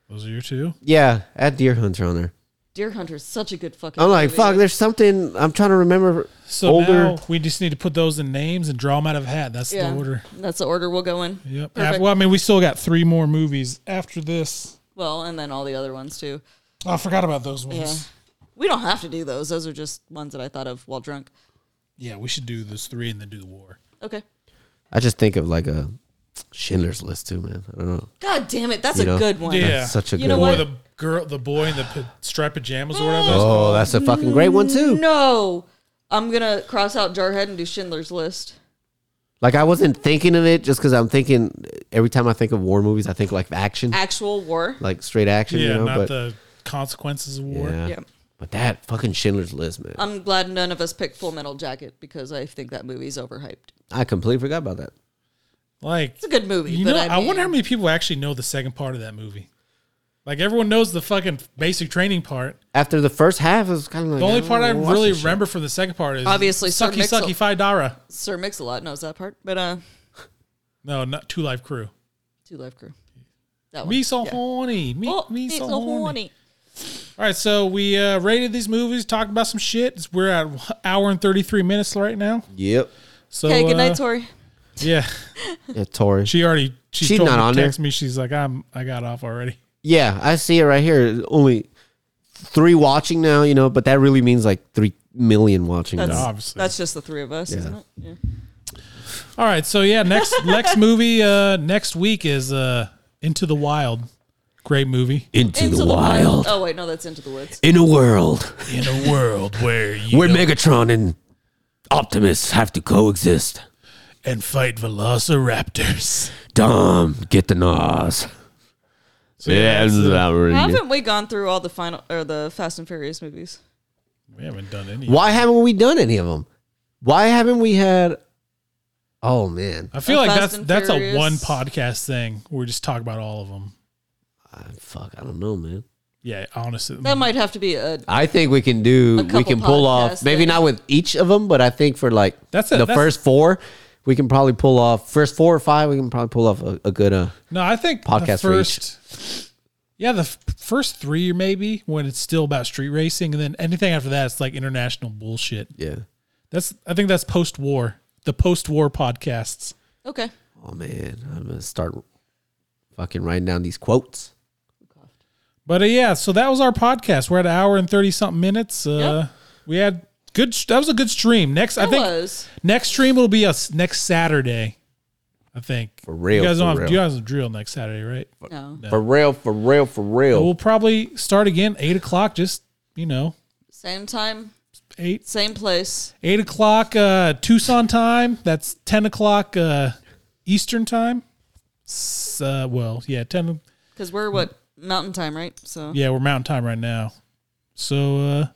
S1: those are your two.
S2: Yeah, add Deer Hunter on there.
S3: Deer Hunter's such a good fucking
S2: I'm like,
S3: movie.
S2: fuck, there's something I'm trying to remember.
S1: So
S2: Older-
S1: now we just need to put those in names and draw them out of a hat. That's
S3: Yeah.
S1: the order.
S3: That's the order we'll go in.
S1: Yep.
S3: Perfect.
S1: Well, I mean, we still got three more movies after this.
S3: Well, and then all the other ones too.
S1: Oh, I forgot about those
S3: Yeah.
S1: ones.
S3: We don't have to do those. Those are just ones that I thought of while drunk.
S1: Yeah, we should do those three and then do the war.
S3: Okay.
S2: I just think of like a Schindler's List too, man. I don't know.
S3: God damn it. That's
S2: You
S3: a
S2: know?
S3: good one.
S1: Yeah.
S2: That's such a
S3: You
S2: good
S3: know
S1: Or
S2: one.
S3: what?
S1: the girl, the boy in the p- striped pajamas or whatever.
S2: Oh, that's a fucking great one too.
S3: No. I'm going to cross out Jarhead and do Schindler's List.
S2: Like I wasn't thinking of it just because I'm thinking every time I think of war movies, I think like action,
S3: Actual war.
S2: like straight action.
S1: yeah,
S2: you know,
S1: not
S2: but
S1: the consequences of war.
S2: yeah.
S3: Yeah. Uh.
S2: but that fucking Schindler's List, man.
S3: I'm glad none of us picked Full Metal Jacket because I think that movie's overhyped.
S2: I completely forgot about that.
S1: Like
S3: It's a good movie,
S1: You
S3: but
S1: know,
S3: I,
S1: I,
S3: mean,
S1: wonder how many people actually know the second part of that movie. Like everyone knows the fucking basic training part.
S2: After the first half, it was kind of like
S1: The only
S2: don't
S1: part I
S2: wanna watch
S1: really
S2: this shit.
S1: remember from the second part is
S3: Obviously, Sir
S1: sucky
S3: Mix-a-
S1: sucky five dara.
S3: Sir Mix-a-Lot knows that part, but uh,
S1: No, not Two Life Crew.
S3: Two Life Crew. That one.
S1: Me so
S3: Yeah.
S1: horny. Me,
S3: Oh,
S1: me so,
S3: so
S1: horny.
S3: horny.
S1: All right, so we uh, rated these movies, talked about some shit. We're at an hour and thirty three minutes right now.
S2: Yep,
S1: So
S3: Okay, good
S1: uh,
S3: night, Tori.
S1: Yeah,
S2: yeah, Tori.
S1: she already she
S2: She's
S1: told
S2: not
S1: me,
S2: on
S1: text me. She's like, I'm I got off already.
S2: Yeah, I see it right here. Only three watching now, you know, but that really means like three million watching.
S3: That's,
S2: now.
S1: obviously.
S3: that's just the three of us, isn't it? Yeah.
S1: All right, so yeah, next next movie uh, next week is uh, Into the Wild. Great movie.
S2: Into,
S3: Into
S2: the, wild.
S3: Oh wait, no, that's Into the Woods.
S2: in a world
S1: in a world where you
S2: where Megatron and Optimus have to coexist.
S1: and fight velociraptors.
S2: Dom, get the Nas.
S1: So, yeah, that's, uh,
S3: Haven't we gone through all the final or the Fast and Furious movies?
S1: we haven't done any.
S2: Why haven't we done any of them? Why haven't we had? Oh man,
S1: I feel
S3: Uh,
S1: like
S3: Fast
S1: that's
S3: and
S1: that's a
S3: Furious.
S1: one podcast thing. We just talk about all of them.
S2: I, Ah, fuck, I don't know, man.
S1: Yeah, honestly,
S2: Mm.
S3: That might have to be a
S2: I think we can do.
S3: A
S2: We can
S3: couple
S2: pull off.
S3: podcasts
S2: Maybe
S3: then.
S2: not with each of them, but I think for like
S1: That's it,
S2: the
S1: that's-
S2: first four, we can probably pull off first four or five. We can probably pull off a, a good. Uh,
S1: no, I think
S2: Podcast
S1: the
S2: for each.
S1: first. Yeah, the f- first three maybe when it's still about street racing, and then anything after that, it's like international bullshit.
S2: yeah.
S1: That's I think that's post war. The post war podcasts.
S3: okay.
S2: Oh man, I'm gonna start fucking writing down these quotes.
S1: But uh, yeah, so that was our podcast. We're at an hour and thirty something minutes. Uh,
S3: Yep.
S1: We had good. That was a good stream. Next, I
S3: That
S1: think
S3: was
S1: next stream will be us next Saturday. I think for
S2: real,
S1: You guys don't
S2: for
S1: have,
S2: real.
S1: you guys have drill next Saturday, right?
S3: no
S2: For real, for real, for real.
S1: We'll probably start again eight o'clock. Just you know
S3: same time,
S1: eight
S3: same place.
S1: eight o'clock uh, Tucson time. That's ten o'clock uh, Eastern time. S- uh, well, yeah, ten.
S3: Because we're what mountain time, right? So
S1: Yeah, we're mountain time right now. So uh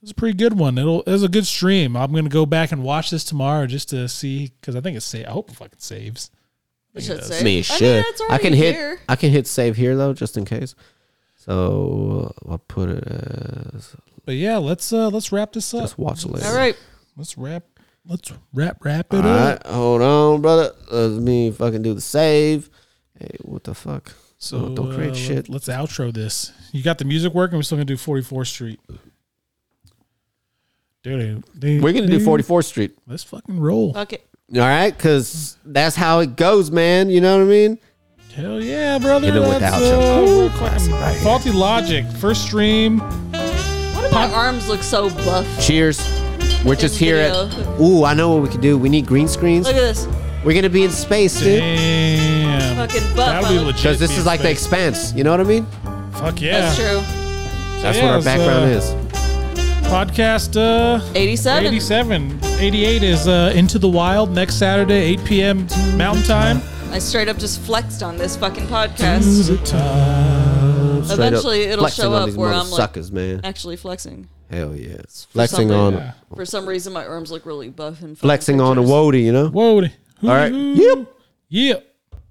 S1: it's a pretty good one. It'll it's a good stream. I'm gonna go back and watch this tomorrow just to see because I think it's sa- I hope it fucking saves.
S3: we should
S2: I
S3: say.
S2: mean, it
S3: I mean,
S2: should.
S3: it's
S2: I can
S3: already
S2: hit.
S3: here.
S2: I can hit save here though, just in case. So uh, I'll put it as
S1: But yeah, let's uh let's wrap this up.
S2: let's watch later.
S3: All right.
S1: Let's wrap let's wrap wrap it
S2: All
S1: up.
S2: right, hold on, brother. Let me fucking do the save. Hey, what the fuck? Oh,
S1: So
S2: Don't- don't create
S1: uh,
S2: shit.
S1: Let's outro this. You got the music working. We're still gonna do 44th Street. Dude,
S2: We're gonna do 44th Street.
S1: Let's fucking roll.
S3: Fuck it.
S2: All right, because that's how it goes, man. You know what I mean?
S1: Hell yeah, brother.
S2: Hit 'em with
S1: That's,
S2: the outro.
S1: uh,
S2: Ooh, classic right here.
S1: faulty logic. First stream.
S3: Why do my arms look so buff?
S2: Cheers. We're just here at.
S3: Video.
S2: Ooh, I know what we could do. We need green screens.
S3: Look at this
S2: We're gonna be in space, dude.
S1: Damn.
S3: fucking buff.
S1: That'll
S3: I
S1: be
S3: look-
S1: legit.
S2: Because this
S1: being
S2: is like the
S1: space.
S2: expanse. You know what I mean?
S1: Fuck yeah.
S3: That's true.
S2: That's
S1: Yeah,
S2: what our
S1: it's,
S2: background
S1: uh,
S2: is.
S1: Podcast uh,
S3: 87.
S1: 87. 88 is uh, Into the Wild next Saturday, 8 p.m. Mountain Time.
S3: I straight up just flexed on this fucking podcast.
S2: Straight up
S3: Eventually it'll
S2: flexing
S3: show
S2: on
S3: up
S2: these
S3: where I'm,
S2: mother
S3: like-
S2: suckers, man.
S3: Actually flexing.
S2: Hell yeah,
S3: for
S2: flexing
S3: something.
S2: on
S1: Yeah.
S3: For some reason, my arms look really buff and fucking
S2: flexing on a
S3: pictures.
S2: woody, you know.
S1: Whoa. All
S2: right. Yep.
S1: Yep.